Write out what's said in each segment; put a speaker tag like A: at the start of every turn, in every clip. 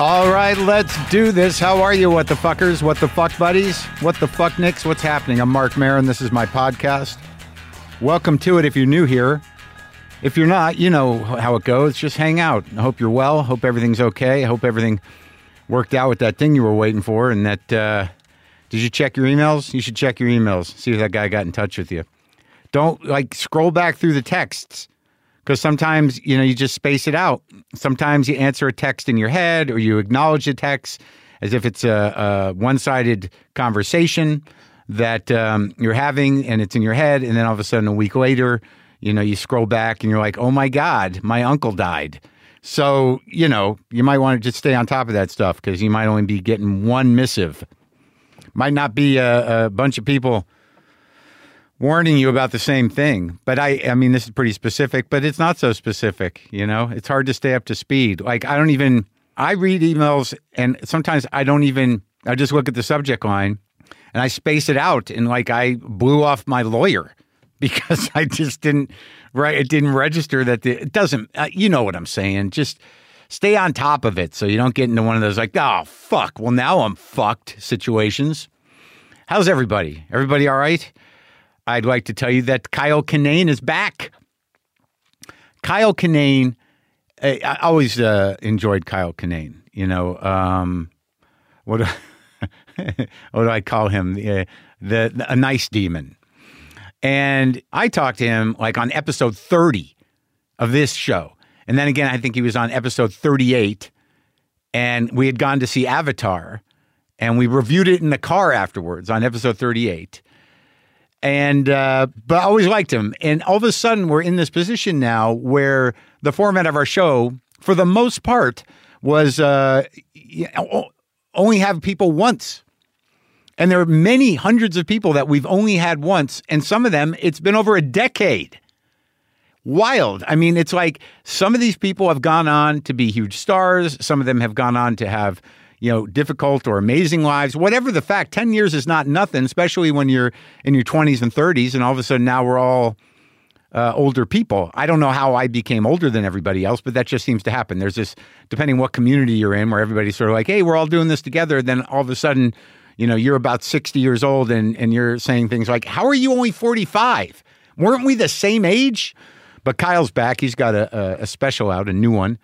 A: right, let's do this. How are you, what the fuckers? What the fuck buddies? What the fuck nicks? What's happening? I'm Mark Marin. This is my podcast. Welcome to it if you're new here. If you're not, you know how it goes. Just hang out. I hope you're well. Hope everything's okay. I hope everything worked out with that thing you were waiting for. And that, uh, did you check your emails? You should check your emails. See if that guy got in touch with you. Don't like scroll back through the texts because sometimes you know you just space it out sometimes you answer a text in your head or you acknowledge a text as if it's a, a one-sided conversation that um, you're having and it's in your head and then all of a sudden a week later you know you scroll back and you're like oh my god my uncle died so you know you might want to just stay on top of that stuff because you might only be getting one missive might not be a, a bunch of people warning you about the same thing. But I, I mean, this is pretty specific, but it's not so specific. You know, it's hard to stay up to speed. Like I don't even, I read emails, and sometimes I don't even. I just look at the subject line, and I space it out, and like I blew off my lawyer because I just didn't right. It didn't register that the, it doesn't. Uh, you know what I'm saying? Just stay on top of it so you don't get into one of those like, oh fuck, well now I'm fucked situations. How's everybody? Everybody all right? I'd like to tell you that Kyle Kinane is back. Kyle Kinane, I, I always uh, enjoyed Kyle Kinane. You know, um, what do- what do I call him? The, the, the a nice demon. And I talked to him like on episode 30 of this show. And then again, I think he was on episode 38 and we had gone to see Avatar and we reviewed it in the car afterwards on episode 38 and uh, but I always liked him. And all of a sudden, we're in this position now where the format of our show, for the most part, was uh, y- o- only have people once. And there are many hundreds of people that we've only had once, and some of them it's been over a decade. Wild. I mean, it's like some of these people have gone on to be huge stars. Some of them have gone on to have, you know, difficult or amazing lives. Whatever the fact, 10 years is not nothing, especially when you're in your 20s and 30s. And all of a sudden now we're all uh, older people. I don't know how I became older than everybody else, but that just seems to happen. There's this, depending what community you're in, where everybody's sort of like, hey, we're all doing this together. Then all of a sudden, you know, you're about 60 years old and, and you're saying things like, how are you only 45? Weren't we the same age? But Kyle's back. He's got a, a, a special out, a new one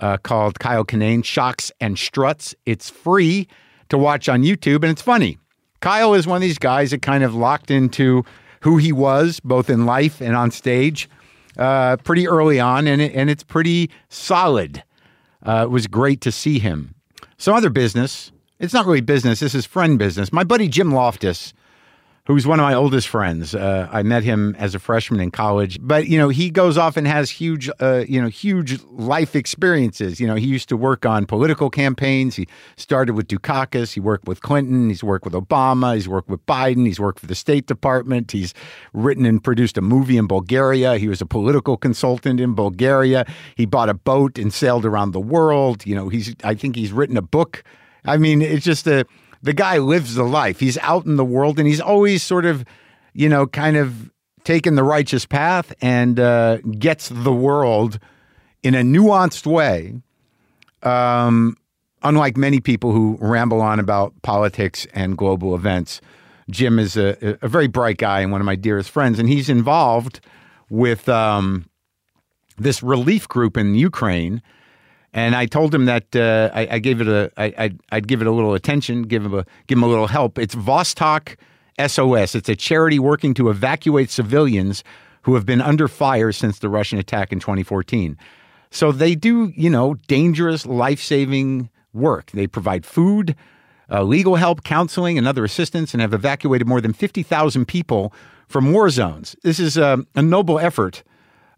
A: uh, called Kyle Kinane Shocks and Struts. It's free to watch on YouTube and it's funny. Kyle is one of these guys that kind of locked into who he was, both in life and on stage, uh, pretty early on, and, it, and it's pretty solid. Uh, it was great to see him. Some other business. It's not really business. This is friend business. My buddy Jim Loftus, who's one of my oldest friends. Uh, I met him as a freshman in college, but you know he goes off and has huge, uh, you know, huge life experiences. You know, he used to work on political campaigns. He started with Dukakis. He worked with Clinton. He's worked with Obama. He's worked with Biden. He's worked for the State Department. He's written and produced a movie in Bulgaria. He was a political consultant in Bulgaria. He bought a boat and sailed around the world. You know, he's. I think he's written a book. I mean, it's just a the guy lives the life. He's out in the world and he's always sort of, you know, kind of taking the righteous path and uh, gets the world in a nuanced way. Um, unlike many people who ramble on about politics and global events, Jim is a, a very bright guy and one of my dearest friends, and he's involved with um, this relief group in Ukraine and I told him that uh, I, I gave it a, I, I'd, I'd give it a little attention, give him a, give him a little help. It's Vostok SOS. It's a charity working to evacuate civilians who have been under fire since the Russian attack in 2014. So they do, you know, dangerous, life-saving work. They provide food, uh, legal help, counseling, and other assistance, and have evacuated more than 50,000 people from war zones. This is um, a noble effort.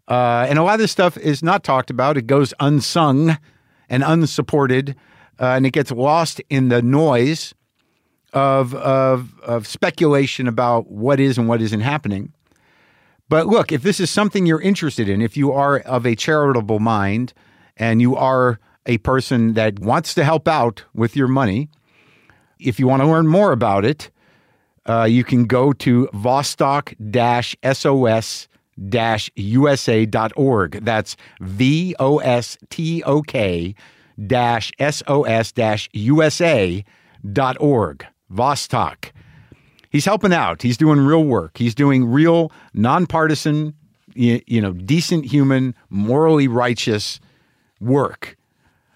A: Uh, and a lot of this stuff is not talked about. It goes unsung and unsupported, uh, and it gets lost in the noise of, of, of speculation about what is and what isn't happening. But look, if this is something you're interested in, if you are of a charitable mind and you are a person that wants to help out with your money, if you want to learn more about it, uh, you can go to vostok sos usa.org. That's V O S T O K vostok-usa.org. Vostok. He's helping out. He's doing real work. He's doing real nonpartisan, you, you know, decent human, morally righteous work.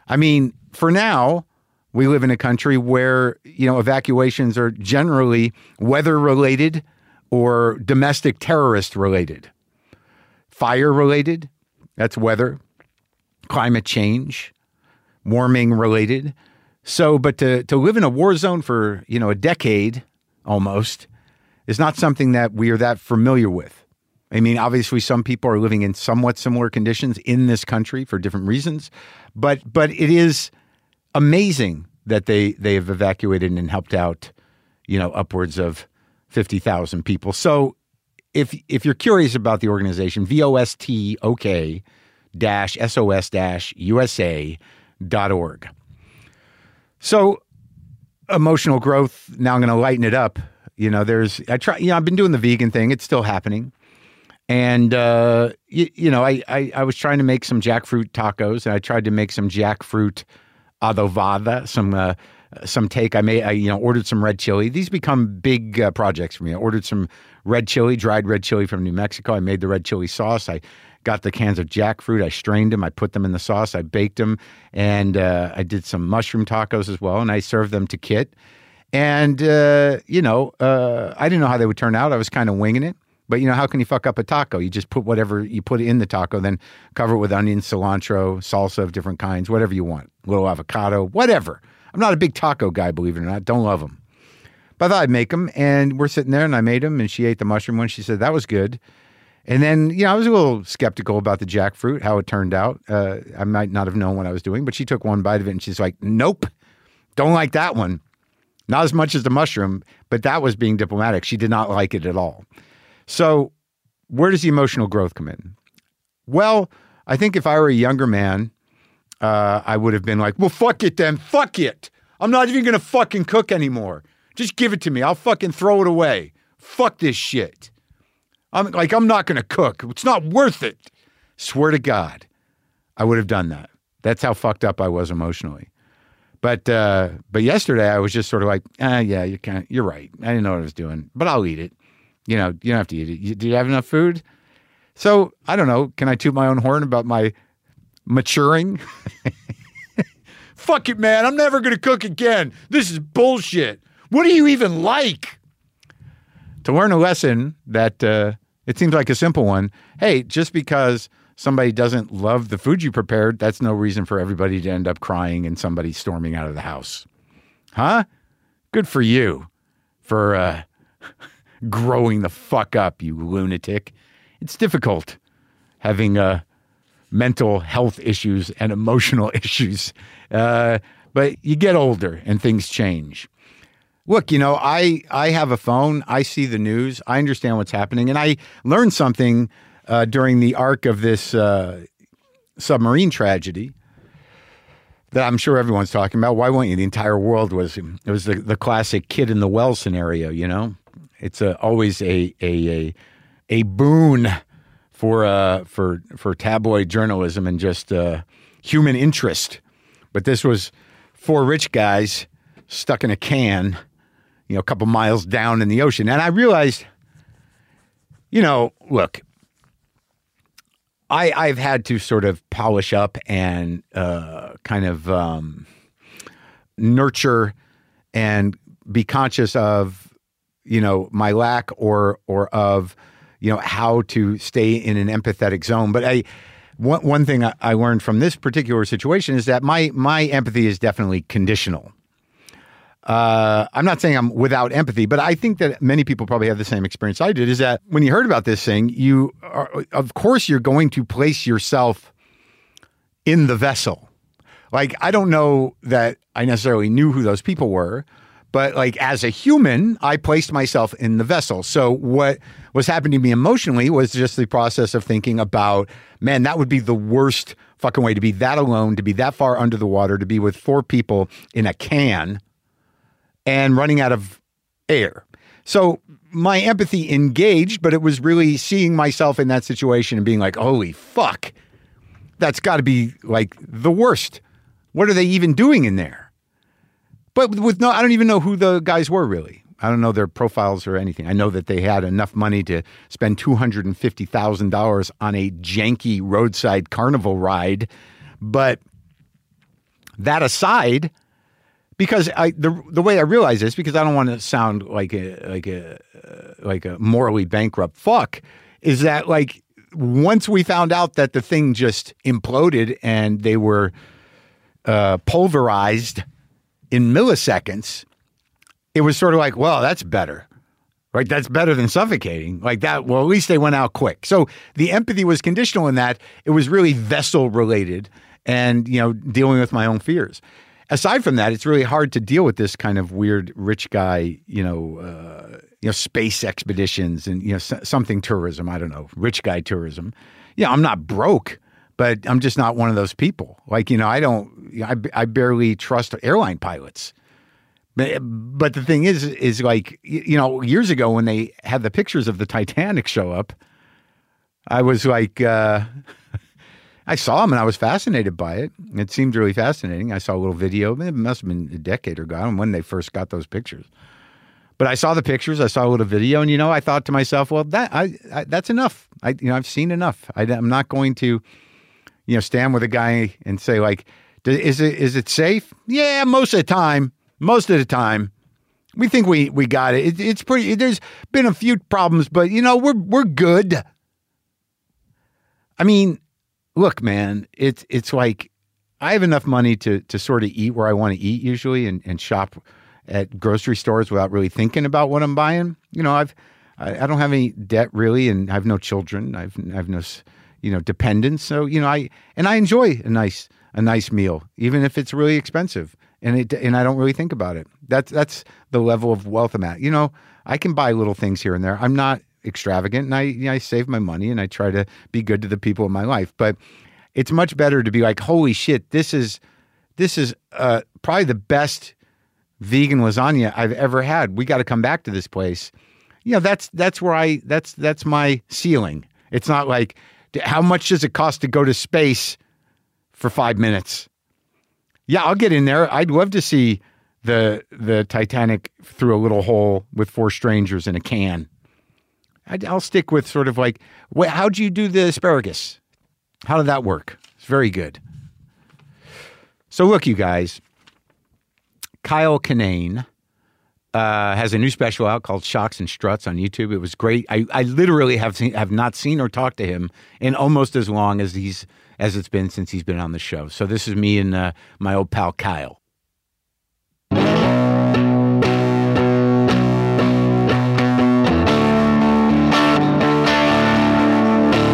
A: I mean, for now, we live in a country where, you know, evacuations are generally weather related or domestic terrorist related, fire related, that's weather, climate change, warming related. So, but to, to live in a war zone for, you know, a decade almost is not something that we are that familiar with. I mean, obviously, some people are living in somewhat similar conditions in this country for different reasons, but but it is amazing that they they have evacuated and helped out, you know, upwards of fifty thousand people. So, if if you're curious about the organization, vostok dash sos dash usa dot org. So, emotional growth. Now I'm going to lighten it up. You know, there's I try. You know, I've been doing the vegan thing. It's still happening and uh, you, you know, I, I I was trying to make some jackfruit tacos, and I tried to make some jackfruit adovada, some uh, some take. I made, I, you know, ordered some red chili. These become big uh, projects for me. I ordered some red chili, dried red chili from New Mexico. I made the red chili sauce. I got the cans of jackfruit. I strained them. I put them in the sauce. I baked them, and uh, I did some mushroom tacos as well, and I served them to Kit. And uh, you know, uh, I didn't know how they would turn out. I was kind of winging it. But you know, how can you fuck up a taco? You just put whatever you put in the taco, then cover it with onion, cilantro, salsa of different kinds, whatever you want, little avocado, whatever. I'm not a big taco guy, believe it or not. Don't love them. But I thought I'd make them, and we're sitting there, and I made them, and she ate the mushroom one. She said that was good. And then, you know, I was a little skeptical about the jackfruit, how it turned out. Uh, I might not have known what I was doing, but she took one bite of it, and she's like, "Nope, don't like that one. Not as much as the mushroom, but that was being diplomatic. She did not like it at all." So, where does the emotional growth come in? Well, I think if I were a younger man, uh, I would have been like, well, fuck it then. Fuck it. I'm not even going to fucking cook anymore. Just give it to me. I'll fucking throw it away. Fuck this shit. I'm like, I'm not going to cook. It's not worth it. Swear to God, I would have done that. That's how fucked up I was emotionally. But uh, but yesterday I was just sort of like, ah, yeah, you're kind of, you're right. I didn't know what I was doing, but I'll eat it you know, you don't have to eat it. You, do you have enough food? So I don't know. Can I toot my own horn about my maturing? Fuck it, man. I'm never going to cook again. This is bullshit. What do you even like? To learn a lesson that uh, it seems like a simple one. Hey, just because somebody doesn't love the food you prepared, that's no reason for everybody to end up crying and somebody storming out of the house. Huh? Good for you for uh, growing the fuck up, you lunatic. It's difficult having uh, mental health issues and emotional issues, uh, but you get older and things change. Look, you know, I I have a phone. I see the news. I understand what's happening, and I learned something uh, during the arc of this uh, submarine tragedy that I'm sure everyone's talking about. Why won't you? The entire world was it was the, the classic kid in the well scenario, you know. It's a, always a, a a a boon for uh for for tabloid journalism and just uh, human interest. But this was four rich guys stuck in a can, you know, a couple miles down in the ocean. And I realized, you know, look, I I've had to sort of polish up and uh, kind of um, nurture and be conscious of you know my lack or or of you know how to stay in an empathetic zone but i one, one thing I, I learned from this particular situation is that my my empathy is definitely conditional uh, i'm not saying i'm without empathy but i think that many people probably have the same experience i did is that when you heard about this thing you are, of course you're going to place yourself in the vessel like i don't know that i necessarily knew who those people were but like as a human i placed myself in the vessel so what was happening to me emotionally was just the process of thinking about man that would be the worst fucking way to be that alone to be that far under the water to be with four people in a can and running out of air so my empathy engaged but it was really seeing myself in that situation and being like holy fuck that's got to be like the worst What are they even doing in there? But with no, I don't even know who the guys were really. I don't know their profiles or anything. I know that they had enough money to spend $250,000 on a janky roadside carnival ride. But that aside, because I the the way I realize this because I don't want to sound like a like a uh, like a morally bankrupt fuck is that like once we found out that the thing just imploded and they were uh, pulverized in milliseconds, it was sort of like well that's better, right? That's better than suffocating like that. Well, at least they went out quick. So the empathy was conditional in that it was really vessel related and you know dealing with my own fears aside from that, it's really hard to deal with this kind of weird rich guy, you know, uh, you know, space expeditions and you know s- something tourism. I don't know, rich guy tourism. Yeah, I'm not broke, but I'm just not one of those people. Like you know, I don't, I, I barely trust airline pilots. But, but the thing is, is like y- you know, years ago when they had the pictures of the Titanic show up, I was like. Uh, I saw him and I was fascinated by it. It seemed really fascinating. I saw a little video. It must have been a decade ago. I don't know when they first got those pictures. But I saw the pictures. I saw a little video, and you know, I thought to myself, "Well, that I, I that's enough. I you know, I've seen enough. I, am not going to, you know, stand with a guy and say like, "D- is it is it safe? Yeah, most of the time. Most of the time, we think we we got it. it it's pretty. There's been a few problems, but you know, we're we're good. I mean, look, man, it's it's like I have enough money to to sort of eat where I want to eat usually and, and shop at grocery stores without really thinking about what I'm buying. You know, I've I, I don't have any debt really, and I have no children. I've I've no s- you know dependents. So you know, I and I enjoy a nice a nice meal, even if it's really expensive. And it and I don't really think about it. That's that's the level of wealth I'm at. You know, I can buy little things here and there. I'm not extravagant, and I you know, I save my money and I try to be good to the people in my life. But it's much better to be like, holy shit, this is this is uh, probably the best vegan lasagna I've ever had. We got to come back to this place. You know, that's that's where I that's that's my ceiling. It's not like d- how much does it cost to go to space for five minutes. Yeah, I'll get in there. I'd love to see the the Titanic through a little hole with four strangers in a can. I'd, I'll stick with sort of like, wh- how'd you do the asparagus? How did that work? It's very good. So look, you guys, Kyle Kinane uh, has a new special out called Shocks and Struts on YouTube. It was great. I, I literally have seen, have not seen or talked to him in almost as long as he's as it's been since he's been on the show. So this is me and uh, my old pal Kyle.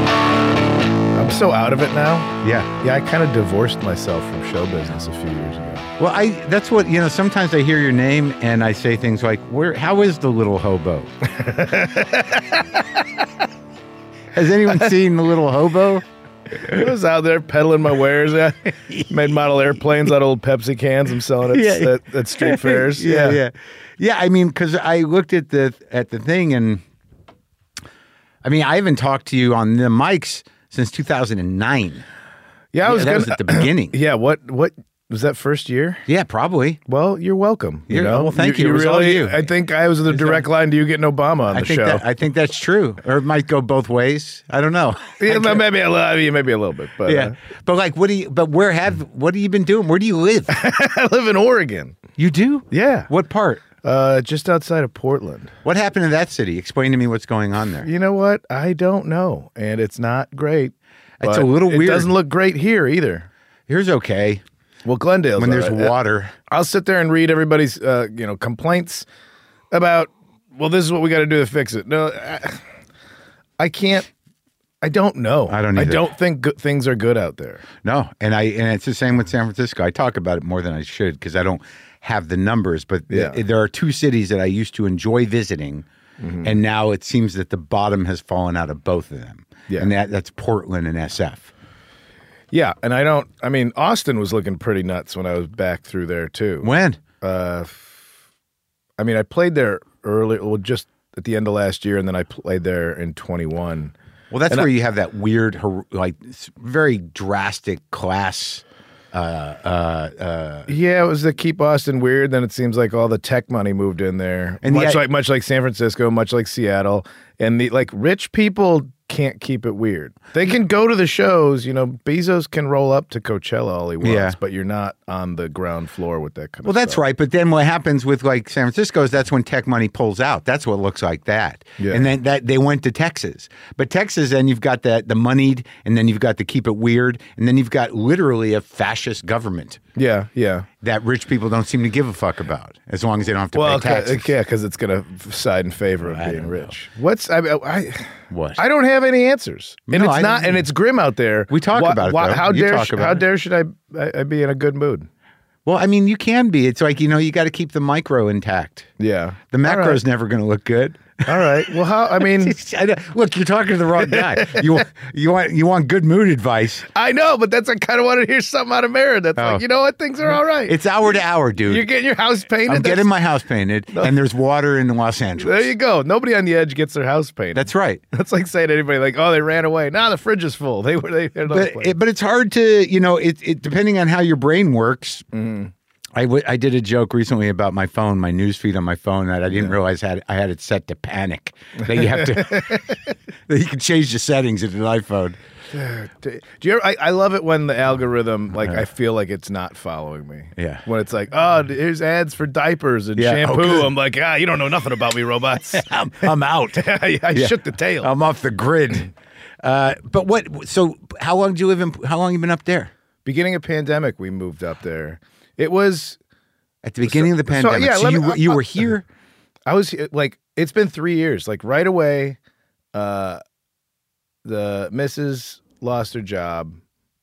B: I'm so out of it now.
A: Yeah.
B: Yeah, I kind of divorced myself from show business a few years ago.
A: Well, I that's what you know. Sometimes I hear your name and I say things like, "Where? How is the little hobo?" Has anyone seen the little hobo?
B: I was out there peddling my wares. I made model airplanes out of old Pepsi cans. I'm selling at,
A: Yeah.
B: at, at street fairs.
A: yeah, yeah, yeah. I mean, because I looked at the at the thing, and I mean, I haven't talked to you on the mics since 2009.
B: Yeah, I was
A: that
B: gonna,
A: was at the beginning.
B: Yeah, what what was that first year?
A: Yeah, probably.
B: Well, you're welcome. You
A: You're-
B: know,
A: well, thank you. It was all
B: really,
A: you.
B: I think I was the direct line to you getting Obama on
A: I
B: the
A: think
B: show.
A: that I think that's true, or it might go both ways. I don't know.
B: yeah, maybe a little, I mean, maybe a little bit, but
A: Yeah, but like, what do you? But where have? What have you been doing? Where do you live?
B: uh, I live in Oregon.
A: You do?
B: Yeah,
A: What part?
B: uh, just outside of Portland.
A: What happened to that city? Explain to me what's going on there.
B: You know what? I don't know, and it's not great.
A: It's a
B: but
A: little
B: It
A: weird.
B: doesn't look great here either.
A: Here's okay
B: Well, Glendale's
A: when
B: all
A: there's
B: right.
A: water.
B: I'll sit there and read everybody's uh, you know complaints about. Well, this is what we got to do to fix it. No, I, I can't. I don't know.
A: I don't either.
B: I don't think good things are good out there.
A: No, and I and it's the same with San Francisco. I talk about it more than I should because I don't have the numbers. But th-
B: Yeah.
A: there are two cities that I used to enjoy visiting,
B: Mm-hmm.
A: and now it seems that the bottom has fallen out of both of them.
B: Yeah.
A: and that, that's Portland and SF.
B: Yeah, and I don't. I mean, Austin was looking pretty nuts when I was back through there too.
A: When?
B: uh, I mean, I played there earlier, well, just at the end of last year, and then I played there in 21.
A: Well, that's
B: And I-
A: where you have that weird, hor- like s- very drastic class
B: Yeah, it was the keep Austin weird. Then it seems like all the tech money moved in there,
A: And the
B: much
A: i-
B: like much like San Francisco, much like Seattle, and the like. Rich people can't keep it weird. They can go to the shows. You know, Bezos can roll up to Coachella all he wants,
A: Yeah.
B: but you're not on the ground floor with that kind
A: Well,
B: of.
A: that's right. But then what happens with like San Francisco is that's when tech money pulls out. That's what looks like that.
B: Yeah.
A: And then that they went to Texas. But Texas, then you've got that the moneyed, and then you've got the keep it weird, and then you've got literally a fascist government
B: Yeah, yeah.
A: that rich people don't seem to give a fuck about as long as they don't have to
B: Well,
A: pay
B: ca-
A: taxes.
B: yeah, because it's gonna f- side in favor of
A: I
B: being
A: don't
B: rich. What's I, I
A: What?
B: I don't have any answers, and
A: No,
B: it's
A: I
B: not,
A: don't
B: and it's grim out there.
A: We talk
B: Wha-
A: about it,
B: wha-
A: though.
B: How
A: You
B: dare
A: talk
B: sh-
A: about
B: how
A: it.
B: dare should I, I I be in a good mood?
A: Well, I mean, you can be. It's like you know, you got to keep the micro intact.
B: Yeah,
A: The
B: All right.
A: macro's never going to look good.
B: All right. Well, how? I mean,
A: I know- Look, you're talking to the wrong guy. you you want you want good mood advice.
B: I know, but that's I kind of wanted to hear something out of Mary. That's
A: Oh.
B: like, you know what? Things are all right.
A: It's hour to hour, dude.
B: You're getting your house painted.
A: I'm
B: that's-
A: getting my house painted, and there's water in Los Angeles.
B: there you go. Nobody on the edge gets their house painted.
A: That's right.
B: that's like saying to anybody like, oh, they ran away. Nah, the fridge is full. They were they. they're not
A: But
B: playing.
A: it, but it's hard to you know it, it depending on how your brain works.
B: Mm-hmm.
A: I, w- I did a joke recently about my phone, my news feed on my phone that I didn't realize had I had it set to panic that you have to that you can change the settings in an iPhone.
B: Do you ever, I, I love it when the algorithm like I feel like it's not following me.
A: Yeah.
B: When it's like, oh, d- here's ads for diapers and
A: Yeah. Oh,
B: shampoo.
A: good.
B: I'm like, ah, you don't know nothing about me, robots.
A: I'm, I'm out.
B: I, I
A: Yeah. Um,
B: shook the tail.
A: I'm off the grid. Uh, but what? So how long do you live in? How long you been up there?
B: Beginning of pandemic, we moved up there. It was
A: At the beginning of the
B: so,
A: pandemic,
B: yeah,
A: so
B: let
A: you
B: me- uh,
A: were- you
B: I-
A: were here.
B: I was uh, like, it's been three years. Like right away, uh, the missus lost her job.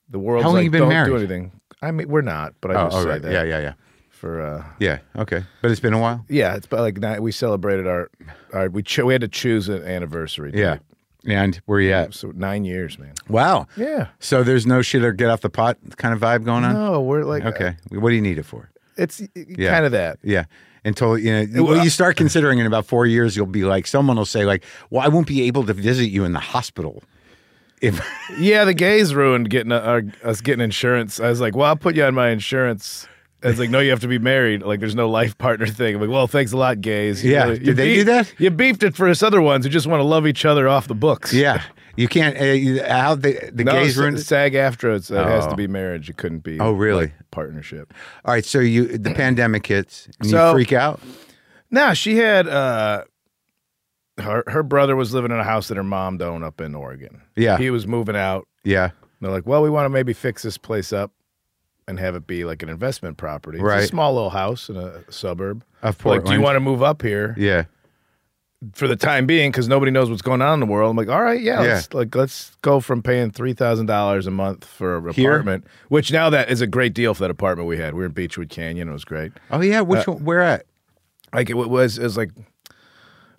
B: The world's
A: How long
B: like,
A: you been
B: don't
A: married?"
B: do anything. I mean, we're not, but I
A: Oh,
B: just
A: all
B: say
A: right.
B: that
A: Yeah, yeah, yeah,
B: for uh,
A: yeah. Okay, but it's been a while.
B: yeah. It's about like nine, we celebrated our our we cho- we had to choose an anniversary. date.
A: Yeah. And where you at?
B: so nine years, man.
A: Wow.
B: Yeah.
A: So there's no shit or get off the pot kind of vibe going on?
B: No, Oh, we're like
A: Mm. Okay. What do you need it for?
B: It's kind of that.
A: Yeah. Until you know, well, you start considering in about four years, you'll be like, someone will say like, "Well, I won't be able to visit you in the hospital." If
B: Yeah, the gays ruined getting uh, our, us getting insurance. I was like, well, I'll put you on my insurance. I was like, no, you have to be married. Like, there's no life partner thing. I'm like, well, thanks a lot, gays. You
A: Yeah. Did they do that?
B: You beefed it for us other ones who just want to love each other off the books.
A: yeah, you can't. Uh, you- how the the
B: No,
A: gays ruined.
B: SAG after it has
A: Oh.
B: to be marriage. It couldn't be
A: Oh, really?
B: partnership.
A: All right. So you the pandemic hits and you
B: So-
A: freak out.
B: No, she had uh her her brother was living in a house that her mom owned up in Oregon.
A: Yeah.
B: He was moving out.
A: Yeah.
B: They're like, well, we want to maybe fix this place up and have it be like an investment property. It's
A: Right.
B: a small little house in a suburb.
A: Of
B: Like, do you
A: Portland.
B: want to move up here
A: Yeah.
B: for the time being? Because nobody knows what's going on in the world. I'm like, all right, yeah,
A: Yeah.
B: Let's, like let's go from paying three thousand dollars a month for an
A: Here?
B: apartment, which now that is a great deal for that apartment we had. We were in Beechwood Canyon. It was great.
A: Oh yeah.
B: Uh,
A: Which one? Where at?
B: Like it wa- was, it was like,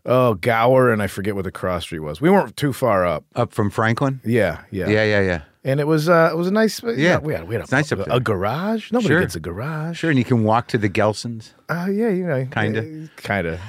B: oh Gower, and I forget what the cross street was. We weren't too far up.
A: Up from Franklin.
B: Yeah, yeah,
A: Yeah. Yeah. Yeah.
B: And it was, uh, it was a nice. Yeah, we had, we had a,
A: It's nice up
B: a,
A: there.
B: garage. Nobody
A: Sure.
B: gets a garage.
A: Sure. And you can walk to the Gelsons.
B: Uh, yeah, you know, uh,
A: Kinda.
B: kind of.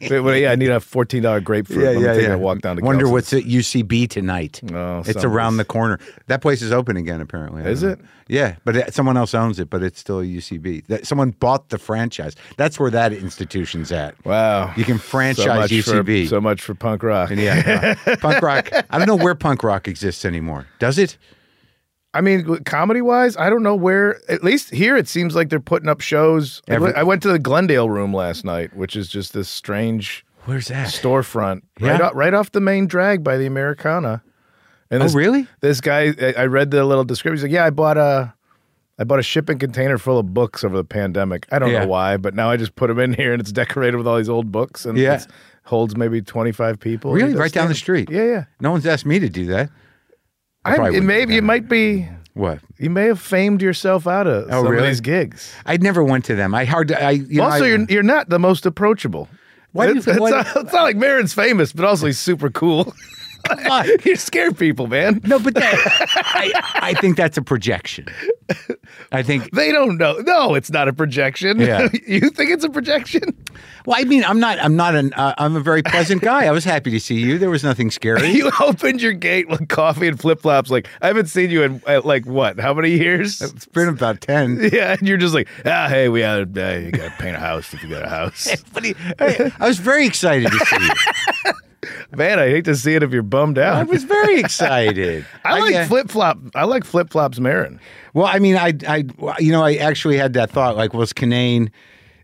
B: yeah, I need a fourteen dollar grapefruit. Let me take a walk down to
A: Wonder
B: Kelsey's.
A: what's at UCB tonight.
B: Oh,
A: it's
B: some-
A: around the corner. That place is open again, apparently. I
B: Is
A: don't
B: it?
A: know. Yeah, but it, someone else owns it, but it's still a UCB. That, someone bought the franchise. That's where that institution's at.
B: Wow.
A: You can franchise E
B: so much
A: UCB.
B: For, so much for punk rock.
A: yeah, uh, punk rock. I don't know where punk rock exists anymore. Does it?
B: I mean, comedy wise, I don't know where. At least here, it seems like they're putting up shows. I
A: Every-
B: went- I went to the Glendale Room last night, which is just this strange
A: Where's that?
B: storefront
A: Yeah.
B: right, off, right off the main drag by the Americana. And
A: Oh,
B: this,
A: really?
B: This guy, I, I read the little description. He's like, "Yeah, I bought a, I bought a shipping container full of books over the pandemic. I don't
A: Yeah.
B: know why, but now I just put them in here, and it's decorated with all these old books, and
A: Yeah.
B: it's- holds maybe twenty five people.
A: Really?
B: That's
A: Right down the
B: standard.
A: street?
B: Yeah, yeah.
A: No one's asked me to do that.
B: I
A: probably
B: it
A: wouldn't
B: maybe
A: do
B: it might be
A: What?
B: you may have famed yourself out of some
A: Oh, really?
B: of these gigs.
A: I never went to them. I hard. I you know,
B: also,
A: I-
B: you're you're not the most approachable.
A: Why do you-
B: It's- it's,
A: why-
B: not, it's not like Marin's famous, but also he's super cool.
A: Come on.
B: you scare people, man.
A: No, but that, I, I think that's a projection. I think.
B: They don't know. No, it's not a projection.
A: Yeah.
B: you think it's a projection?
A: Well, I mean, I'm not. I'm not an. Uh, I'm a very pleasant guy. I was happy to see you. There was nothing scary.
B: You opened your gate with coffee and flip flops. Like I haven't seen you in uh, like what? How many years?
A: It's been about ten.
B: Yeah, and you're just like, ah, hey, we gotta, uh, you gotta paint a house if you got a house.
A: I, I was very excited to see you.
B: Man, I hate to see it if you're bummed out.
A: I was very excited.
B: I like
A: uh,
B: flip flop. I like flip flops, Marin.
A: Well, I mean, I, I, you know, I actually had that thought. Like, was Canane?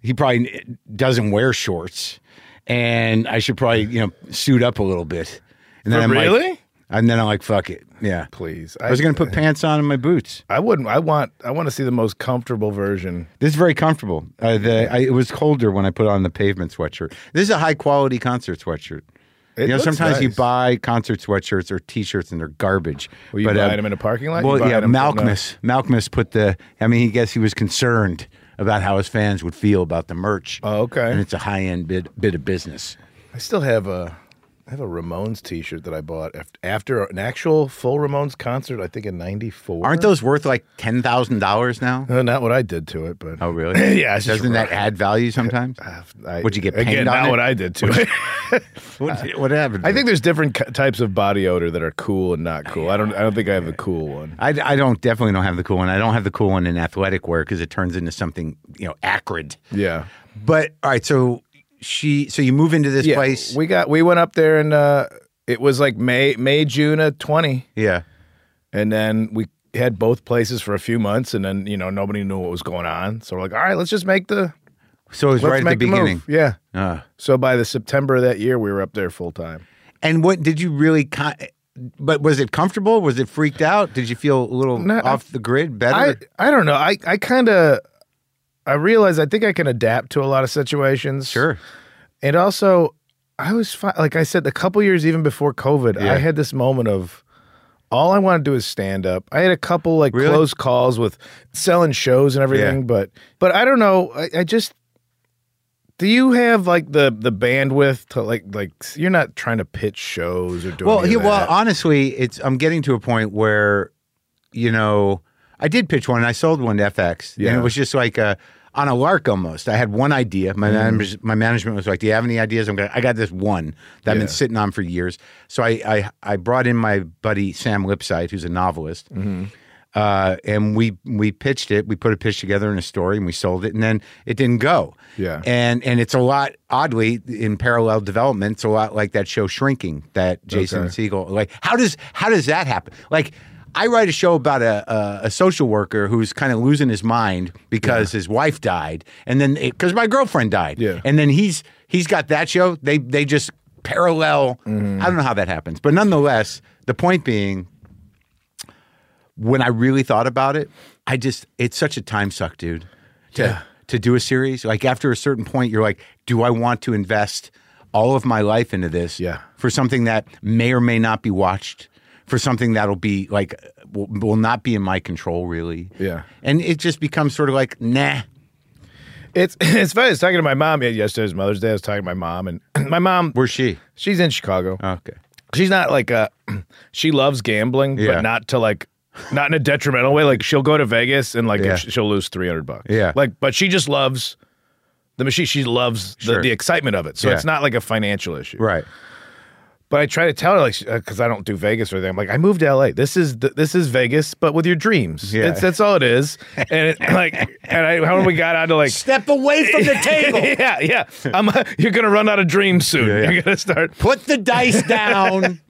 A: He probably doesn't wear shorts, and I should probably, you know, suit up a little bit. And then
B: But
A: I'm like-
B: really?
A: and then I'm like, fuck it. Yeah.
B: Please,
A: I was going to put pants on in my boots.
B: I wouldn't. I want. I want to see the most comfortable version.
A: This is very comfortable. Uh, the I, it was colder when I put on the pavement sweatshirt. This is a high quality concert sweatshirt.
B: It
A: you know,
B: looks
A: sometimes you
B: nice.
A: buy concert sweatshirts or T-shirts and they're garbage.
B: Well, you
A: But, uh,
B: buying them in a parking lot? You
A: Well,
B: buying
A: yeah,
B: them from the-
A: Malcolmus. Malcolmus put the. I mean, he guess he was concerned about how his fans would feel about the merch.
B: Oh, okay.
A: And it's a high end bid bit of business.
B: I still have a. I have a Ramones T-shirt that I bought af- after an actual full Ramones concert. I think in '94.
A: Aren't those worth like ten thousand dollars now?
B: Uh, not what I did to it, but
A: Oh, really?
B: yeah. it's just
A: Doesn't that
B: rough.
A: add value sometimes?
B: I,
A: What'd you get,
B: Again,
A: panged on
B: not
A: it?
B: what I did to it.
A: what, what happened?
B: I think there's different ki- types of body odor that are cool and not cool. I don't. I don't think I have the cool one.
A: I, I don't definitely don't have the cool one. I don't have the cool one in athletic wear because it turns into something you know acrid.
B: Yeah.
A: But all right, so she so you move into this
B: Yeah.
A: place,
B: We got. We went up there and uh, it was like May, May, June of twenty,
A: yeah.
B: and then we had both places for a few months, and then you know nobody knew what was going on. So we're like, all right, let's just make the.
A: So it was
B: Let's
A: right at the
B: make
A: beginning.
B: move. Yeah.
A: Uh,
B: So by the September of that year, we were up there full time.
A: and what did you really? Con- but was it comfortable? Was it freaked out? Did you feel a little
B: No, I-
A: off the grid? Better?
B: I, I don't know. I, I kind of I realize I think I can adapt to a lot of situations.
A: sure.
B: And also, I was fi- like I said, a couple years even before COVID,
A: Yeah.
B: I had this moment of all I want to do is stand up. I had a couple like
A: Really?
B: close calls with selling shows and everything, but but I don't know. I, I just do you have like the the bandwidth to like like you're not trying to pitch shows or doing
A: Well,
B: any
A: yeah,
B: of
A: well,
B: that.
A: honestly, it's I'm getting to a point where, you know, I did pitch one and I sold one to FX, and
B: Yeah.
A: it was just like uh on a lark almost. I had one idea.
B: Mm-hmm.
A: My manage- my management was like, "Do you have any ideas?" I'm going. I got this one that I've
B: Yeah.
A: been sitting on for years. So I I, I brought in my buddy Sam Lipsight, who's a novelist, uh, and we we pitched it. We put a pitch together and a story, and we sold it. And then it didn't go.
B: Yeah.
A: And and it's a lot oddly in parallel development. It's a lot like that show Shrinking that Jason
B: Okay.
A: Siegel. Like how does how does that happen? Like I write a show about a a, a social worker who's kind of losing his mind because his wife died, and then because my girlfriend died.
B: Yeah.
A: And then he's he's got that show. They they just parallel.
B: Mm-hmm.
A: I don't know how that happens, but nonetheless, the point being when I really thought about it, I just it's such a time suck, dude. To to do a series, like after a certain point, you're like, do I want to invest all of my life into this?
B: Yeah.
A: For something that may or may not be watched, for something that'll be like will, will not be in my control really.
B: Yeah.
A: And it just becomes sort of like, nah.
B: It's it's funny. I was talking to my mom yesterday's Mother's Day. I was talking to my mom, and my mom,
A: Where's she?
B: she's in Chicago.
A: Okay.
B: she's not like a, she loves gambling,
A: Yeah.
B: but not to like, not in a detrimental way. Like she'll go to Vegas and like
A: Yeah.
B: sh- she'll lose three hundred bucks.
A: Yeah.
B: like but she just loves the machine. She loves the,
A: Sure.
B: the excitement of it. So
A: Yeah.
B: it's not like a financial issue.
A: Right.
B: But I try to tell her like because I don't do Vegas or anything. I'm like I moved to L.A. This is the, this is Vegas, but with your dreams.
A: Yeah.
B: It's, that's all it is. And it, like and I how we got onto like
A: Step away from the table.
B: yeah, yeah. I'm, you're gonna run out of dreams soon.
A: Yeah, yeah.
B: You're gonna start.
A: Put the dice down.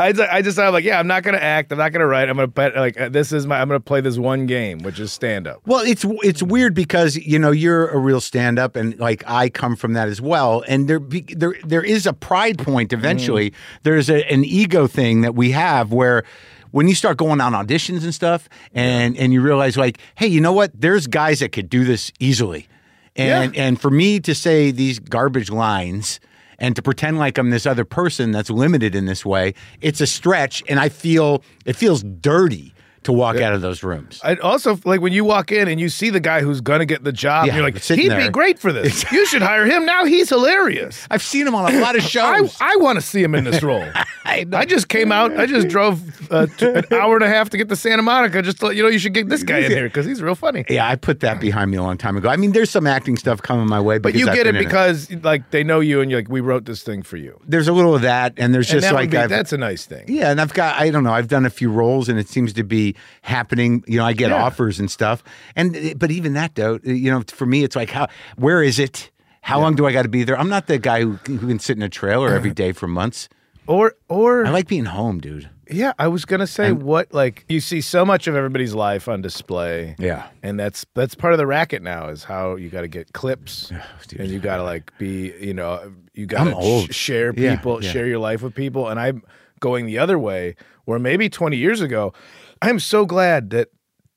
B: I, just- I decided like, yeah, I'm not gonna act. I'm not gonna write. I'm gonna bet like uh, this is my. I'm gonna play this one game, which is stand up.
A: Well, it's it's weird because you know you're a real stand up, and like I come from that as well. And there be, there there is a pride point eventually. There's a, an ego thing that we have where. When you start going on auditions and stuff, and and you realize like, hey, you know what? There's guys that could do this easily, and and for me to say these garbage lines and to pretend like I'm this other person that's limited in this way, it's a stretch, and I feel it feels dirty to walk out of those rooms.
B: I also like when you walk in and you see the guy who's gonna get the job.
A: Yeah,
B: and you're like,
A: sitting
B: he'd
A: there.
B: be great for this. you should hire him now. He's hilarious.
A: I've seen him on a lot of
B: I
A: shows.
B: I want to see him in this role.
A: died.
B: I just came out. I just drove uh, t- an hour and a half to get to Santa Monica. Just to let you know, you should get this guy in here because he's real funny.
A: yeah, I put that behind me a long time ago. I mean, there's some acting stuff coming my way,
B: But you
A: I've
B: get it
A: been in
B: because like they know you and you're like, we wrote this thing for you.
A: there's a little of that, and there's
B: And
A: just
B: that would
A: like
B: be-
A: I've-
B: that's a nice thing.
A: Yeah, and I've got I don't know, I've done a few roles and it seems to be happening, you know, I get
B: Yeah.
A: offers and stuff. And eh, but even that though, you know, for me it's like how where is it? How long do I got to be there? I'm not the guy who, who can sit in a trailer every day for months.
B: Or or
A: I like being home, dude.
B: Yeah, I was gonna say what like you see so much of everybody's life on display.
A: Yeah.
B: and that's that's part of the racket now is how you got to get clips
A: dude.
B: and you got to like be you know you got
A: I'm
B: to
A: old.
B: sh- share
A: Yeah,
B: people
A: yeah.
B: share your life with people. And I'm going the other way where maybe 20 years ago, I'm so glad that.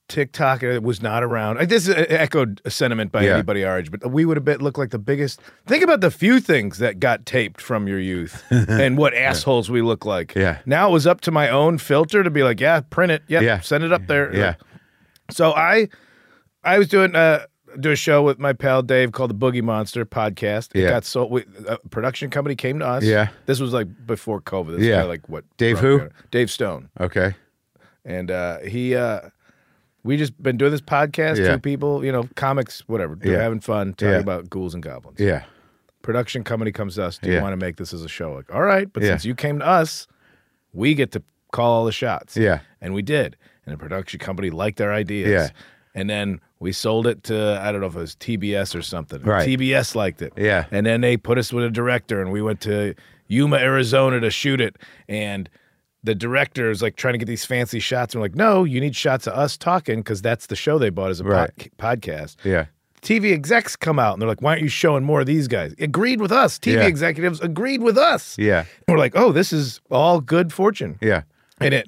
B: TikTok uh, was not around. I- This uh, echoed a sentiment by
A: Yeah.
B: anybody our age, but we would have been looked like the biggest. Think about the few things that got taped from your youth and what assholes we look like.
A: Yeah.
B: Now it was up to my own filter to be like, yeah, print it. Yeah.
A: Yeah.
B: Send it up there.
A: Yeah.
B: So I I was doing uh do a show with my pal Dave called the Boogie Monster podcast. It
A: Yeah.
B: got sold. We, a production company came to us.
A: Yeah.
B: This was like before COVID. This was
A: Yeah.
B: kinda like what?
A: Dave
B: brought me
A: who?
B: on. Dave Stone.
A: Okay.
B: And uh, he, uh, we just been doing this podcast.
A: Yeah.
B: Two people, you know, comics, whatever. They're
A: Yeah.
B: having fun talking
A: Yeah.
B: about ghouls and goblins
A: Yeah.
B: production company comes to us. Do you
A: Yeah.
B: want to make this as a show? Like, all right, but
A: Yeah.
B: since you came to us, we get to call all the shots.
A: Yeah.
B: And we did. And the production company liked our ideas.
A: Yeah.
B: And then we sold it to, I don't know if it was TBS or something.
A: Right.
B: TBS liked it.
A: Yeah.
B: And then they put us with a director and we went to Yuma, Arizona to shoot it. And the director is like trying to get these fancy shots. And we're like, no, you need shots of us talking because that's the show they bought as a pod- podcast.
A: Yeah.
B: TV execs come out and they're like, why aren't you showing more of these guys? Agreed with us. TV
A: Yeah.
B: executives agreed with us.
A: Yeah.
B: We're like, oh, this is all good fortune.
A: Yeah.
B: And it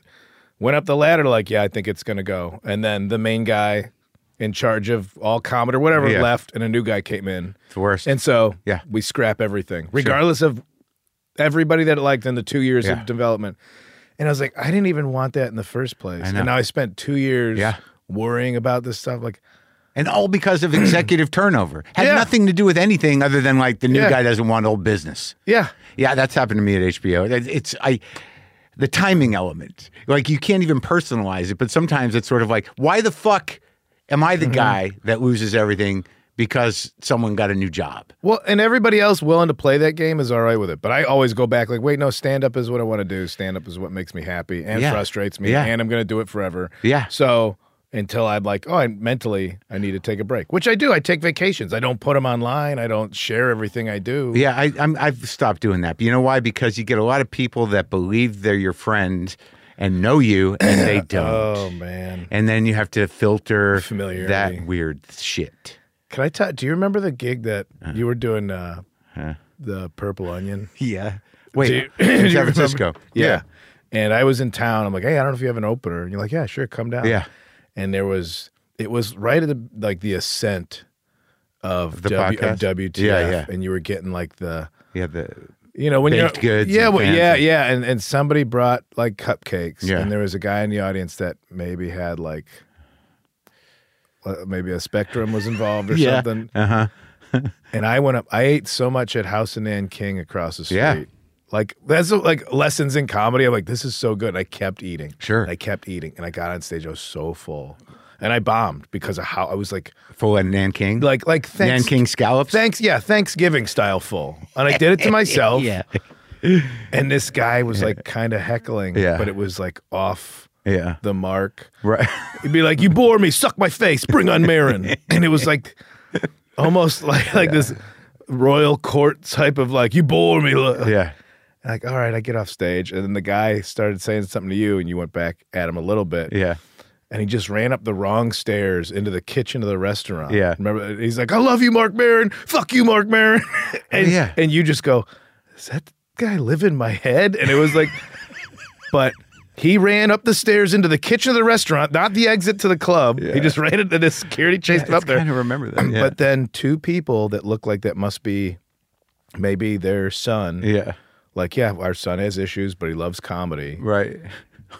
B: went up the ladder like, yeah, I think it's going to go. And then the main guy in charge of all comedy or whatever
A: Yeah.
B: left and a new guy came in.
A: It's the worst.
B: And so
A: Yeah.
B: we scrap everything, regardless of everybody that it liked in the two years
A: Yeah.
B: of development. And I was like, I didn't even want that in the first place.
A: know.
B: And now I spent two years
A: Yeah.
B: worrying about this stuff. Like,
A: And all because of executive turnover. Had
B: Yeah.
A: nothing to do with anything other than like the new
B: Yeah.
A: guy doesn't want old business.
B: yeah.
A: Yeah, that's happened to me at HBO. It- It's I the timing element. Like you can't even personalize it, but sometimes it's sort of like, why the fuck am I the
B: Mm-hmm.
A: guy that loses everything because someone got a new job?
B: Well, and everybody else willing to play that game is all right with it. But I always go back like, wait, no, stand up is what I want to do. Stand up is what makes me happy and
A: Yeah.
B: frustrates me,
A: Yeah.
B: and I'm going to do it forever.
A: Yeah.
B: So until I'm like, oh, I mentally I need to take a break, which I do. I take vacations. I don't put them online. I don't share everything I do.
A: Yeah, I, I'm, I've stopped doing that. But you know why? Because you get a lot of people that believe they're your friend and know you, and they don't.
B: Oh man.
A: and then you have to filter
B: Familiarity.
A: that weird shit.
B: Can I tell? Do you remember the gig that you were doing? Uh, The Purple Onion.
A: Yeah. Wait,
B: Do you- do
A: in
B: you
A: San
B: remember?
A: Francisco.
B: Yeah. And I was in town. I'm like, hey, I don't know if you have an opener. And you're like, yeah, sure, come down.
A: Yeah.
B: And there was, it was right at the like the ascent of
A: The
B: w,
A: podcast?
B: of WTF,
A: Yeah, yeah.
B: and you were getting like the,
A: Yeah. The
B: you know, when
A: Baked
B: you're
A: goods
B: yeah,
A: and
B: well, yeah,
A: fancy.
B: yeah, and and somebody brought like cupcakes,
A: Yeah.
B: and there was a guy in the audience that maybe had like. uh, Maybe a spectrum was involved or
A: Yeah.
B: something.
A: uh huh.
B: And I went up. I ate so much at House and Ann King across the street.
A: Yeah.
B: Like that's like lessons in comedy. I'm like, this is so good. And I kept eating.
A: Sure.
B: And I kept eating, and I got on stage. I was so full, and I bombed because of how I was like,
A: Full and Nanking.
B: like, like thanks,
A: Nanking scallops.
B: thanks, yeah, Thanksgiving style full. And I did it to myself.
A: Yeah.
B: And this guy was like kind of heckling.
A: Yeah.
B: But it was like off
A: Yeah.
B: the mark.
A: Right.
B: He'd be like, "You bore me. Suck my face. Bring on Marin." and it was like, almost like like this royal court type of like, "You bore me." look."
A: yeah.
B: And like, all right, I get off stage, and then the guy started saying something to you, and you went back at him a little bit,
A: Yeah.
B: and he just ran up the wrong stairs into the kitchen of the restaurant.
A: Yeah.
B: remember? He's like, "I love you, Mark Marin. Fuck you, Mark Marin." and
A: yeah.
B: and you just go, "Does that guy live in my head?" And it was like, but. He ran up the stairs into the kitchen of the restaurant, not the exit to the club. He just ran into the security, chased him up there.
A: kind of remember that. Yeah.
B: But then two people that look like that must be maybe their son
A: yeah.
B: like, yeah, our son has issues, but he loves comedy.
A: Right.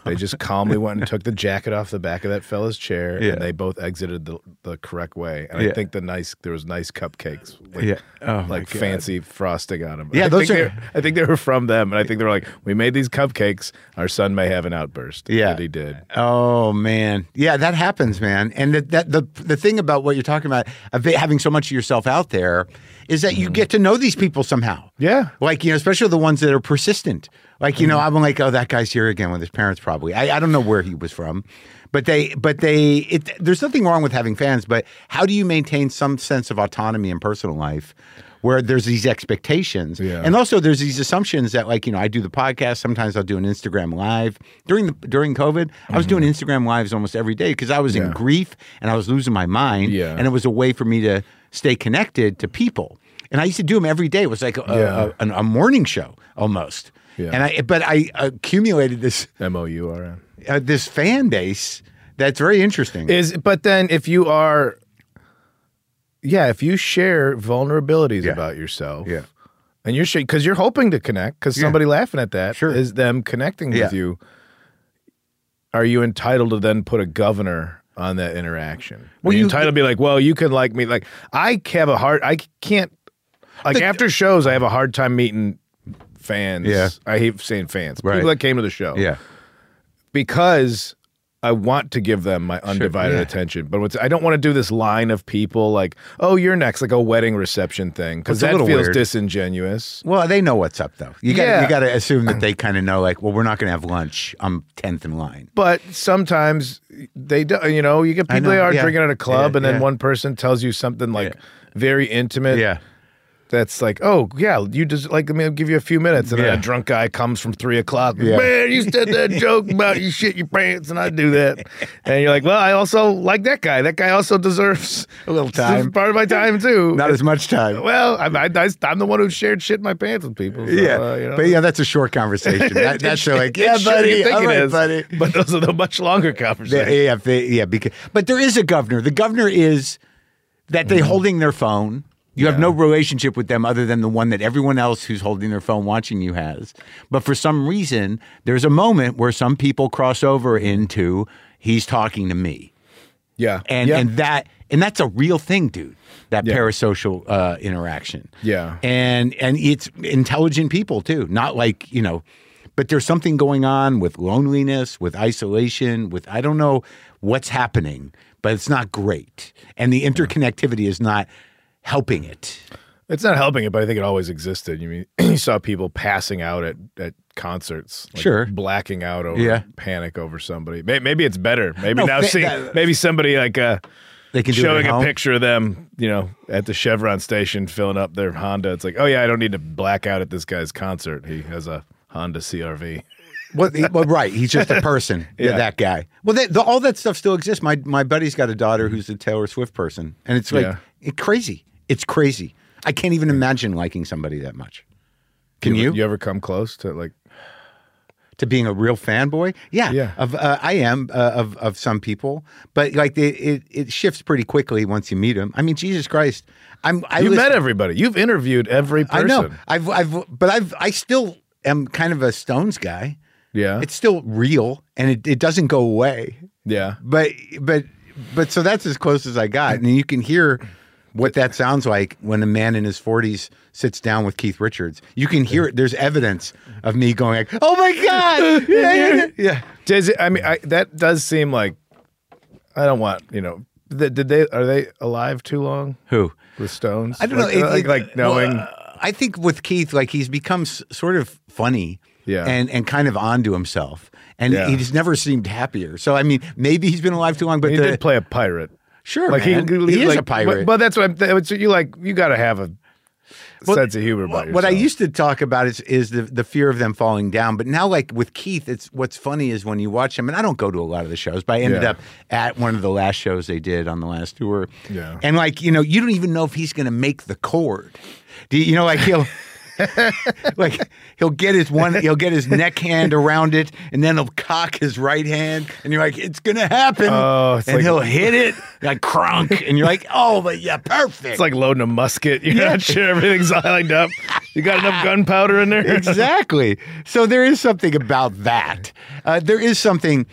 B: They just calmly went and took the jacket off the back of that fella's chair,
A: Yeah.
B: and they both exited the, the correct way. And
A: Yeah.
B: I think the nice there was nice cupcakes, like,
A: Yeah. Oh, my
B: like
A: God.
B: fancy frosting on them.
A: Yeah,
B: I
A: those
B: think
A: are-
B: they- I think they were from them, and I think they were like, "We made these cupcakes. Our son may have an outburst."
A: Yeah.
B: and he did.
A: Oh man, yeah, that happens, man. And that, that the the thing about what you're talking about of it having so much of yourself out there is that you get to know these people somehow.
B: Mm-hmm. Yeah. Mm-hmm.
A: like you know, especially the ones that are persistent. Like you know, I'm like, oh, that guy's here again with his parents. Probably, I, I don't know where he was from, but they, but they, it, there's nothing wrong with having fans, but how do you maintain some sense of autonomy in personal life? Where there's these expectations,
B: Yeah.
A: and also there's these assumptions that like you know I do the podcast. Sometimes I'll do an Instagram live during the during COVID. I was doing Instagram lives almost every day because I was in
B: Mm-hmm. Yeah.
A: grief and I was losing my mind.
B: Yeah.
A: and it was a way for me to stay connected to people. And I used to do them every day. It was like a,
B: Yeah.
A: a, a, a morning show almost.
B: Yeah.
A: And I but I accumulated this
B: M O U R N.
A: uh, this fan base that's very interesting.
B: Is but then if you are, yeah, if you share vulnerabilities
A: Yeah.
B: about yourself,
A: Yeah.
B: and you're because you're hoping to connect because
A: Yeah.
B: somebody laughing at that is
A: Sure.
B: them connecting
A: Yeah.
B: with you. Are you entitled to then put a governor on that interaction? Well,
A: Well,
B: you
A: you-
B: entitled to be like, well, you can like me. Like I have a hard, I can't. Like
A: The-
B: after shows, I have a hard time meeting fans.
A: Yeah.
B: I hate saying fans.
A: Right.
B: People that came to the show because I want to give them my undivided
A: yeah.
B: attention. But what's, I don't want to do this line of people like, oh, you're next, like a wedding reception thing, because
A: It's a
B: that
A: little
B: feels
A: weird.
B: disingenuous.
A: Well, they know what's up though. You got
B: Yeah.
A: you got to assume that they kind of know like, well, we're not going to have lunch. I'm 10th in line.
B: But sometimes they do, you know, you get
A: I
B: people they
A: know,
B: are
A: yeah.
B: drinking at a club,
A: Yeah,
B: and then
A: yeah.
B: one person tells you something like very intimate.
A: Yeah.
B: That's like, oh yeah, you just like let me give you a few minutes, and
A: Yeah.
B: then a drunk guy comes from three o'clock.
A: Yeah.
B: Man, you said that joke about you shit your pants, and I do that, and you're like, well, I also like that guy. That guy also deserves
A: A little time.
B: part of my time too.
A: Not as much time.
B: well, I'm, I, am the one who shared shit in my pants with people. so, uh, you know.
A: But yeah, that's a short conversation. That, that's like, yeah,
B: Shit,
A: buddy.
B: you think
A: All
B: it
A: right,
B: is,
A: buddy.
B: But those are the much longer
A: Yeah,
B: conversations.
A: yeah, if they- yeah, because but there is a governor. The governor is that they holding their phone. You have no relationship with them other than the one that everyone else who's holding their phone watching you has. But for some reason, there's a moment where some people cross over into he's talking to me,
B: Yeah,
A: and
B: yeah.
A: and that and that's a real thing, dude. That
B: Yeah.
A: parasocial uh, interaction.
B: Yeah.
A: and and it's intelligent people too, not like you know. But there's something going on with loneliness, with isolation, with I don't know what's happening, but it's not great, and the interconnectivity is not helping it.
B: It's not helping it, but I think it always existed. You mean you saw people passing out at at concerts, like
A: Sure.
B: blacking out over
A: Yeah.
B: panic over somebody. May- Maybe it's better. Maybe
A: No,
B: now
A: fa-
B: seeing
A: that-
B: maybe somebody like uh,
A: They can do it
B: showing
A: at
B: a
A: home.
B: picture of them, you know, at the Chevron station filling up their Honda. It's like, oh yeah, I don't need to black out at this guy's concert. He has a Honda CRV.
A: Well, he- well, right. He's just a person. yeah.
B: Yeah.
A: that guy. Well, that, the, all that stuff still exists. My my buddy's got a daughter who's a Taylor Swift person, and it's like
B: Yeah.
A: it, crazy. It's crazy. I can't even imagine liking somebody that much. Can you?
B: You ever come close to like?
A: To being a real fanboy? Yeah.
B: Yeah.
A: Of uh, I am uh, of of some people, but like it, it it shifts pretty quickly once you meet them. I mean, Jesus Christ, I'm I
B: You
A: listen-
B: met everybody. You've interviewed every person.
A: I know. I've I've but I've I still am kind of a Stones guy.
B: Yeah.
A: It's still real, and it, it doesn't go away.
B: yeah.
A: but but but so that's as close as I got, and you can hear what that sounds like when a man in his 40s sits down with Keith Richards. You can hear it. There's evidence of me going like, "Oh my god!" Yeah, yeah, yeah.
B: yeah. Does it, I mean I, that does seem like I don't want you know. Th- did they are they alive too long?
A: Who?
B: The Stones?
A: I don't
B: like,
A: know. it-
B: Like,
A: it-
B: like knowing.
A: well, uh, I think with Keith, like he's become s- sort of funny.
B: Yeah.
A: And and kind of onto himself, and
B: Yeah.
A: he just never seemed happier. So I mean, maybe he's been alive too long, but
B: he
A: the,
B: did play a pirate.
A: sure,
B: Like
A: man, he, is
B: like-
A: a pirate.
B: But, but that's what I'm. Th- so you like you got to have a sense of humor about
A: What I
B: yourself.
A: used to talk about is is the the fear of them falling down. But now, like with Keith, it's what's funny is when you watch him, and I don't go to a lot of the shows, but I ended
B: Yeah.
A: up at one of the last shows they did on the last tour.
B: Yeah.
A: And like, you know, you don't even know if he's gonna make the chord. Do you, you know, like he'll like he'll get his one, he'll get his neck hand around it, and then he'll cock his right hand, and you're like, it's gonna happen.
B: Oh, it's
A: and
B: like-
A: he'll hit it like crunk, and you're like, oh, but yeah, perfect.
B: It's like loading a musket. You're not sure everything's lined up. You got enough gunpowder in there.
A: exactly. So there is something about that. Uh, there is something.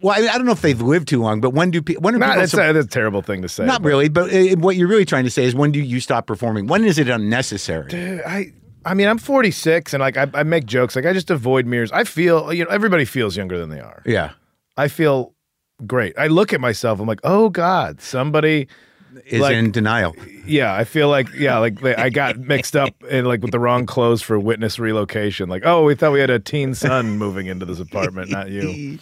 A: Well, I, I don't know if they've lived too long, but when do pe- when are
B: Not,
A: people
B: that's,
A: sup-
B: a, that's a terrible thing to say.
A: not
B: but
A: really, but uh, what you're really trying to say is when do you stop performing? When is it unnecessary?
B: I, I mean, I'm 46, and like I, I make jokes. Like I just avoid mirrors. I feel, you know, everybody feels younger than they are.
A: Yeah,
B: I feel great. I look at myself. I'm like, oh God, somebody.
A: is
B: Like-
A: in denial.
B: Yeah, I feel like yeah, like they, I got mixed up in like with the wrong clothes for witness relocation. Like, oh, we thought we had a teen son moving into this apartment, not you.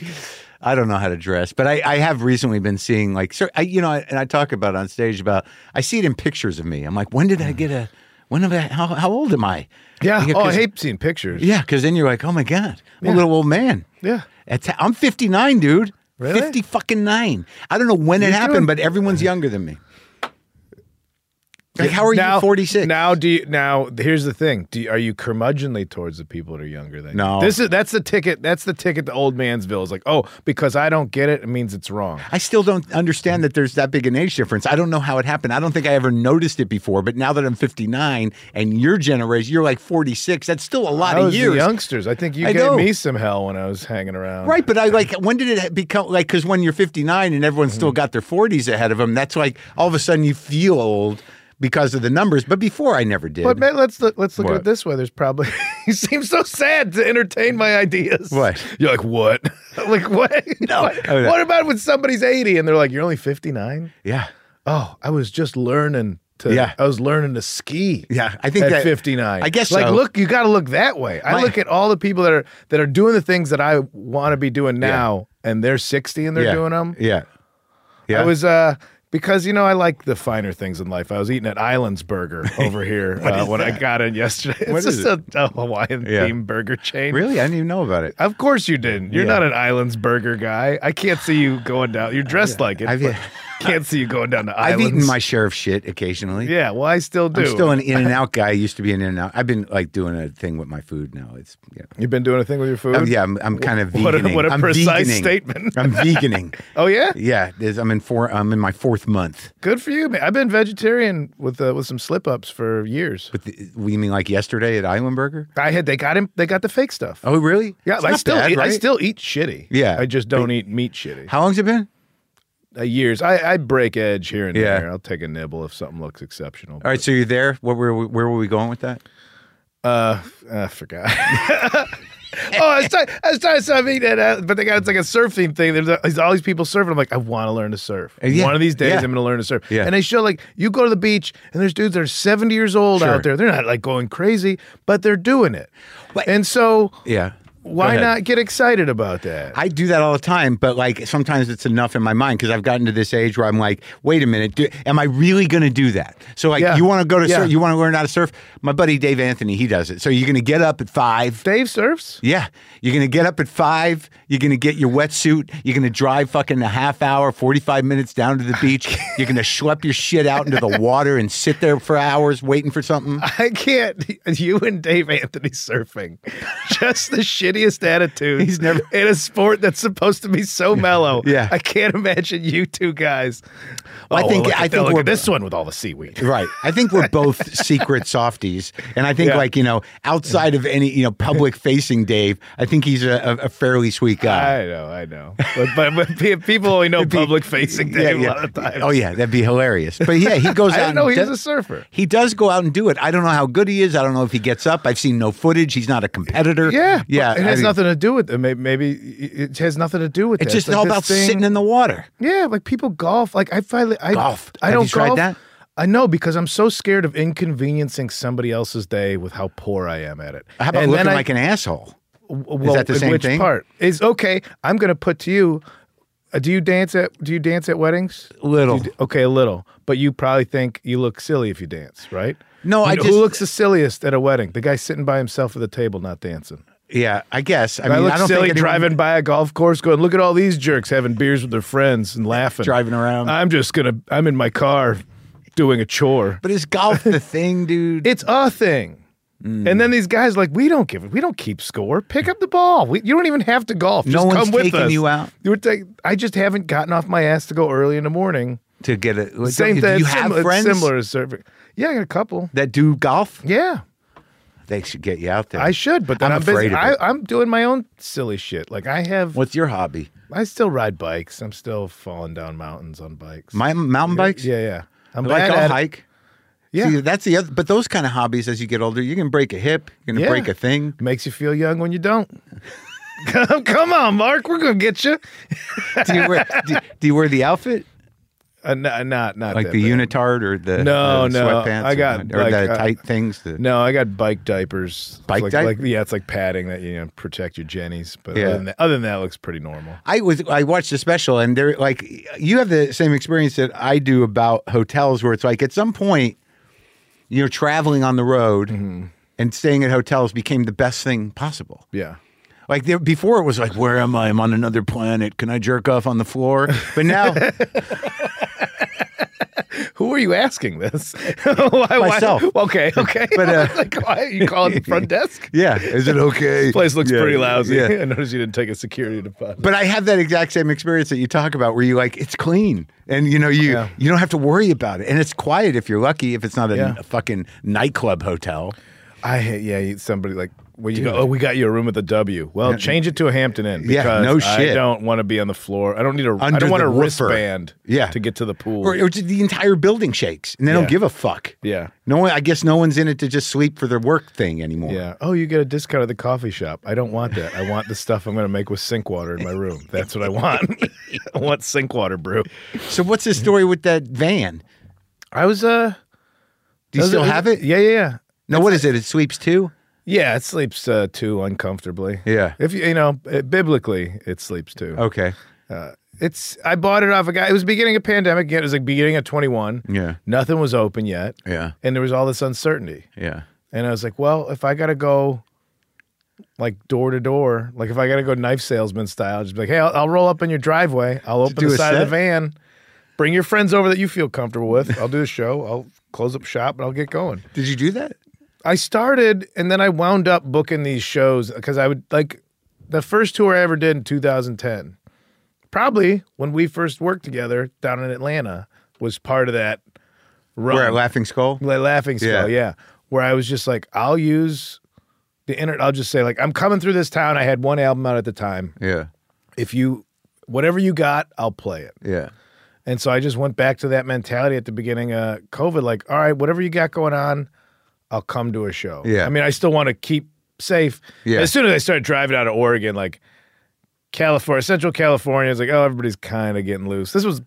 A: I don't know how to dress, but I, I have recently been seeing like, cer- I, you know, and I talk about it on stage about I see it in pictures of me. I'm like, when did I get a? When am I? How, how old am I?
B: Mm. Yeah.
A: Like,
B: Oh, I
A: 'cause-
B: hate seeing pictures.
A: Yeah, because then you're like, oh my god, I'm a little old man.
B: Yeah.
A: That's, I'm 59, dude.
B: Really?
A: 50 fucking nine. I don't know when it
B: You
A: happened,
B: doing-
A: but everyone's younger than me. Like, how are you 46?
B: Now do you now here's the thing. Do you, are you curmudgeonly towards the people that are younger than you?
A: No.
B: This is that's the ticket that's the ticket to old mansville. It's like, oh, because I don't get it, it means it's wrong.
A: I still don't understand that there's that big an age difference. I don't know how it happened. I don't think I ever noticed it before. But now that I'm 59 and your generation, you're like 46. That's still a lot
B: I
A: of
B: was the
A: years.
B: youngsters. I think you
A: I
B: gave
A: know.
B: me some hell when I was hanging around.
A: Right, but I like when did it become like because when you're 59 and everyone's
B: Mm-hmm.
A: still got their 40s ahead of them, that's like all of a sudden you feel old because of the numbers. But before I never did.
B: But man, let's look, let's look at
A: What?
B: it this way. There's probably you seem so sad to entertain my ideas.
A: What?
B: You're like what? like what? No. What,
A: Oh, no.
B: what about when somebody's 80 and they're like, "You're only 59?"
A: yeah,
B: Oh, I was just learning to.
A: Yeah.
B: I was learning to ski.
A: yeah. I think
B: at
A: that
B: 59.
A: I guess
B: like
A: so.
B: look, you got to look that way. I
A: My-
B: look at all the people that are that are doing the things that I want to be doing now, and they're 60 and they're
A: yeah,
B: doing them.
A: Yeah, yeah.
B: I was uh because you know I like the finer things in life. I was eating at Islands Burger over here uh, when I got in yesterday. It's
A: What is
B: just A, a Hawaiian
A: Yeah.
B: themed burger chain.
A: Really? I didn't even know about it.
B: Of course you didn't. You're
A: Yeah.
B: not an Islands Burger guy. I can't see you going down. You're dressed like it.
A: I've-
B: but can't see you going down to
A: I've
B: Islands.
A: eaten my share of shit occasionally.
B: Yeah, well I still do.
A: I'm still an in and out guy. I used to be an in and out. I've been like doing a thing with my food now. It's yeah.
B: You've been doing a thing with your food?
A: Oh, yeah, I'm, I'm kind of veganing.
B: What a- what a
A: I'm
B: precise
A: veganing.
B: statement.
A: I'm veganing.
B: Oh yeah?
A: Yeah, there's- I'm in four. I'm in my fourth month.
B: Good for you, man. I've been vegetarian with uh, with some slip ups for years.
A: But the, you mean like yesterday at Island Burger?
B: I had they got him they got the fake stuff.
A: Oh, really?
B: yeah,
A: It's
B: I
A: not
B: still
A: bad,
B: eat, I
A: right?
B: still eat shitty.
A: Yeah,
B: I just don't eat meat shitty.
A: How long's it been?
B: uh, years. I, I break edge here and
A: Yeah.
B: there. I'll take a nibble if something looks exceptional.
A: All right, so you're there. What were we, where were we going with that?
B: Uh, I forgot. oh, I was, trying, I was trying to stop eating it, uh, but they got it's like a surfing thing. There's, a, there's all these people surfing. I'm like, I want to learn to surf.
A: Uh, yeah.
B: One of these days,
A: Yeah.
B: I'm going to learn to surf.
A: Yeah.
B: And they show like you go to the beach and there's dudes that are 70 years old
A: Sure.
B: out there. They're not like going crazy, but they're doing it.
A: Wait.
B: And so,
A: Yeah.
B: why
A: ahead.
B: not get excited about that?
A: I do that all the time, but like sometimes it's enough in my mind because I've gotten to this age where I'm like, wait a minute, do, am I really going to do that? So like,
B: Yeah.
A: you want to go to
B: Yeah.
A: surf, you want to learn how to surf. My buddy Dave Anthony, he does it. So you're going to get up at five.
B: Dave surfs.
A: Yeah, you're going to get up at five. You're going to get your wetsuit. You're going to drive fucking a half hour, forty five minutes down to the beach. you're going to schlep your shit out into the water and sit there for hours waiting for something.
B: I can't. You and Dave Anthony surfing, just the shittiest attitude.
A: He's never-
B: in a sport that's supposed to be so mellow.
A: Yeah.
B: I can't imagine you two guys. Oh,
A: I think-
B: look at
A: I
B: that-
A: think
B: look
A: we're-
B: at this one with all the seaweed.
A: Right. I think we're both secret softies. And I think,
B: Yeah.
A: like, you know, outside of any, you know, public facing Dave, I think he's a, a, a fairly sweet guy.
B: I know, I know, but but, but pe- people only know public facing Dave a lot of times.
A: Oh, yeah. That'd be hilarious. But yeah, he goes out.
B: I didn't know
A: and
B: he was
A: do-
B: a surfer.
A: He does go out and do it. I don't know how good he is. I don't know if he gets up. I've seen no footage. He's not a competitor.
B: Yeah,
A: Yeah.
B: but It
A: I
B: has
A: mean,
B: nothing to do with it. Maybe, maybe it has nothing to do with
A: It's
B: that.
A: just
B: like
A: all
B: this
A: about
B: thing-
A: sitting in the water.
B: Yeah, like people golf. Like I finally I
A: Golf.
B: I
A: Have
B: don't
A: you tried
B: golf.
A: that?
B: I know because I'm so scared of inconveniencing somebody else's day with how poor I am at it.
A: How about
B: And then
A: looking
B: I-
A: like an asshole?
B: well,
A: that the same
B: which
A: thing?
B: part is okay? I'm gonna put to you. Uh, do you dance at Do you dance at weddings?
A: Little.
B: You d- Okay, a little, but you probably think you look silly if you dance, right?
A: No,
B: You
A: I
B: know,
A: just-
B: who looks the silliest at a wedding? The guy sitting by himself at the table, not dancing.
A: Yeah, I guess. I
B: I,
A: mean,
B: look
A: I don't
B: silly
A: think anyone-
B: driving by a golf course, going, "Look at all these jerks having beers with their friends and laughing,
A: Driving around.
B: I'm just gonna. I'm in my car, doing a chore.
A: But is golf the thing, dude?
B: It's a thing.
A: Mm.
B: And then these guys like, we don't give it. We don't keep score. Pick up the ball. We, you don't even have to golf. Just
A: No
B: come
A: one's
B: with
A: taking
B: us.
A: you out?
B: You would take- I just haven't gotten off my ass to go early in the morning.
A: to get it. Like,
B: Same
A: Do
B: thing.
A: you
B: it's
A: have
B: similar, it's
A: friends
B: similar to serving. Yeah, I got a couple.
A: that do golf?
B: Yeah,
A: They should get you out there.
B: I should, but then
A: I'm
B: I'm,
A: afraid
B: busy.
A: of it.
B: I, I'm doing my own silly shit. Like I have,
A: What's your hobby?
B: I still ride bikes. I'm still falling down mountains on bikes.
A: My mountain bikes.
B: Yeah, yeah. I'm
A: like
B: bad
A: I'll
B: at it.
A: hike.
B: Yeah.
A: See, that's the other. But those kind of hobbies, as you get older, you can break a hip. You can
B: Yeah.
A: break a thing.
B: Makes you feel young when you don't. come, come on, Mark. We're gonna get you.
A: Do you wear, do, do you wear the outfit
B: Uh, no, not not
A: like
B: that
A: the
B: bad.
A: unitard or the
B: No,
A: the
B: no,
A: sweatpants?
B: I got,
A: or,
B: like,
A: the
B: uh,
A: tight things. The,
B: No, I got bike diapers. It's
A: Bike
B: like,
A: di-
B: like- yeah, it's like padding that you know protect your jennies. But
A: Yeah.
B: other, than that, other than that, it looks pretty normal.
A: I was I watched the special and they're like you have the same experience that I do about hotels where it's like at some point you're traveling on the road
B: Mm-hmm.
A: and staying at hotels became the best thing possible.
B: Yeah,
A: Like there before it was like where am I? I'm on another planet. Can I jerk off on the floor? But now
B: who are you asking this? why, why-
A: Myself.
B: okay, okay.
A: But,
B: But
A: uh,
B: like, why you calling the front desk?
A: yeah, is it okay?
B: Place looks
A: Yeah,
B: pretty lousy.
A: yeah.
B: I noticed you didn't take a security deposit.
A: But I have that exact same experience that you talk about where you like it's clean and you know you
B: Yeah.
A: you don't have to worry about it and it's quiet if you're lucky if it's not a,
B: Yeah.
A: a fucking nightclub hotel.
B: I hate- yeah, you- somebody like when you go, oh, we got you a room at the W. Well, change it to a Hampton Inn.
A: Yeah,
B: Because
A: no shit.
B: I don't want to be on the floor. I don't need a. I
A: Under
B: don't want
A: the
B: a
A: woofer.
B: wristband.
A: Yeah.
B: to get to the pool.
A: or, or just the entire building shakes, and they don't
B: Yeah.
A: give a fuck.
B: Yeah.
A: No one. I guess no one's in it to just sleep for their work thing anymore.
B: Yeah. Oh, you get a discount at the coffee shop. I don't want that. I want the stuff I'm going to make with sink water in my room. That's what I want. I want sink water brew.
A: So what's the story with that van?
B: I was uh.
A: Do you
B: those-
A: still have it?
B: Yeah, yeah, yeah.
A: No. What is it? It sweeps too.
B: Yeah, it sleeps uh, too uncomfortably.
A: Yeah.
B: If you you know it, biblically, it sleeps too.
A: Okay.
B: It's I bought it off a guy. It was beginning of pandemic. Again, it was like beginning of 21.
A: Yeah.
B: Nothing was open yet.
A: Yeah.
B: And there was all this uncertainty.
A: Yeah.
B: And I was like, well, if I gotta go like door to door, like if I gotta go knife salesman style, just be like, hey, I'll, I'll roll up in your driveway. I'll open
A: do
B: the
A: a
B: side of
A: set?
B: the van. Bring your friends over that you feel comfortable with. I'll do a show. I'll close up shop and I'll get going.
A: Did you do that?
B: I started and then I wound up booking these shows because I would like the first tour I ever did in 2010, probably when we first worked together down in Atlanta, was part of that run.
A: Where at Laughing Skull?
B: La- laughing
A: Yeah.
B: skull, yeah. Where I was just like, I'll use the internet. I'll just say like, I'm coming through this town. I had one album out at the time.
A: Yeah.
B: If you, whatever you got, I'll play it.
A: Yeah.
B: And so I just went back to that mentality at the beginning of COVID. Like, all right, whatever you got going on, I'll come to a show.
A: Yeah.
B: I mean, I still want to keep safe.
A: Yeah.
B: As soon as I started driving out of Oregon, like California, Central California, it's like, oh, everybody's kind of getting loose. This was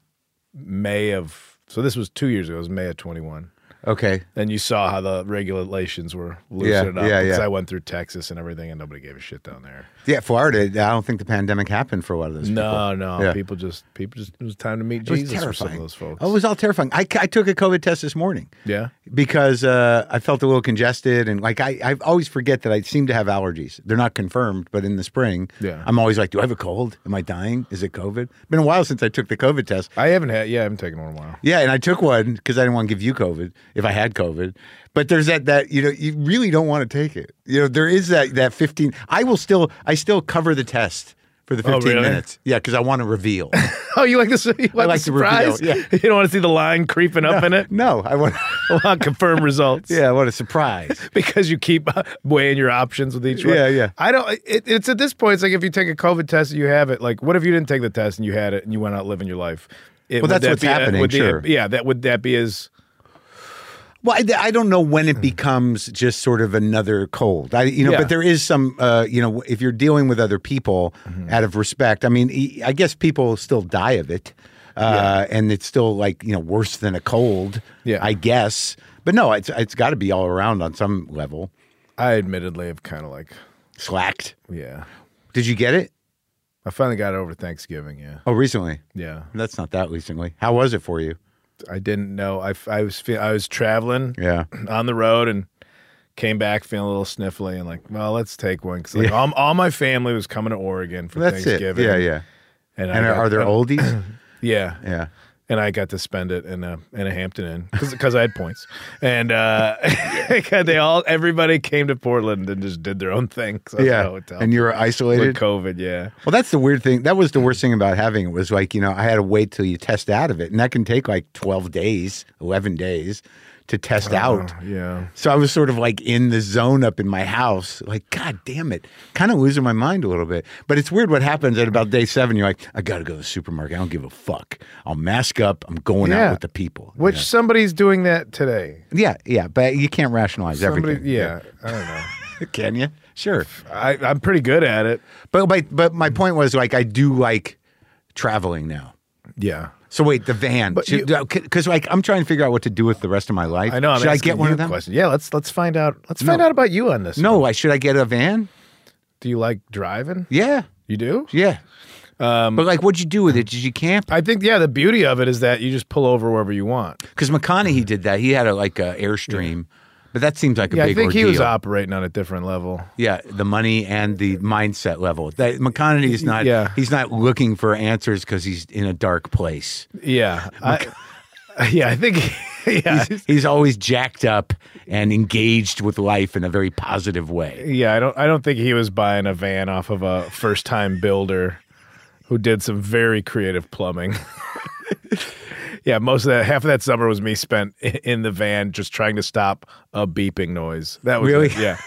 B: May of, so this was two years ago. It was May of 21
A: Okay.
B: and you saw how the regulations were loosened
A: Yeah,
B: up
A: yeah,
B: because
A: yeah.
B: I went through Texas and everything, and nobody gave a shit down there.
A: Yeah. Florida. I don't think the pandemic happened for a lot of those people.
B: No, no,
A: Yeah.
B: people just people just it was time to meet
A: It was
B: Jesus for some
A: terrifying.
B: of those folks.
A: Oh, it was all terrifying. I, I took a COVID test this morning.
B: yeah,
A: because uh, I felt a little congested and like I, I always forget that I seem to have allergies. They're not confirmed, but in the spring,
B: Yeah.
A: I'm always like, do I have a cold? Am I dying? Is it COVID? Been a while since I took the COVID test.
B: I haven't had yeah, I haven't taken one in a while.
A: Yeah, and I took one because I didn't want to give you COVID if I had COVID. But there's that that you know you really don't want to take it. You know there is that that 15. I will still I still cover the test for the 15
B: Oh, really?
A: minutes. Yeah, because I want to reveal.
B: Oh, you like this? You like,
A: like
B: the
A: the reveal,
B: surprise?
A: yeah.
B: You don't want to see the line creeping up in it.
A: no, I want.
B: Well, confirm results.
A: Yeah, what a surprise.
B: because you keep uh, weighing your options with each one.
A: Yeah, yeah.
B: I don't. It, it's at this point. It's like if you take a COVID test and you have it. Like, what if you didn't take the test and you had it and you went out living your life? It,
A: Well,
B: would
A: that's
B: that
A: what's
B: be a-
A: happening,
B: would the-
A: sure.
B: yeah, that would that be as
A: Well, I, I don't know when it becomes just sort of another cold. I, you know,
B: Hmm. Yeah.
A: but there is some, uh, you know, if you're dealing with other people,
B: Mm-hmm.
A: out of respect. I mean, e- I guess people still die of it, uh, and it's still like you know worse than a cold.
B: Yeah.
A: I guess. But no, it's it's got to be all around on some level.
B: I admittedly have kind of like,
A: Slacked.
B: yeah.
A: Did you get it?
B: I finally got over Thanksgiving. Yeah,
A: Oh, recently.
B: yeah.
A: That's not that recently. How was it for you?
B: I didn't know. I, f- I was feel, I was traveling
A: Yeah.
B: on the road and came back feeling a little sniffly and like, well, let's take one because like all, all my family was coming to Oregon for
A: That's it.
B: Thanksgiving.
A: Yeah, yeah.
B: And, I
A: And are,
B: got-
A: are there oldies?
B: Yeah,
A: yeah.
B: and I got to spend it in a in a Hampton Inn because I had points, and uh, they all everybody came to Portland and just did their own thing. 'cause I was at a
A: yeah.
B: hotel.
A: And you were
B: with
A: isolated.
B: COVID, yeah.
A: Well, that's the weird thing. That was the worst thing about having it was like, you know, I had to wait till you test out of it. And that can take like 12 days, 11 days to test out.
B: Yeah.
A: So I was sort of like in the zone up in my house, like, God damn it, kind of losing my mind a little bit. But it's weird what happens at about day seven. You're like, I got to go to the supermarket. I don't give a fuck. I'll mask up. I'm going
B: Yeah.
A: out with the people.
B: Which somebody's doing that today.
A: Yeah, yeah. But you can't rationalize
B: Somebody,
A: everything.
B: yeah, I don't know.
A: Can you? Sure.
B: I, I'm pretty good at it.
A: But, but, but my point was like, I do like traveling now.
B: Yeah.
A: So wait, the van. Because like I'm trying to figure out what to do with the rest of my life.
B: I know. I'm
A: should I
B: asking
A: get one
B: you
A: of them?
B: Question. Yeah, let's let's find out. Let's find out about you on this.
A: No, I should I get a van?
B: Do you like driving?
A: Yeah,
B: You do?
A: yeah.
B: Um,
A: but like, what'd you do with it? Did you camp?
B: I think yeah, the beauty of it is that you just pull over wherever you want.
A: Because McConaughey did that. He had a like a airstream, but that seems like a
B: Yeah,
A: big
B: I think he
A: ordeal.
B: was operating on a different level.
A: Yeah, the money and the mindset level. That McConaughey is not.
B: Yeah.
A: he's not looking for answers because he's in a dark place.
B: Yeah. I, yeah, I think yeah.
A: He's always jacked up and engaged with life in a very positive way.
B: Yeah, I don't I don't think he was buying a van off of a first time builder who did some very creative plumbing. yeah, most of that half of that summer was me spent i- in the van just trying to stop a beeping noise. That was
A: Really?
B: it, yeah.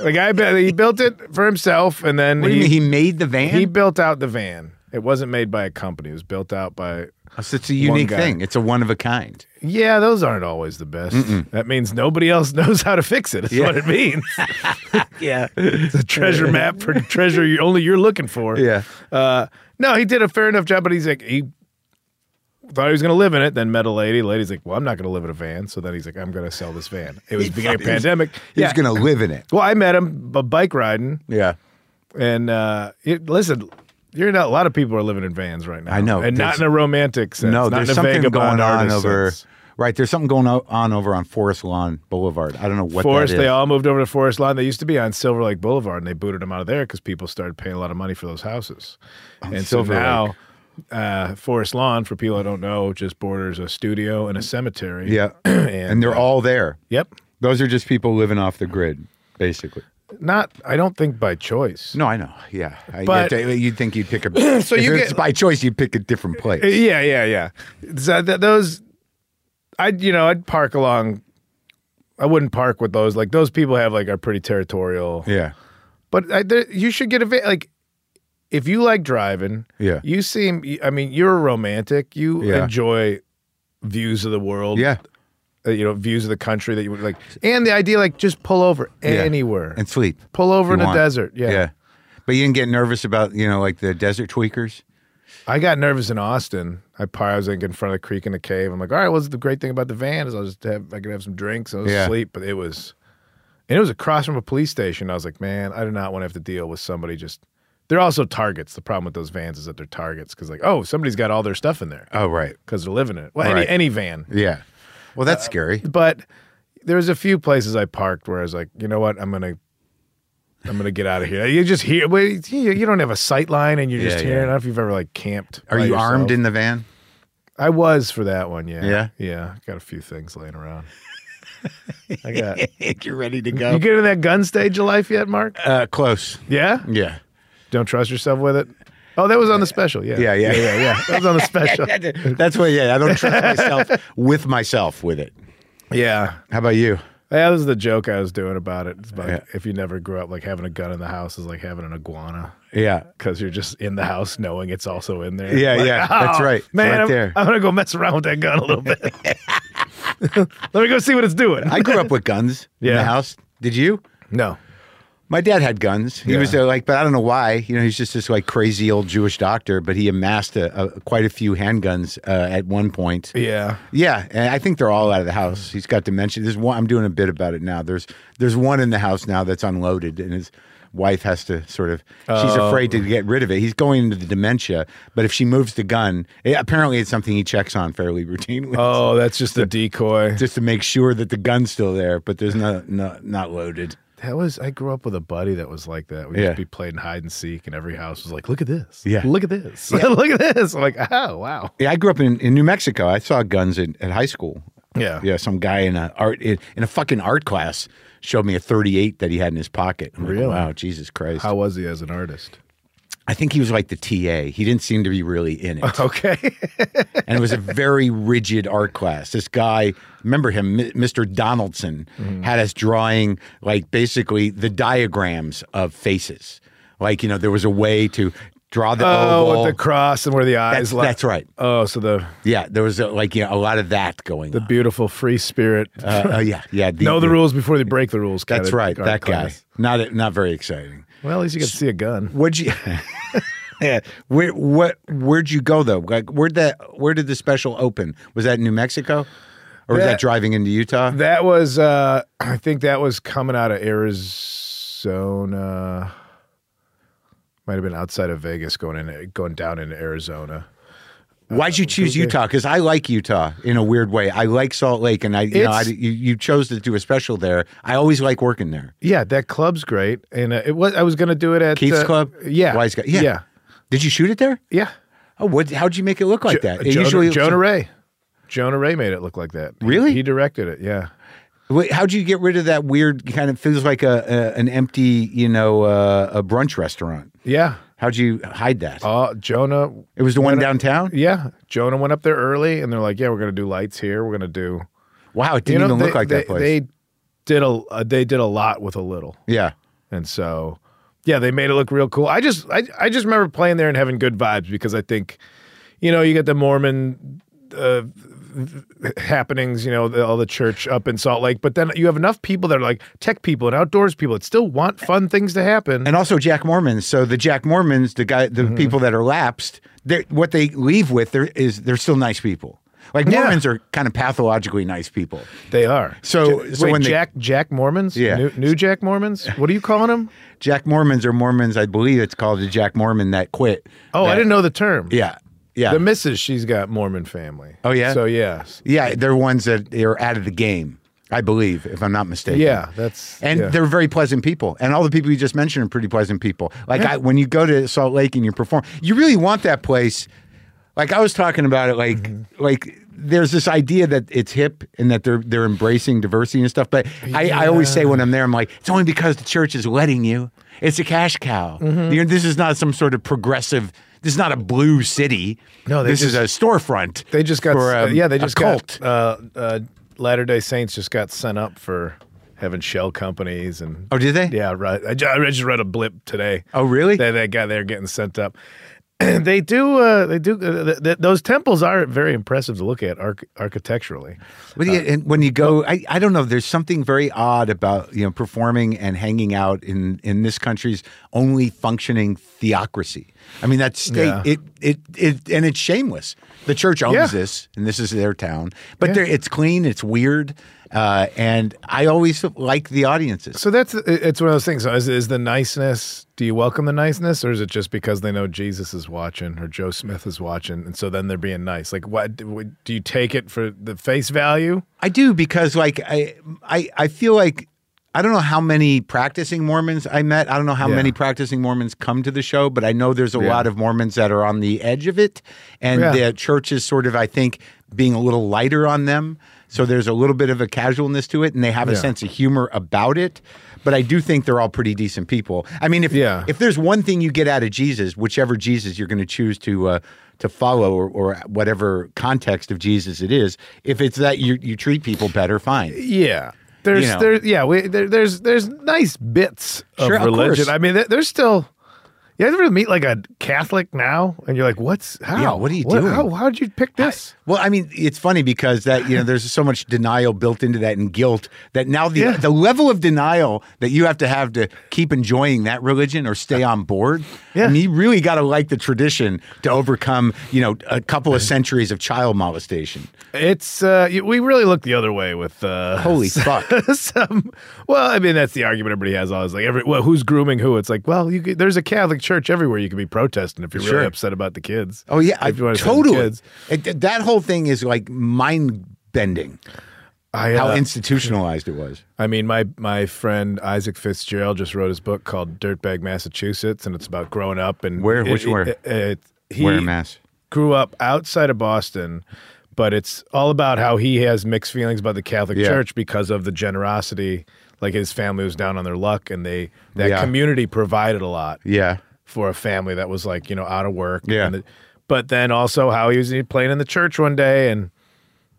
B: the guy bu- he built it for himself and then
A: What do
B: he,
A: you mean? He made the van.
B: he built out the van. It wasn't made by a company. It was built out by
A: so it's a unique
B: guy.
A: thing. It's a one of a kind.
B: Yeah, those aren't always the best. That means nobody else knows how to fix it. Is what it means.
A: Yeah.
B: It's a treasure map for treasure you, only you're looking for.
A: Yeah.
B: Uh, no, he did a fair enough job, but he's like he thought he was going to live in it. Then met a lady. Lady's like, "Well, I'm not going to live in a van." So then he's like, "I'm going to sell this van." It was the beginning of
A: thought he was-
B: pandemic.
A: He's
B: yeah.
A: gonna live in it.
B: well, I met him b- bike riding,
A: Yeah.
B: and uh, it, listen. You're not, a lot of people are living in vans right now.
A: I know.
B: and
A: There's-
B: not in a romantic sense.
A: No,
B: not in
A: there's
B: a
A: something
B: vagabond
A: going on
B: artist
A: over.
B: sense.
A: Right, there's something going o- on over on Forest Lawn Boulevard. I don't know what
B: Forest,
A: that is.
B: they all moved over to Forest Lawn. They used to be on Silver Lake Boulevard, and they booted them out of there because people started paying a lot of money for those houses. and
A: Silver
B: so now, uh, Forest Lawn, for people that don't know, just borders a studio and a cemetery.
A: yeah,
B: and,
A: and they're all there.
B: yep.
A: Those are just people living off the grid, basically.
B: Not, I don't think by choice.
A: No, I know. Yeah, I,
B: But-
A: you have to- you'd think you'd pick a.
B: So
A: if
B: you
A: it's
B: get-
A: by choice, you'd pick a different place.
B: Uh, Yeah, yeah, yeah. So th- those, I would you know, I'd park along. I wouldn't park with those. Like those people have like are pretty territorial.
A: yeah,
B: But I, there, you should get a van. Like, if you like driving,
A: Yeah.
B: you seem. I mean, you're a romantic. You
A: Yeah.
B: enjoy views of the world.
A: yeah,
B: uh, you know, views of the country that you would like, and the idea like just pull over anywhere
A: and sleep.
B: pull over
A: You
B: in a
A: want-
B: desert. Yeah.
A: but you didn't get nervous about you know like the desert tweakers.
B: I got nervous in Austin. I paused like in front of the creek in the cave. I'm like, all right, what's the great thing about the van is I'll just have I could have some drinks and I'll just
A: Yeah.
B: sleep. But it was, and it was across from a police station. I was like, man, I do not want to have to deal with somebody just. They're also targets. The problem with those vans is that they're targets because like, oh, somebody's got all their stuff in there
A: Oh right,
B: because they're living in it. Well, any,
A: Right.
B: any van,
A: yeah. Well, that's scary.
B: but there's a few places I parked where I was like, you know what, I'm gonna, I'm gonna get out of here. You just hear, well, you you don't have a sight line, and you're just
A: Yeah,
B: hearing.
A: yeah.
B: I don't know if you've ever like camped.
A: Are
B: by
A: you armed
B: yourself.
A: in the van?
B: I was for that one. Yeah.
A: Yeah?
B: Yeah. Got a few things laying around. I got.
A: You're ready to
B: You get in that gun stage of life yet, Mark?
A: Uh, close.
B: Yeah.
A: Yeah.
B: Don't trust yourself with it. Oh, that was on the special. Yeah.
A: Yeah, yeah.
B: Yeah. Yeah. yeah. That was on the special.
A: That's what, yeah, I don't trust myself with myself with it.
B: yeah.
A: How about you?
B: That was the joke I was doing about it. It's about
A: Yeah.
B: if you never grew up, like having a gun in the house is like having an iguana.
A: Yeah.
B: because you're just in the house knowing it's also in there. oh,
A: Yeah, yeah, that's right. It's
B: Man,
A: right
B: I'm,
A: there."
B: I'm gonna go mess around with that gun a little bit. Let me go see what it's doing.
A: I grew up with guns in
B: Yeah.
A: the house. Did you?
B: no,
A: My dad had guns. He
B: Yeah.
A: was uh, like, but I don't know why. You know, he's just this like crazy old Jewish doctor, but he amassed a, a, quite a few handguns uh, at one point.
B: yeah,
A: Yeah, and I think they're all out of the house. He's got dementia. There's one. I'm doing a bit about it now. There's there's one in the house now that's unloaded, and his wife has to sort of. She's
B: Oh.
A: afraid to get rid of it. He's going into the dementia, but if she moves the gun, it, apparently it's something he checks on fairly routinely,
B: oh, that's just a decoy.
A: just to make sure that the gun's still there, but there's no, no not loaded.
B: That was I grew up with a buddy that was like that. We
A: Yeah.
B: used to be playing hide and seek, and every house was like, "Look at this!
A: Yeah.
B: look at this! look at this!" I'm like, "Oh wow,
A: Yeah, I grew up in, in New Mexico. I saw guns in, at high school.
B: yeah,
A: Yeah, some guy in a art in, in a fucking art class showed me a 38 that he had in his pocket. I'm like,
B: Really?
A: wow, Jesus Christ.
B: How was he as an artist?
A: I think he was like the TA. He didn't seem to be really in it.
B: Okay,
A: and it was a very rigid art class. This guy, remember him, M- Mr. Donaldson,
B: Mm-hmm.
A: had us drawing like basically the diagrams of faces. Like, you know, there was a way to draw the
B: oh,
A: oval.
B: with the cross and where the eyes.
A: that's,
B: li-
A: that's right.
B: Oh, so the
A: Yeah, there was a, like you know, a lot of that going
B: the
A: on.
B: beautiful free spirit.
A: Uh, uh, yeah, yeah.
B: know the rules before they break the rules.
A: That's
B: kinda
A: right.
B: art
A: That guy.
B: class.
A: Not not very exciting.
B: Well, at least you could see a gun.
A: Where'd you? yeah. Where what? Where'd you go though? Like where'd that? Where did the special open? Was that in New Mexico, or was
B: That-
A: that driving into Utah?
B: That was, uh, I think that was coming out of Arizona. Might have been outside of Vegas, going in, going down into Arizona.
A: Why'd you choose Utah? Because I like Utah in a weird way. I like Salt Lake, and I you know I,
B: It's-
A: you, you chose to do a special there. I always like working there.
B: Yeah, that club's great, and uh, it was. I was going to do it at
A: Keith's
B: uh,
A: Club.
B: Yeah,
A: Wise guy. Yeah.
B: yeah,
A: Did you shoot it there?
B: yeah.
A: Oh, what? How'd you make it look like that? It
B: Jonah,
A: usually
B: Jonah Ray. Jonah Ray made it look like that. He-
A: Really?
B: He, directed it. Yeah.
A: Wait, how'd you get rid of that weird kind of feels like a, a an empty you know uh, a brunch restaurant?
B: Yeah.
A: How'd you hide that?
B: Uh, Jonah.
A: it was the one downtown.
B: Yeah. Jonah went up there early, and they're like, "Yeah, we're going to do lights here. We're going to do."
A: Wow, it didn't even
B: they,
A: look like
B: they,
A: that place.
B: They did a uh, they did a lot with a little,
A: yeah,
B: and so yeah, they made it look real cool. I just I I just remember playing there and having good vibes because I think, you know, you get the Mormon. Uh, happenings, you know, the, all the church up in Salt Lake, but then you have enough people that are like tech people and outdoors people that still want fun things to happen.
A: and also Jack Mormons. So the Jack Mormons, the guy, the
B: Mm-hmm.
A: people that are lapsed, they're- what they leave with there is they're still nice people. Like
B: Yeah.
A: Mormons are kind of pathologically nice people.
B: They are.
A: So-
B: Ja-
A: so
B: wait,
A: when they-
B: Jack Jack Mormons,
A: Yeah.
B: new, new Jack Mormons. What are you calling them?
A: Jack Mormons are Mormons, I believe it's called the Jack Mormon that quit.
B: Oh, I
A: That-
B: didn't know the term.
A: Yeah, yeah,
B: The missus, she's got Mormon family.
A: Oh, yeah?
B: So yes.
A: yeah. They're ones that are out of the game, I believe, if I'm not mistaken.
B: Yeah, that's
A: And
B: yeah.
A: they're very pleasant people. And all the people you just mentioned are pretty pleasant people. Like I, when you go to Salt Lake and you perform, you really want that place. Like I was talking about it, like
B: Mm-hmm.
A: like there's this idea that it's hip and that they're they're embracing diversity and stuff. But I, I always say when I'm there, I'm like, it's only because the church is letting you. It's a cash cow.
B: Mm-hmm.
A: You know, this is not some sort of progressive. This is not a blue city.
B: No, they
A: this is a storefront.
B: they just got uh,
A: for, um,
B: yeah they just
A: a cult.
B: got uh, uh, Latter Day Saints just got sent up for having shell companies and
A: oh, did they?
B: yeah right I, ju- I just read a blip today
A: Oh, really?
B: that that guy they're getting sent up they do uh, they do uh, th- th- those temples are very impressive to look at arch- architecturally
A: What do you, and when you go, I, I don't know. There's something very odd about you know performing and hanging out in in this country's only functioning theocracy. I mean that state
B: Yeah.
A: it, it it and it's shameless. The church owns
B: Yeah.
A: this, and this is their town. But they're it's clean, it's weird, uh, and I always like the audiences.
B: so that's it- it's one of those things so is, is the niceness do you welcome the niceness or is it just because they know jesus is watching or joe smith is watching and so then they're being nice like what do you take it for the face value
A: I do because like I I I feel like. I don't know how many practicing Mormons I met. I don't know how
B: Yeah.
A: many practicing Mormons come to the show, but I know there's a lot of Mormons that are on the edge of it, and
B: Yeah.
A: the church is sort of, I think, being a little lighter on them. So there's a little bit of a casualness to it, and they have a
B: Yeah.
A: sense of humor about it. But I do think they're all pretty decent people. I mean, if
B: Yeah.
A: if there's one thing you get out of Jesus, whichever Jesus you're going to choose to uh, to follow, or, or whatever context of Jesus it is, if it's that you you treat people better, fine.
B: Yeah. There's
A: You know.
B: there yeah, we, there, there's there's nice bits of
A: Sure, of
B: religion.
A: course.
B: I mean, there, there's still you ever meet like a Catholic now and you're like, "What's how?
A: Yeah, what are you doing?
B: How how did you pick this?"
A: Well, I mean, it's funny because that you know there's so much denial built into that and guilt that now the
B: Yeah.
A: the level of denial that you have to have to keep enjoying that religion or stay on board.
B: Yeah.
A: I mean, you really got to like the tradition to overcome you know a couple of centuries of child molestation.
B: It's uh you- we really look the other way with uh
A: Holy fuck!
B: some well, I mean, that's the argument everybody has always like every well, who's grooming who? It's like, well, you could, there's a Catholic church everywhere you can be protesting if you're
A: Sure.
B: really upset about the kids.
A: Oh yeah, I,
B: If you wanna send the
A: totally.
B: kids.
A: It- that whole thing is like mind bending.
B: I,
A: how
B: uh,
A: institutionalized it was.
B: I mean, my my friend Isaac Fitzgerald just wrote his book called Dirtbag Massachusetts, and it's about growing up and
A: Where- which-
B: it-
A: where?
B: it- it- he
A: Wearing masks.
B: grew up outside of Boston, but it's all about how he has mixed feelings about the Catholic
A: Yeah.
B: Church because of the generosity. Like his family was down on their luck, and they that
A: Yeah.
B: community provided a lot
A: Yeah.
B: for a family that was like you know out of work.
A: Yeah.
B: And the- but then also how he was playing in the church one day and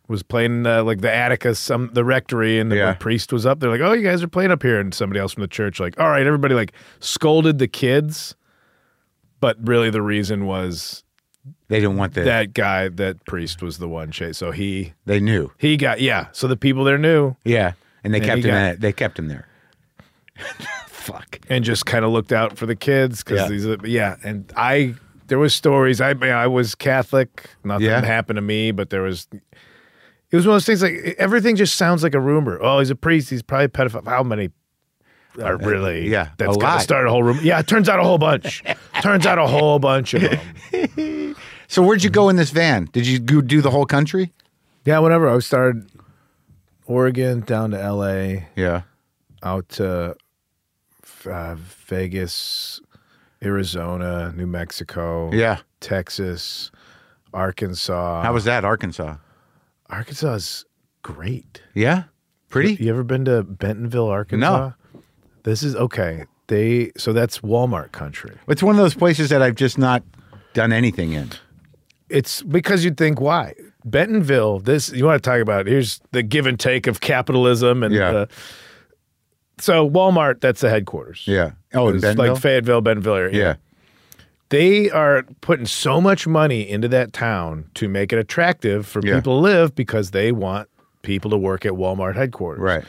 B: was playing uh, like the Atticus, some the rectory, and the
A: Yeah.
B: one priest was up. They're like, "Oh, you guys are playing up here," and somebody else from the church like, "All right, everybody," like scolded the kids. But really, the reason was
A: They didn't want that.
B: that guy, that priest, was the one chase. So he
A: They knew.
B: he got yeah. So the people there knew
A: Yeah. And they
B: And
A: kept
B: he
A: him
B: got-
A: at, they kept him there. Fuck.
B: and just kind of looked out for the kids because
A: Yeah.
B: these are, yeah and i there was stories i i was catholic nothing
A: Yeah.
B: happened to me but there was it was one of those things like e, everything just sounds like a rumor oh he's a priest he's probably a pedophile how many are really
A: Uh, yeah, a
B: that's
A: lot.
B: gonna start a whole room yeah it turns out a whole bunch turns out a whole bunch of them
A: So where'd you go in this van? Did you go do the whole country?
B: yeah whenever i started oregon down to la
A: Yeah.
B: out to uh, Vegas, Arizona, New Mexico,
A: Yeah.
B: Texas, Arkansas.
A: How was that, Arkansas?
B: Arkansas is great.
A: Yeah. Pretty?
B: You ever been to Bentonville, Arkansas? This is okay. They so that's Walmart country.
A: It's one of those places that I've just not done anything in.
B: It's because you'd think why Bentonville. This you want to talk about? Here's the give and take of capitalism and
A: Yeah.
B: uh, so Walmart. That's the headquarters.
A: Yeah. Oh, in
B: it's
A: Bentonville?
B: like Fayetteville, Bentonville area.
A: yeah.
B: they are putting so much money into that town to make it attractive for
A: Yeah.
B: people to live because they want people to work at Walmart headquarters.
A: Right.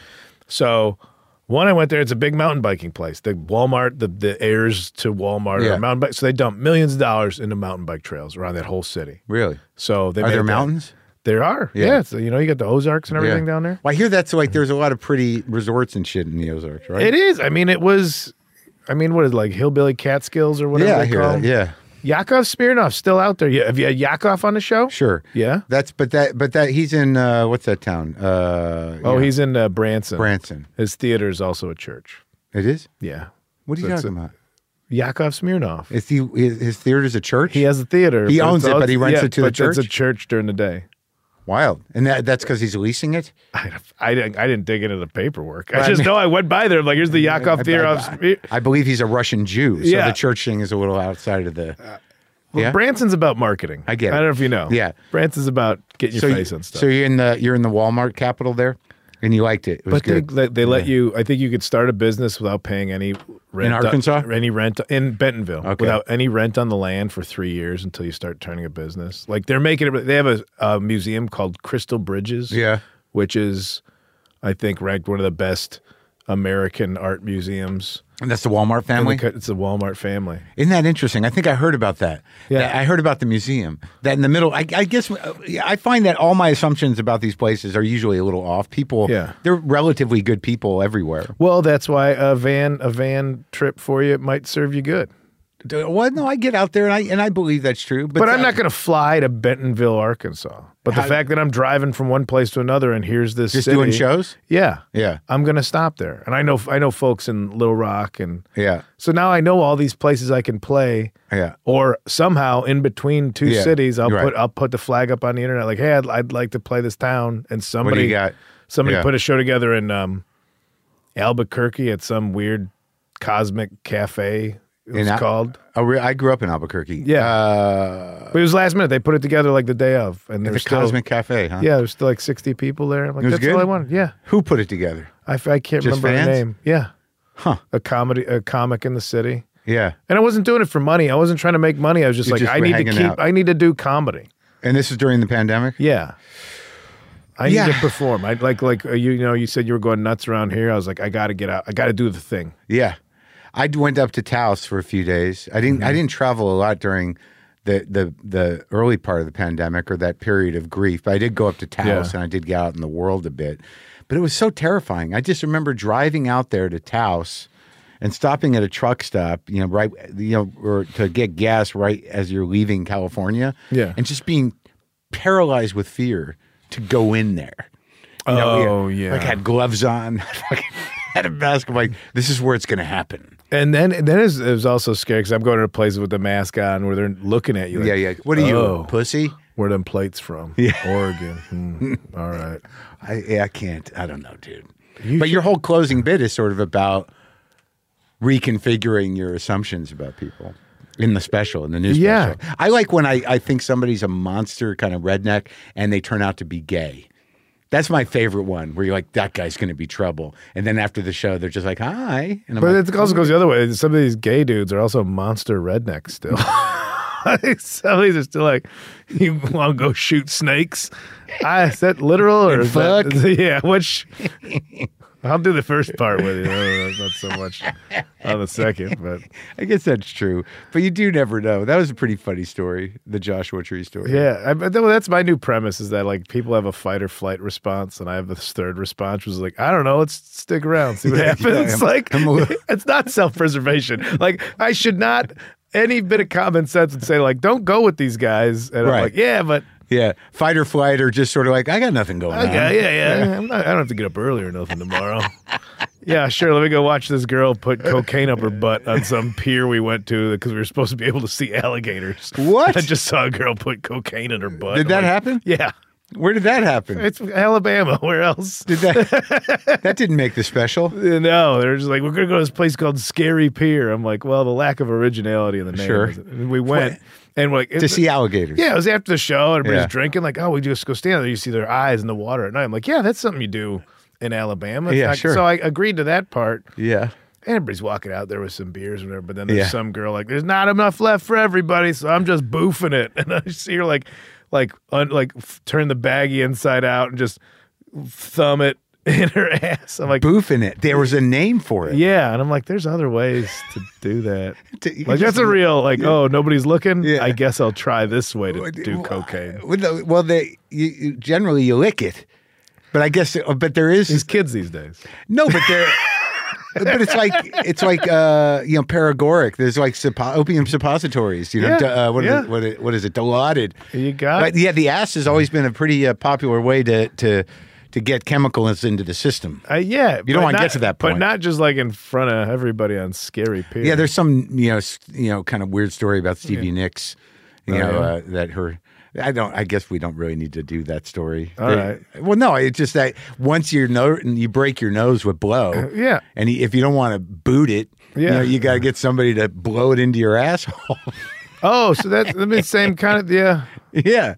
B: So one I went there, it's a big mountain biking place. The Walmart, the the heirs to Walmart
A: Yeah.
B: are mountain bike. So they dump millions of dollars into mountain bike trails around that whole city.
A: Really?
B: So they
A: Are
B: made
A: there
B: that-
A: mountains?
B: There are.
A: Yeah.
B: Yeah. So you know you got the Ozarks and everything
A: Yeah.
B: down there.
A: Well, I hear that's like there's a lot of pretty resorts and shit in the Ozarks, right?
B: It is. I mean, it was I mean, what is it, like hillbilly Catskills or whatever
A: yeah, I
B: they
A: hear
B: call
A: that. Yeah.
B: Yeah. Yakov Smirnoff's still out there. Yeah, Have you had Yakov on the show?
A: Sure.
B: Yeah.
A: That's but that but that he's in uh what's that town? Uh
B: Oh,
A: yeah,
B: he's in uh, Branson.
A: Branson.
B: His theater is also a church.
A: It is?
B: Yeah.
A: What are you
B: So it's
A: talking about?
B: Yakov Smirnov.
A: Is he his, his theater's a church?
B: He has a theater.
A: He
B: but
A: owns
B: it's
A: it,
B: all-
A: but he rents
B: yeah,
A: it to the
B: but It's a
A: church?
B: church during the day.
A: Wild. And that that's because he's leasing it?
B: I, I, didn't, I didn't dig into the paperwork. I
A: Well, I
B: just
A: mean-
B: know I went by there. I'm like, here's the Yakov Theater. of Smir-
A: I believe he's a Russian Jew, so
B: Yeah. Uh,
A: the church thing is a little outside of the.
B: Well,
A: yeah.
B: Branson's about marketing.
A: I get
B: I
A: it.
B: don't know if you know.
A: Yeah.
B: Branson's about getting
A: so,
B: your
A: you,
B: face on stuff.
A: so you're in the you're in the Walmart capital there, and you liked it. It was
B: but they,
A: good.
B: they, they let you, I think you could start a business without paying any rent.
A: Arkansas?
B: any rent in Bentonville.
A: Okay.
B: Without any rent on the land for three years until you start turning a business. Like they're making it, they have a, a museum called Crystal Bridges.
A: Yeah.
B: Which is, I think, ranked one of the best American art museums.
A: and that's the Walmart
B: in the
A: family.
B: co- It's the Walmart family.
A: Isn't that interesting? I think I heard about that.
B: Yeah.
A: I heard about the museum. That in the middle, I, I guess uh, I find that all my assumptions about these places are usually a little off. People,
B: Yeah.
A: they're relatively good people everywhere.
B: Well, that's why a van a van trip for you might serve you good.
A: D- Well, no, I get out there and I and I believe that's true. But,
B: But I'm
A: uh,
B: not going to fly to Bentonville, Arkansas. But the
A: How-
B: fact that I'm driving from one place to another and here's this
A: just
B: city-
A: doing shows.
B: Yeah,
A: Yeah,
B: I'm going to stop there. And I know I know folks in Little Rock and
A: yeah,
B: so now I know all these places I can play.
A: yeah.
B: Or somehow in between two
A: Yeah,
B: cities, I'll
A: right.
B: put I'll put the flag up on the internet like, hey, I'd, I'd like to play this town, and
A: What do
B: somebody
A: you got?
B: somebody
A: Yeah.
B: put a show together in um, Albuquerque at some weird cosmic cafe. It was
A: Al-
B: called.
A: Oh, re- I grew up in Albuquerque.
B: Yeah.
A: uh,
B: But it was last minute. They put it together like the day of, and
A: the
B: there's still
A: Cosmic Cafe, huh?
B: yeah, there's still like 60 people there. I'm like,
A: was
B: that's
A: good?
B: all I wanted. Yeah,
A: Who put it together?
B: I, f- I can't
A: Just
B: remember the
A: fans?
B: name. Yeah,
A: Huh?
B: a comedy, a comic in the city.
A: Yeah.
B: And I wasn't doing it for money. I wasn't trying to make money. I was just
A: You
B: like,
A: just
B: I
A: were
B: need to
A: hanging
B: keep.
A: out.
B: I need to do comedy.
A: And this is during the pandemic.
B: Yeah. I
A: Yeah.
B: need to perform. I like like uh, you know you said you were going nuts around here. I was like I got to get out. I got to do the thing.
A: Yeah, I d- went up to Taos for a few days. I didn't. I
B: Mm-hmm.
A: didn't travel a lot during the the the early part of the pandemic or that period of grief. But I did go up to Taos
B: Yeah.
A: and I did get out in the world a bit. But it was so terrifying. I just remember driving out there to Taos and stopping at a truck stop. You know, right. You know, or to get gas right as you're leaving California.
B: Yeah.
A: and just being paralyzed with fear to go in there. You know, we-
B: Oh, yeah.
A: Like had gloves on. Fucking had a mask. I'm like, this is where it's going to happen.
B: And then and then it was, it was also scary because I'm going to places with the mask on where they're looking at you. Like,
A: yeah, yeah. What are you,
B: "Oh,
A: pussy?
B: Where them plates from? Yeah, Oregon. Hmm. All right.
A: I, yeah, I can't. I don't know, dude. but your whole closing bit is sort of about reconfiguring your assumptions about people in the special, in the new
B: Yeah.
A: special. I like when I, I think somebody's a monster kind of redneck and they turn out to be gay. That's my favorite one where you're like, that guy's going to be trouble. And then after the show, they're just like, hi. And I'm
B: But
A: like,
B: it also goes the other way. Some of these gay dudes are also monster rednecks still. Some of these are still like, you want to go shoot snakes? I, is that literal or is that- yeah? Which I'll do the first part with you, I don't know, not so much on the second. But
A: I guess that's true. But you do never know. That was a pretty funny story, the Joshua Tree story.
B: yeah, I, but well, that's my new premise is that like people have a fight or flight response, and I have this third response, which is like, I don't know, let's stick around, see what
A: Yeah,
B: happens.
A: yeah,
B: It's
A: I'm-
B: like
A: I'm a little-
B: it's not self preservation. Like I should not any bit of common sense would say like, don't go with these guys. And
A: Right.
B: I'm like, yeah, but
A: Yeah. Fight or flight or just sort of like, I got nothing going on.
B: okay, yeah, yeah, I'm not, I don't have to get up early or nothing tomorrow. yeah, sure. Let me go watch this girl put cocaine up her butt on some pier we went to because we were supposed to be able to see alligators.
A: What?
B: I just saw a girl put cocaine in her butt.
A: Did
B: I'm
A: that
B: like,
A: happen?
B: Yeah.
A: Where did that happen?
B: It's Alabama. Where else?
A: Did that that didn't make the special.
B: No, they're just like, we're gonna go to this place called Scary Pier. I'm like, well, the lack of originality in the name.
A: Sure.
B: is- And we went and like
A: To see alligators.
B: Yeah, it was after the show. Everybody's
A: Yeah.
B: drinking. Like, oh, we just go stand there. You see their eyes in the water at night. I'm like, yeah, that's something you do in Alabama. It's
A: Yeah,
B: not-
A: sure.
B: So I agreed to that part.
A: Yeah.
B: And everybody's walking out there with some beers and whatever. But then there's
A: Yeah.
B: some girl like, there's not enough left for everybody, so I'm just boofing it. And I see her like, like, un, like, f- turn the baggie inside out and just thumb it in her ass. I'm like,
A: Boofing it. There was a name for it.
B: yeah. And I'm like, there's other ways to do that.
A: To- you
B: like
A: just-
B: that's a real like, oh, nobody's looking.
A: Yeah.
B: I guess I'll try this way to
A: Well,
B: do cocaine.
A: Well, no, well, they you, you, generally you lick it, but I guess uh, but there
B: These
A: is
B: kids these days.
A: no, but there. but it's like it's like uh you know paragoric. There's like suppo- opium suppositories. You know
B: Yeah,
A: d- uh, what, is
B: yeah.
A: it, what is what is it? Dilaudid.
B: You got
A: But yeah, the ass has always been a pretty uh, popular way to to to get chemicals into the system.
B: Uh, yeah,
A: You don't
B: but
A: wanna get
B: not-
A: to that
B: but
A: point.
B: not just like in front of everybody on Scary Pier.
A: Yeah, there's some you know s- you know kind of weird story about Stevie Nicks, you know
B: Oh, yeah.
A: uh, that her. I don't. I guess we don't really need to do that story.
B: All
A: They-
B: right.
A: Well, no. It's just that once your nose you break your nose with blow.
B: Uh, Yeah.
A: And if you don't want to boot it, you
B: Yeah.
A: know, you got to get somebody to blow it into your asshole.
B: Oh, so that's I mean, same kind of yeah.
A: yeah.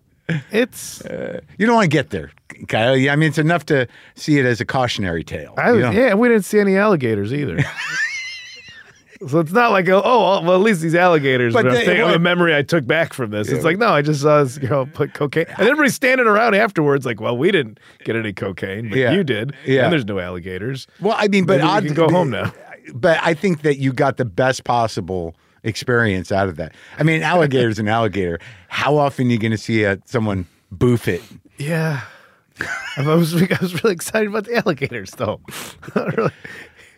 B: It's
A: You don't want to get there, Kyle. Yeah, I mean, it's enough to see it as a cautionary tale.
B: I
A: You
B: was,
A: don't-
B: yeah, we didn't see any alligators either. so it's not like oh well, well, at least these alligators.
A: But
B: But
A: they-
B: I'm thinking of
A: what-
B: a memory I took back from this. It's like no, I just saw this girl put cocaine, and everybody's standing around afterwards like, well, we didn't get any cocaine, but
A: Yeah.
B: you did.
A: Yeah.
B: and there's no alligators.
A: Well, I mean, but
B: Maybe we
A: odd-
B: can go home now.
A: But I think that you got the best possible experience out of that. I mean, an alligator is an alligator. How often are you going to see a, someone boof it?
B: Yeah. I was, I was really excited about the alligators, though. Really.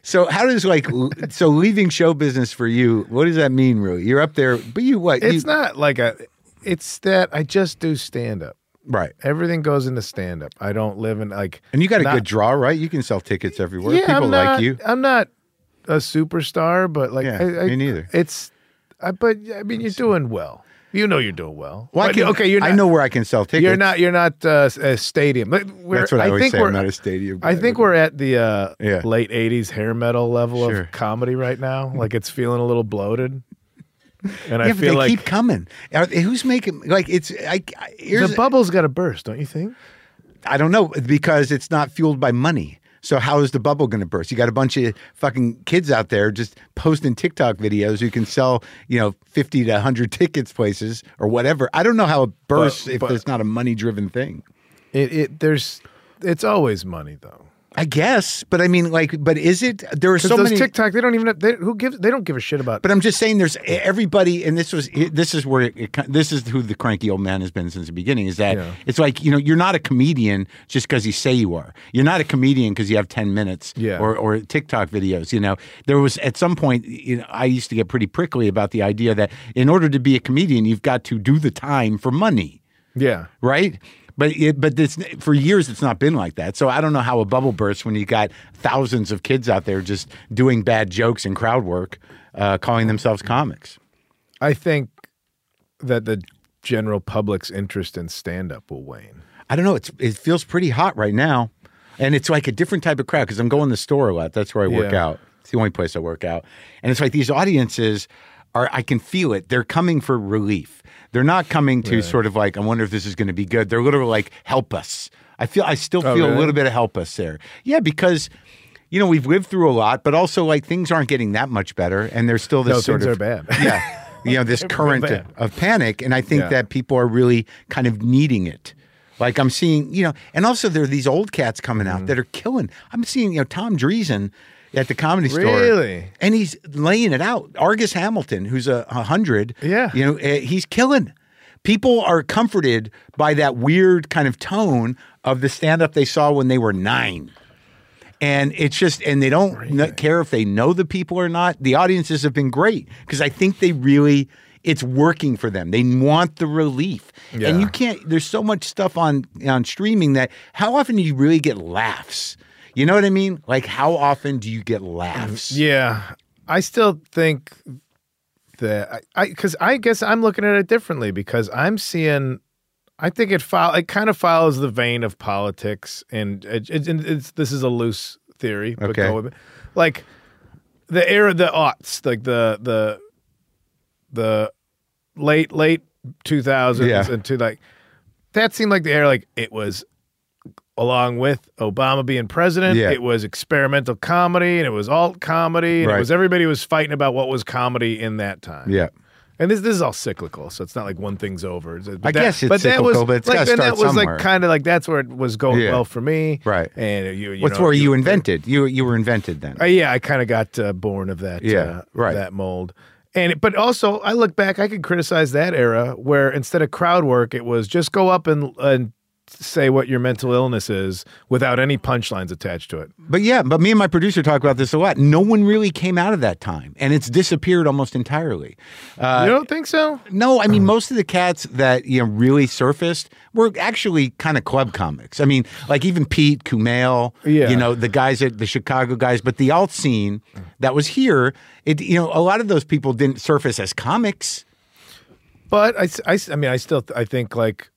A: So how does like l- so leaving show business for you? What does that mean, really? You're up there, but you what? you,
B: It's not like a. It's that I just do stand up.
A: right,
B: Everything goes into stand up. I don't live in like.
A: and you got a
B: not-
A: good draw, right? You can sell tickets everywhere.
B: Yeah,
A: People
B: I'm not,
A: like you.
B: I'm not a superstar, but like.
A: Yeah,
B: I, I,
A: me neither.
B: It's, I, but I mean, you're doing well. You know you're doing well.
A: Well, I
B: But,
A: can,
B: okay, you're not,
A: I know where I can sell tickets.
B: You're not. You're not uh, a stadium. Like, we're-
A: That's what I, always
B: think
A: say.
B: we're-
A: I'm not a stadium.
B: I
A: guy.
B: think we're at the uh,
A: Yeah.
B: late '80s hair metal level
A: Sure.
B: of comedy right now. Like it's feeling a little bloated, and
A: Yeah,
B: I
A: but
B: feel
A: they
B: like
A: keep coming. Are, who's making like it's? I, I here's
B: the bubble's got to burst, don't you think?
A: I don't know because it's not fueled by money. So how is the bubble going to burst? You got a bunch of fucking kids out there just posting TikTok videos who can sell, you know, 50 to 100 tickets places or whatever. I don't know how it bursts if
B: but-
A: there's not a money-driven thing.
B: It, it there's it's always money though.
A: I guess, but I mean like but is it there are
B: Because
A: so
B: those
A: many
B: TikTok, they don't even they, who gives they don't give a shit about.
A: But I'm just saying, there's e, everybody, and this was this is where it, this is who the cranky old man has been since the beginning. Is that
B: Yeah.
A: it's like you know you're not a comedian just because you say you are. You're not a comedian because you have 10 minutes
B: Yeah.
A: or or TikTok videos. You know, there was at some point you know, I used to get pretty prickly about the idea that in order to be a comedian, you've got to do the time for money,
B: yeah,
A: right? But it, but it's for years it's not been like that. So I don't know how a bubble bursts when you got thousands of kids out there just doing bad jokes and crowd work, uh, calling themselves comics.
B: I think that the general public's interest in stand up will wane.
A: I don't know. It's it feels pretty hot right now, and it's like a different type of crowd because I'm going to the store a lot. That's where I work
B: Yeah.
A: out. It's the only place I work out, and it's like these audiences are. I can feel it. They're coming for relief. They're not coming to sort of like I wonder if this is going to be good. They're literally like help us. I feel I still feel a
B: Oh, really?
A: little bit of help us there. Yeah, because. You know, we've lived through a lot, but also like things aren't getting that much better, and there's still this
B: No,
A: sort
B: things
A: of
B: are bad.
A: yeah, you know, this current
B: bad.
A: of panic, and I think
B: Yeah.
A: that people are really kind of needing it. Like I'm seeing, you know, and also there are these old cats coming
B: Mm-hmm.
A: out that are killing. I'm seeing, you know, Tom Dreesen at the comedy store,
B: Really?
A: and he's laying it out. Argus Hamilton, who's a, a hundred,
B: Yeah.
A: you know, eh, he's killing. People are comforted by that weird kind of tone of the stand up they saw when they were nine. And it's just, and they don't kn- care if they know the people or not. The audiences have been great because I think they really, it's working for them. They want the relief.
B: Yeah.
A: And you can't, there's so much stuff on, on streaming that how often do you really get laughs? You know what I mean? Like, how often do you get laughs?
B: Mm, Yeah, I still think that I because I, guess I'm looking at it differently because I'm seeing. I think it follow, it kind of follows the vein of politics, and it, it, and it's this is a loose theory, but
A: Okay.
B: go with it. Like the era, the aughts, like the the the late late two thousands
A: Yeah.
B: and to like that seemed like the era like it was along with Obama being president.
A: Yeah.
B: It was experimental comedy and it was alt comedy and
A: Right.
B: it was everybody was fighting about what was comedy in that time.
A: Yeah.
B: And this this is all cyclical, so it's not like one thing's over. It's- But
A: I guess it's cyclical, but it's
B: like,
A: gotta
B: then
A: start
B: that was
A: somewhere.
B: like kind of like that's where it was going
A: Yeah.
B: well for me,
A: Right.
B: And you, you
A: What's
B: know,
A: where you invented? You you were invented then.
B: uh, yeah, I kind of got uh, born of that.
A: Yeah,
B: uh,
A: right.
B: That mold. And it- but also, I look back, I could criticize that era where instead of crowd work, it was just go up and and say what your mental illness is without any punchlines attached to it.
A: But yeah, but me and my producer talk about this a lot. No one really came out of that time, and it's disappeared almost entirely. Uh,
B: you don't think so?
A: No, I
B: Uh-huh.
A: mean most of the cats that you know really surfaced were actually kind of club comics. I mean, like even Pete Kumail,
B: Yeah.
A: you know the guys at the Chicago guys. But the alt scene that was here, it you know a lot of those people didn't surface as comics.
B: But I, s- I s- I mean, I still I think like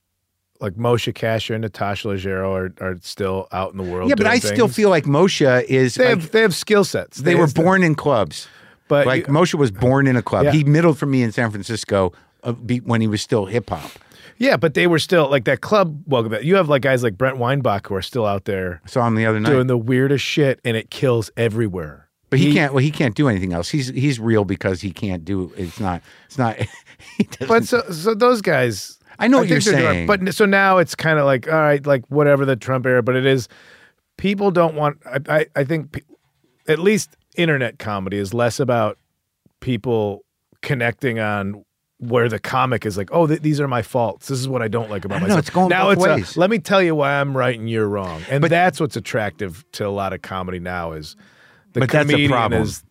B: like Moshe Kasher and Natasha Leggero are, are still out in the world.
A: yeah, but
B: doing
A: I still
B: things.
A: feel like Moshe is.
B: they
A: like,
B: have they have skill sets.
A: they were born in clubs.
B: but
A: like
B: you-
A: Moshe was born in a club.
B: Yeah.
A: He middled for me in San Francisco uh, be, when he was still hip hop.
B: yeah, but they were still like that club. Welcome. You have like guys like Brent Weinbach who are still out there
A: I saw him the other night,
B: doing the weirdest shit and it kills everywhere.
A: but he, can't. Well, he can't do anything else. He's he's real because he can't do. It's not. It's not. he doesn't-
B: But so, so those guys.
A: I know what
B: think
A: you're
B: they're
A: saying.
B: doing- but so now it's kind of like, all right, like whatever the Trump era, but it is, people don't want, I, I, I think pe- at least internet comedy is less about people connecting on where the comic is like, oh, th- these are my faults. This is what I don't like about
A: I don't know,
B: myself.
A: it's going
B: now
A: both
B: it's a,
A: ways.
B: let me tell you why I'm right and you're wrong. And that's what's attractive to a lot of comedy now is the
A: But that's a
B: comedian
A: problem.
B: is,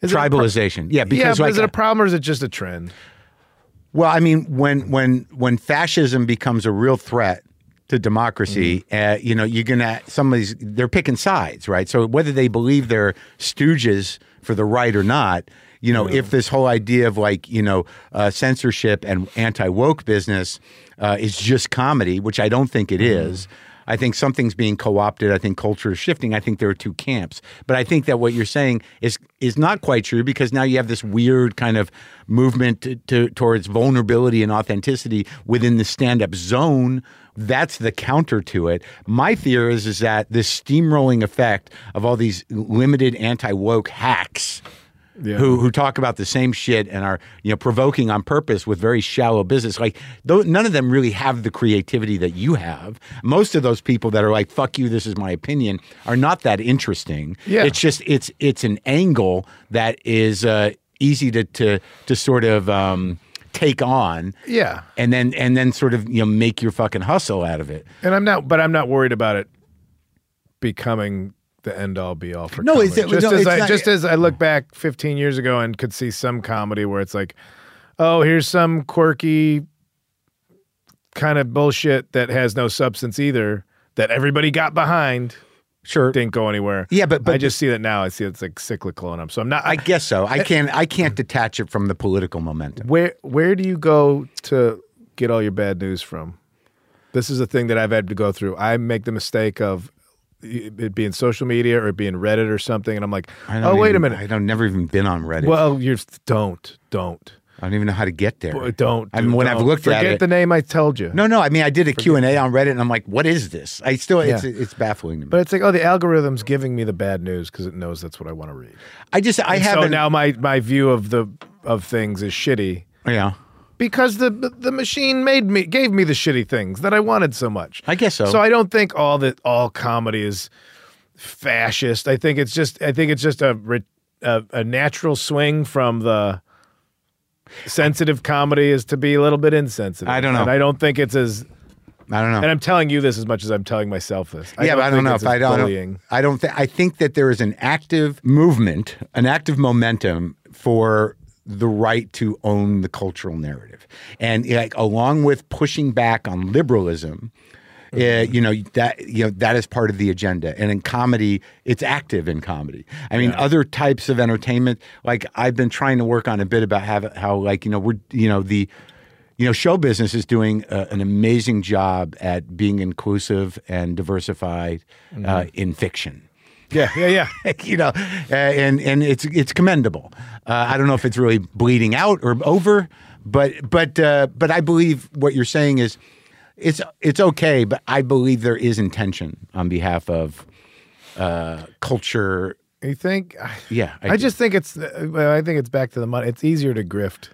B: is it a pro-
A: tribalization. yeah,
B: yeah,
A: because
B: but
A: like,
B: is it a problem or is it just a trend?
A: well, I mean, when when when fascism becomes a real threat to democracy, uh, you know, you're gonna somebody's they're picking sides, right? So whether they believe they're stooges for the right or not. You know, if this whole idea of like you know uh, censorship and anti woke business uh, is just comedy, which I don't think it is, I think something's being co-opted. I think culture is shifting. I think there are two camps. But I think that what you're saying is is not quite true because now you have this weird kind of movement to, to, towards vulnerability and authenticity within the stand-up zone. That's the counter to it. My fear is is that this steamrolling effect of all these limited anti-woke hacks who who talk about the same shit and are you know provoking on purpose with very shallow business. Like tho- none of them really have the creativity that you have. Most of those people that are like "fuck you," this is my opinion, are not that interesting.
B: Yeah.
A: it's just it's it's an angle that is uh, easy to to to sort of um, take on.
B: Yeah.
A: And then and then sort of you know make your fucking hustle out of it.
B: And I'm not, but I'm not worried about it becoming the end all be all for
A: No,
B: comedy.
A: it's- it-
B: just
A: no,
B: as
A: it's
B: I,
A: not-
B: just as I look back 15 years ago and could see some comedy where it's like, oh, here's some quirky kind of bullshit that has no substance either that everybody got behind
A: Sure.
B: didn't go anywhere.
A: Yeah, but- but-
B: I just see that now. I see it's like cyclical, and I'm so I'm not.
A: I
B: I
A: guess so. I can't. I can't detach it from the political momentum.
B: where where do you go to get all your bad news from? This is a thing that I've had to go through. I make the mistake of it being social media or it being Reddit or something, and I'm like,
A: I
B: oh
A: don't
B: wait a
A: even-
B: minute.
A: I don't never even been on Reddit.
B: well, you don't don't
A: I don't even know how to get there.
B: don't.
A: I mean,
B: dude,
A: when I've
B: don't.
A: looked
B: forget
A: at it.
B: the name I told you.
A: no, no. I mean, I did a Q and A on Reddit, and I'm like, "What is this?" I still. It's
B: Yeah.
A: it's baffling to me.
B: But it's like, oh, the algorithm's giving me the bad news because it knows that's what I want to read.
A: I just. I
B: And
A: haven't.
B: so now my my view of the of things is shitty
A: Yeah.
B: because the the machine made me gave me the shitty things that I wanted so much.
A: I guess so.
B: So I don't think all that all comedy is fascist. I think it's just I think it's just a re- a, a natural swing from the sensitive comedy is to be a little bit insensitive.
A: I don't know.
B: And I don't think it's as
A: I don't know.
B: and I'm telling you this as much as I'm telling myself this.
A: yeah, but I don't
B: think
A: know
B: it's
A: if
B: as
A: I don't.
B: bullying.
A: I don't. Th- I think that there is an active movement, an active momentum for the right to own the cultural narrative, and like along with pushing back on liberalism. eh, you know that you know that is part of the agenda, and in comedy, it's active in comedy. I mean, other types of entertainment, like I've been trying to work on a bit about how, how like you know we're you know the you know, show business is doing uh, an amazing job at being inclusive and diversified uh, in fiction.
B: Yeah, yeah, yeah.
A: you know, uh, and and it's it's commendable. Uh, I don't know if it's really bleeding out or over, but but uh, but I believe what you're saying is it's it's okay. But I believe there is intention on behalf of uh, culture.
B: You think? I-
A: Yeah, I
B: I,
A: do.
B: just think it's. uh, Well, I think it's back to the money. It's easier to grift.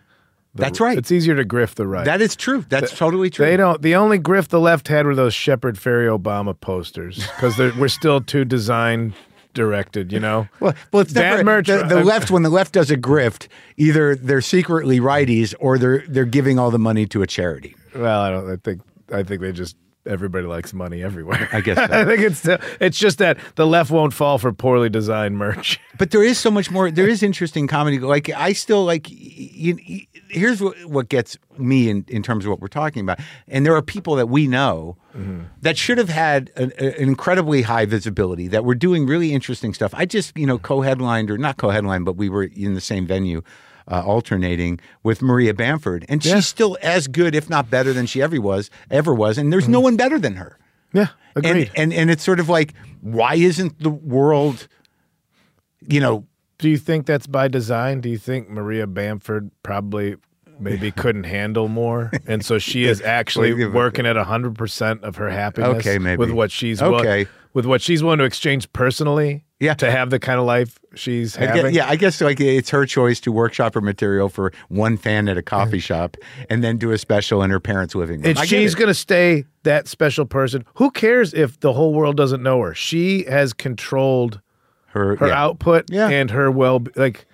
B: the-
A: That's right.
B: It's easier to grift the right.
A: That is true. That's totally true.
B: they don't. The only grift the left had were those Shepard Ferry Obama posters because we're still too design directed. You know.
A: Well, well, it's
B: Bad
A: never,
B: merch-
A: The, the
B: uh,
A: left, when the left does a grift, either they're secretly righties or they're they're giving all the money to a charity.
B: Well, I don't. I think. I think they just. Everybody likes money everywhere.
A: I guess so.
B: I think it's. still- It's just that the left won't fall for poorly designed merch.
A: But there is so much more. There is interesting comedy. Like I still like. y- y y- here's what, what gets me in, in terms of what we're talking about. And there are people that we know that should have had an, a- an incredibly high visibility that were doing really interesting stuff. I just you know co-headlined or not co-headlined, but we were in the same venue. Uh, alternating with Maria Bamford, and she's still as good, if not better, than she ever was. Ever was, and there's no one better than her.
B: Yeah,
A: And,
B: agreed.
A: and and it's sort of like, why isn't the world, you know,
B: Do you think that's by design? Do you think Maria Bamford probably maybe couldn't handle more? And so she is actually working at 100% of her happiness
A: Okay, maybe.
B: with what she's will-
A: Okay.
B: with what she's willing to exchange personally
A: Yeah.
B: to have the kind of life she's
A: I
B: having.
A: guess- yeah, I guess like it's her choice to workshop her material for one fan at a coffee shop and then do a special in her parents' living room.
B: And
A: I get
B: Mm-hmm. she's
A: it.
B: going to stay that special person. Who cares if the whole world doesn't know her? She has controlled
A: her,
B: her
A: yeah.
B: output
A: Yeah.
B: and her well like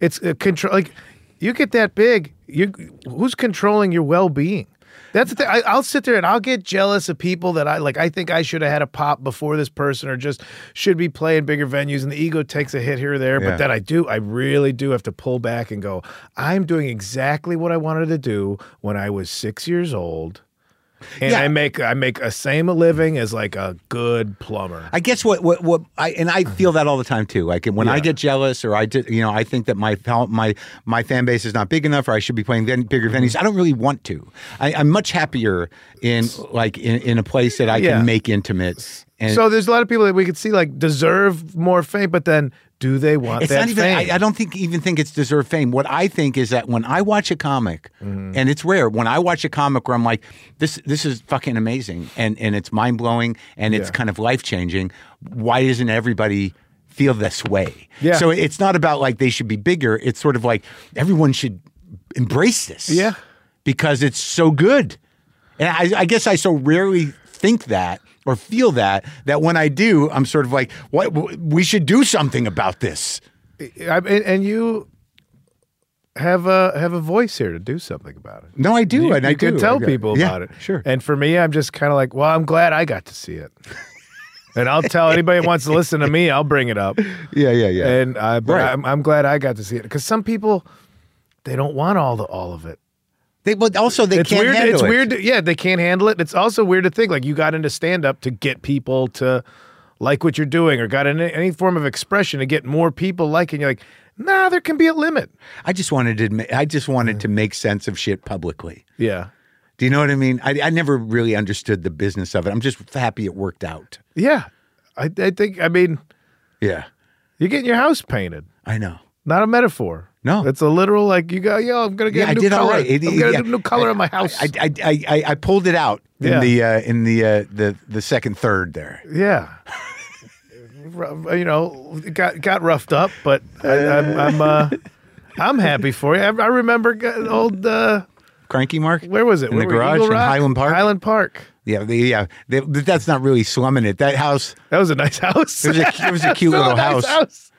B: it's a control like you get that big you who's controlling your well-being that's the thing. I, I'll sit there and I'll get jealous of people that I like. I think I should have had a pop before this person, or just should be playing bigger venues. And the ego takes a hit here or there.
A: Yeah.
B: But then I do, I really do have to pull back and go, I'm doing exactly what I wanted to do when I was six years old. And
A: Yeah.
B: I make, I make a same a living as like a good plumber.
A: I guess what what what I and I
B: Mm-hmm.
A: feel that all the time too. Like when I get jealous or I did, you know, I think that my fal- my my fan base is not big enough or I should be playing ven- bigger
B: Mm-hmm.
A: venues. I don't really want to. I, I'm much happier in like in, in a place that I
B: Yeah.
A: can make intimate. And
B: so there's a lot of people that we could see like deserve more fame, but then do they want
A: It's
B: that
A: not even.
B: fame?
A: I, I don't think even think it's deserved fame. What I think is that when I watch a comic,
B: Mm-hmm.
A: and it's rare when I watch a comic where I'm like, this this is fucking amazing, and and it's mind blowing, and it's
B: Yeah.
A: kind of life changing. Why doesn't everybody? Feel this way,
B: Yeah.
A: So it's not about like they should be bigger. It's sort of like everyone should embrace this,
B: Yeah.
A: because it's so good. And I, I guess I so rarely think that or feel that that when I do, I'm sort of like, what? We should do something about this.
B: I, and, and you have a have a voice here to do something about it.
A: No, I do, and
B: you
A: I
B: can
A: do.
B: tell
A: I-
B: people
A: yeah,
B: about it.
A: Sure.
B: And for me, I'm just kind of like, well, I'm glad I got to see it. and I'll tell anybody that wants to listen to me, I'll bring it up.
A: yeah, yeah, yeah.
B: And I, but
A: Right.
B: I'm, I'm glad I got to see it because some people they don't want all the all of it.
A: They but also they
B: It's
A: can't
B: weird.
A: handle
B: It's
A: it.
B: weird. To, yeah, they can't handle it. It's also weird to think like you got into stand up to get people to like what you're doing, or got into any form of expression to get more people liking. You're like, nah, there can be a limit.
A: I just wanted to admit, I just wanted to make sense of shit publicly.
B: Yeah,
A: Do you know what I mean? I, I never really understood the business of it. I'm just happy it worked out.
B: yeah. I, I think. I mean,
A: Yeah,
B: you're getting your house painted.
A: I know.
B: Not a metaphor.
A: No.
B: it's a literal. Like you go, yo, I'm gonna get
A: Yeah,
B: a
A: I
B: new
A: did
B: color.
A: all right. It-
B: I'm
A: it-
B: gonna
A: yeah.
B: do new color on my house.
A: I I, I, I, I pulled it out
B: Yeah.
A: in the uh, in the uh, the the second third there.
B: Yeah. Ru- you know, it got got roughed up, but I, I'm I'm uh, I'm happy for you. I, I remember g- old uh,
A: Cranky Mark.
B: where was it?
A: In
B: Where
A: the
B: were-
A: garage
B: Eagle
A: in
B: Rock?
A: Highland Park?
B: Highland Park.
A: Yeah, the, yeah. They, but that's not really slumming it. That house,
B: That was a nice house.
A: It was a- it was a cute
B: Still
A: little
B: nice
A: house.
B: house.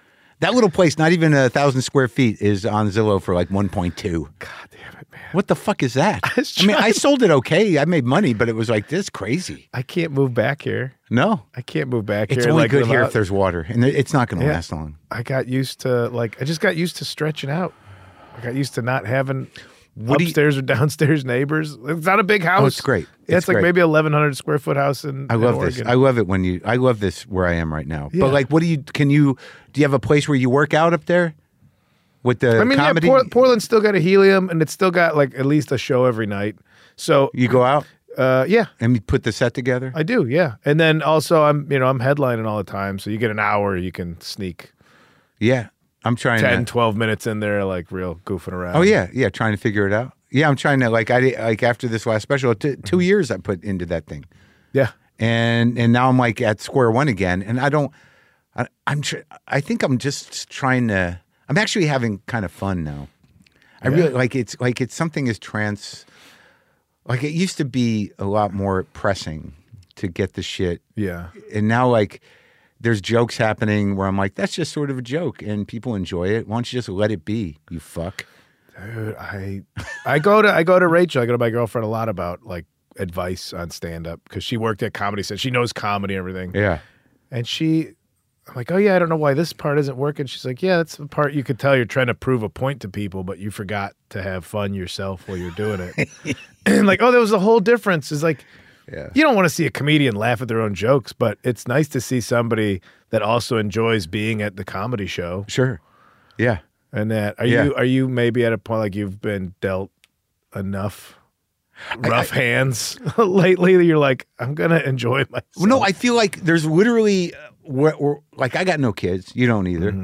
A: that little place, not even a thousand square feet, is on Zillow for like one point two.
B: God damn it, man!
A: What the fuck is that? I,
B: was
A: mean, I
B: trying-
A: sold it okay. I made money, but it was like this crazy.
B: I can't move back here.
A: No,
B: I can't move back
A: it's
B: here.
A: only
B: like,
A: good here if
B: without-
A: there's water, and it- it's not going to
B: Yeah.
A: last long.
B: I got used to like I just got used to stretching out. I got used to not having
A: What do you- Oh,
B: upstairs or downstairs neighbors. It's not a big house.
A: it's great.
B: Yeah, it's,
A: It's
B: like
A: great.
B: maybe eleven hundred square foot house in.
A: I
B: in
A: love this.
B: Oregon.
A: I love it when you. I love this where I am right now.
B: Yeah.
A: But like, what do you? Can you? Do you have a place where you work out up there? With the
B: I mean,
A: comedy,
B: yeah, Port- Portland's still got a helium, and it's still got like at least a show every night. So,
A: you go out
B: uh, yeah,
A: and you put the set together.
B: I do. Yeah, and then also I'm you know I'm headlining all the time, so you get an hour you can sneak
A: yeah, I'm trying
B: 10,
A: to.
B: 12 minutes in there, like real goofing around.
A: Oh yeah, yeah, trying to figure it out. Yeah, I'm trying to like I di- like after this last special, t- two years I put into that thing,
B: yeah.
A: and and now I'm like at square one again, and I don't. I, I'm. Tr- I think I'm just trying to. I'm actually having kind of fun now. I really like it's like it's something is trans. Like it used to be a lot more pressing to get the shit
B: Yeah.
A: and now like there's jokes happening where I'm like, that's just sort of a joke, and people enjoy it. Why don't you just let it be, you fuck?
B: Dude, I I go to I go to Rachel, I go to my girlfriend a lot about like advice on stand up because she worked at comedy so she knows comedy and everything.
A: Yeah,
B: And she I'm like, Oh yeah, I don't know why this part isn't working. She's like, Yeah, that's the part you could tell you're trying to prove a point to people, but you forgot to have fun yourself while you're doing it. and like, oh, there was a whole difference. It's like
A: yeah,
B: you don't want to see a comedian laugh at their own jokes, but it's nice to see somebody that also enjoys being at the comedy show
A: sure, yeah.
B: and that are
A: Yeah.
B: you are you maybe at a point like you've been dealt enough rough hands lately that you're like I'm gonna enjoy myself.
A: Well, no, I feel like there's literally uh, where, where, like I got no kids, you don't either,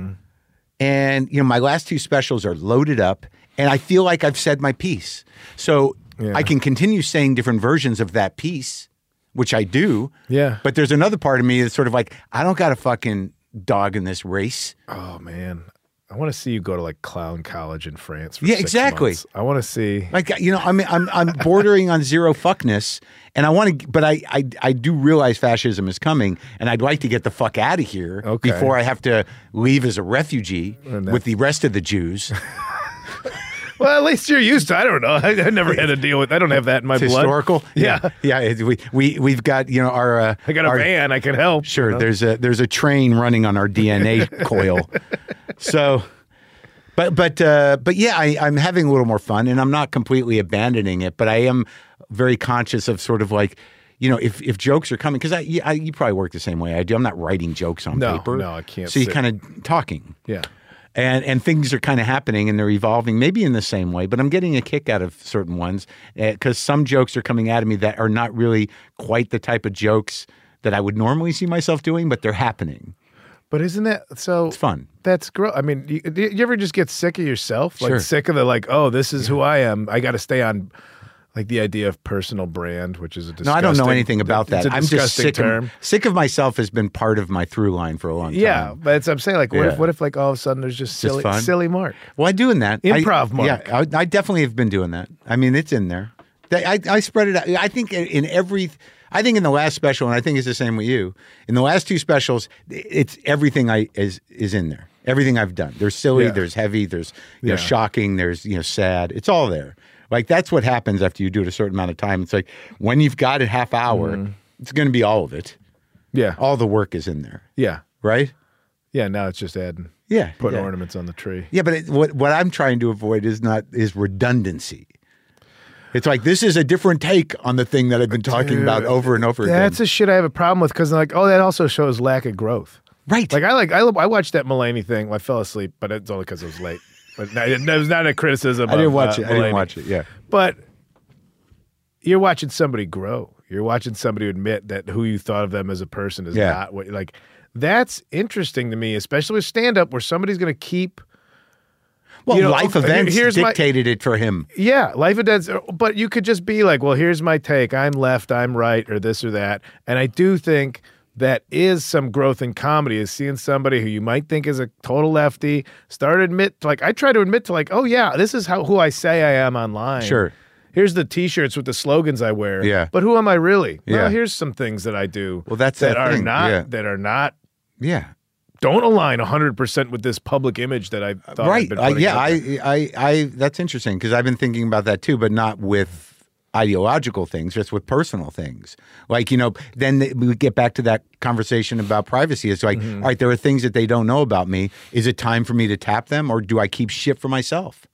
A: and you know my last two specials are loaded up, and I feel like I've said my piece, so
B: Yeah.
A: I can continue saying different versions of that piece, which I do.
B: yeah.
A: But there's another part of me that's sort of like, I don't got a fucking dog in this race.
B: oh man, I want to see you go to like clown college in France. For
A: Yeah,
B: six
A: exactly.
B: months. I want to see.
A: Like you know, I mean, I'm I'm bordering on zero fuckness, and I want to, but I, I I do realize fascism is coming, and I'd like to get the fuck out of here
B: Okay. Uh,
A: before I have to leave as a refugee
B: that-
A: with the rest of the Jews.
B: Well, at least you're used to. I don't know. I, I never had to deal with. I don't have that in my
A: It's
B: blood.
A: historical,
B: Yeah.
A: yeah. it- we we we've got you know our uh,
B: I got a
A: our-
B: van. I can help.
A: Sure, there's a there's a train running on our DNA coil, so. But but uh, but yeah, I, I'm having a little more fun, and I'm not completely abandoning it. But I am very conscious of sort of like, you know, if if jokes are coming, because I, you- I you probably work the same way I do. I'm not writing jokes on
B: No,
A: paper.
B: no, I can't
A: So you're
B: sit-
A: kind of talking,
B: Yeah.
A: and and things are kind of happening, and they're evolving, maybe in the same way. But I'm getting a kick out of certain ones because some jokes are coming out of me that are not really quite the type of jokes that I would normally see myself doing, but they're happening.
B: But isn't that so?
A: It's fun.
B: That's gross. I mean, you, do you ever just get sick of yourself? Like
A: Sure.
B: sick of the like, oh, this is who I am. I got to stay on like the idea of personal brand, which is a
A: No,
B: disgusting,
A: I don't know anything about
B: It's
A: that.
B: a
A: I'm just
B: disgusting
A: sick
B: term.
A: of sick of myself has been part of my through line for a long time.
B: yeah, but it's, I'm saying like, what
A: Yeah.
B: if what if like all of a sudden there's just silly
A: fun.
B: silly Mark?
A: Well, I doing that I-
B: Improv, Mark.
A: Yeah, I, I definitely have been doing that. I mean, it's in there. That- I, I spread it out. I think in every, I think in the last special, and I think it's the same with you. In the last two specials, it's everything I is is in there. Everything I've done. There's silly.
B: Yeah.
A: There's heavy. There's you know
B: Yeah.
A: shocking. There's you know sad. It's all there. Like that's what happens after you do it a certain amount of time. It's like when you've got a half hour,
B: Mm.
A: it's going to be all of it.
B: Yeah,
A: All the work is in there,
B: yeah,
A: right?
B: yeah. Now it's just adding
A: Yeah.
B: putting
A: yeah.
B: ornaments on the tree.
A: Yeah, but it, what what I'm trying to avoid is not is redundancy. It's like this is a different take on the thing that I've been talking about over and over
B: That's
A: again.
B: the shit I have a problem with because like, oh, that also shows lack of growth.
A: right.
B: Like I like I, I watched that Mulaney thing. Well, I fell asleep, but it's only because it was late. But no, it was not a criticism.
A: I didn't
B: of,
A: watch
B: uh,
A: it. I didn't
B: Mulaney.
A: watch it. Yeah.
B: But you're watching somebody grow. You're watching somebody admit that who you thought of them as a person is
A: Yeah.
B: not what like. That's interesting to me, especially with stand up, where somebody's going to keep.
A: Well,
B: You know,
A: life
B: okay,
A: events
B: here's my-
A: dictated it for him.
B: Yeah, life and death. But you could just be like, well, here's my take. I'm left, I'm right, or this or that. And I do think that is some growth in comedy is seeing somebody who you might think is a total lefty start to admit like I try to admit to like, oh yeah, this is how who I say I am online.
A: Sure.
B: Here's the t-shirts with the slogans I wear.
A: Yeah.
B: But who am I really?
A: Yeah.
B: Well, here's some things that I do
A: Well, that's
B: that
A: that
B: are
A: thing,
B: not
A: yeah.
B: that are not
A: Yeah.
B: don't align 100% with this public image that I thought I'd
A: right
B: been
A: I,
B: putting
A: yeah
B: out there.
A: I, I i that's interesting because i've been thinking about that too but not with ideological things just with personal things like you know then th- we get back to that conversation about privacy it's like
B: Mm-hmm.
A: all right there are things that they don't know about me is it time for me to tap them or do i keep shit for myself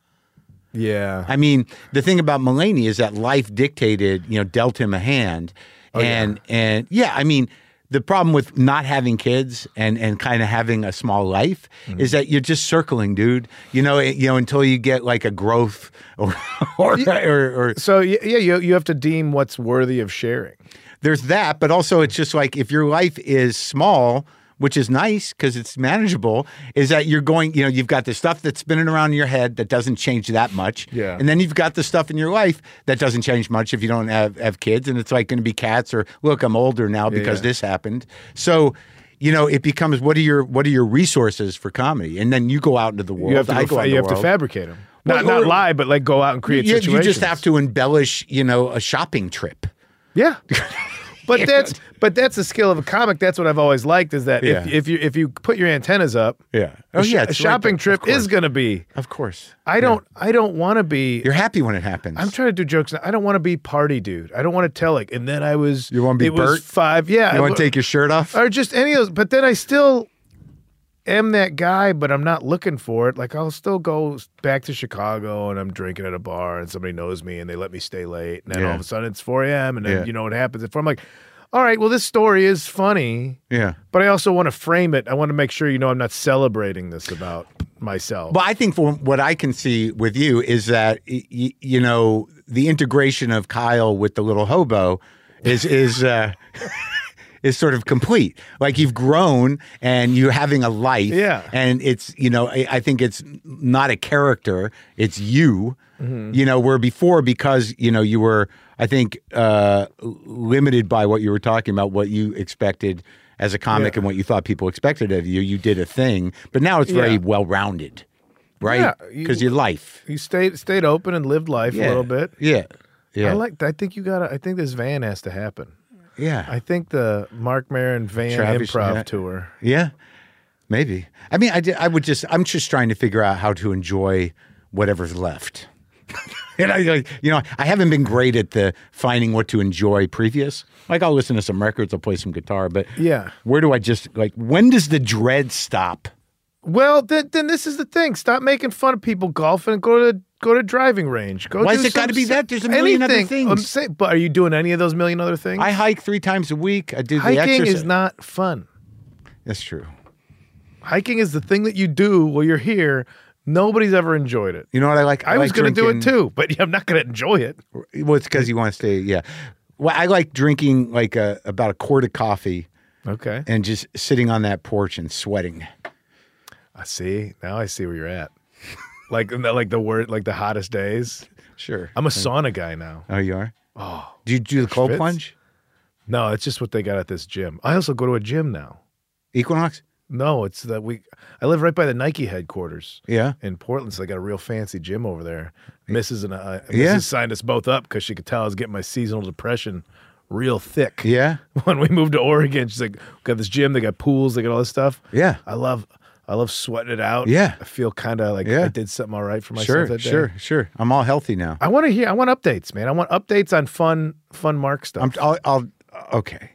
B: Yeah.
A: I mean, the thing about Mulaney is that life dictated, you know, dealt him a hand. and and yeah, I mean, the problem with not having kids and and kind of having a small life is that you're just circling, dude. You know, it- you know, until you get like a growth or or, or, or
B: So y- yeah, you you have to deem what's worthy of sharing.
A: there's that, but also it's just like if your life is small, which is nice because it's manageable, is that you're going, you know, you've got the stuff that's spinning around in your head that doesn't change that much.
B: Yeah.
A: And then you've got the stuff in your life that doesn't change much if you don't have, have kids. And it's like going to be cats or look, I'm older now because
B: yeah.
A: this happened. So, you know, it becomes what are your what are your resources for comedy? And then you go out into the world.
B: You have to
A: I
B: go
A: go
B: fa-
A: out in
B: you
A: the
B: have to
A: world.
B: fabricate them.
A: Well,
B: Not not
A: or-
B: lie, but like go out and create
A: you, you
B: situations.
A: just have to embellish, you know, a shopping trip.
B: Yeah. But that's but that's the skill of a comic. That's what I've always liked is that
A: Yeah.
B: if, if you if you put your antennas up,
A: Yeah.
B: a
A: Oh,
B: sh-
A: yeah,
B: a
A: it's right
B: shopping
A: there. Of
B: trip is
A: course.
B: gonna be.
A: Of course.
B: I don't I don't want to be.
A: You're happy when it happens.
B: I'm trying to do jokes. now. I don't want to be party dude. I don't want to tell like. And then I was.
A: You wanna be
B: it was
A: Bert?
B: Five. Yeah.
A: You
B: I
A: want
B: wa-
A: to take your shirt off?
B: or just any of those. But then I still am that guy, but I'm not looking for it. Like I'll still go back to Chicago and I'm drinking at a bar and somebody knows me and they let me stay late. And then
A: Yeah.
B: all of a sudden it's 4 a.m. and then
A: Yeah.
B: you know what happens if I'm like, all right, well, this story is funny.
A: Yeah.
B: But I also want to frame it. I want to make sure you know I'm not celebrating this about myself.
A: Well, I think from what I can see with you is that y- y- you know the integration of Kyle with the little hobo is is uh, is sort of complete. Like you've grown and you're having a life.
B: Yeah.
A: and it's you know I, I think it's not a character; it's you.
B: Mm-hmm.
A: You know, where before because you know you were I think uh, l- limited by what you were talking about, what you expected. As a comic and what you thought people expected of you, you did a thing, but now it's very
B: Yeah.
A: well rounded, right?
B: Yeah,
A: Because your life.
B: you stayed stayed open and lived life a little bit.
A: Yeah. Yeah.
B: I like. I think you gotta. I think this van has to happen.
A: yeah.
B: I think the Mark Maron van
A: Travis-
B: improv
A: yeah.
B: tour.
A: yeah. Maybe. I mean, I, did, I would just, I'm just trying to figure out how to enjoy whatever's left. and I, like, you know, I haven't been great at the finding what to enjoy previous. Like, I'll listen to some records, I'll play some guitar, but
B: Yeah.
A: where do I just, like, when does the dread stop?
B: Well, then, then this is the thing. Stop making fun of people golfing and go to go to driving range. Go.
A: Why
B: do
A: has it gotta
B: some-
A: be that? There's a million other
B: anything.
A: things.
B: I'm saying, but are you doing any of those million other things?
A: I hike three times a week. I do the
B: Hiking
A: exercise.
B: is not fun.
A: That's true.
B: Hiking is the thing that you do while you're here. Nobody's ever enjoyed it.
A: You know what I like?
B: I, was
A: like
B: going to do it
A: drinking-
B: too, but I'm not going to enjoy it.
A: Well, it's because you want to stay. Yeah. Well, I like drinking like a, about a quart of coffee
B: Okay.
A: and just sitting on that porch and sweating.
B: I see. Now I see where you're at. Like in the- like the word like the hottest days.
A: Sure.
B: I'm a sauna guy now.
A: oh, you are. Oh. Do you do the cold
B: Fits.
A: plunge?
B: No, it's just what they got at this gym. I also go to a gym now.
A: Equinox.
B: No, it's that we. I live right by the Nike headquarters.
A: Yeah.
B: in Portland, so they got a real fancy gym over there. Mrs. and I, Mrs.
A: Yeah.
B: signed us both up because she could tell I was getting my seasonal depression real thick.
A: Yeah.
B: When we moved to Oregon, she's like, "Got this gym. They got pools. They got all this stuff."
A: Yeah.
B: I love, I love sweating it out.
A: Yeah.
B: I feel kind of like
A: Yeah.
B: I did something all right for myself.
A: Sure.
B: that day.
A: Sure. Sure. I'm all healthy now.
B: I want to hear. I want updates, man. I want updates on fun, fun Mark stuff.
A: I'm. I'll, I'll. Okay.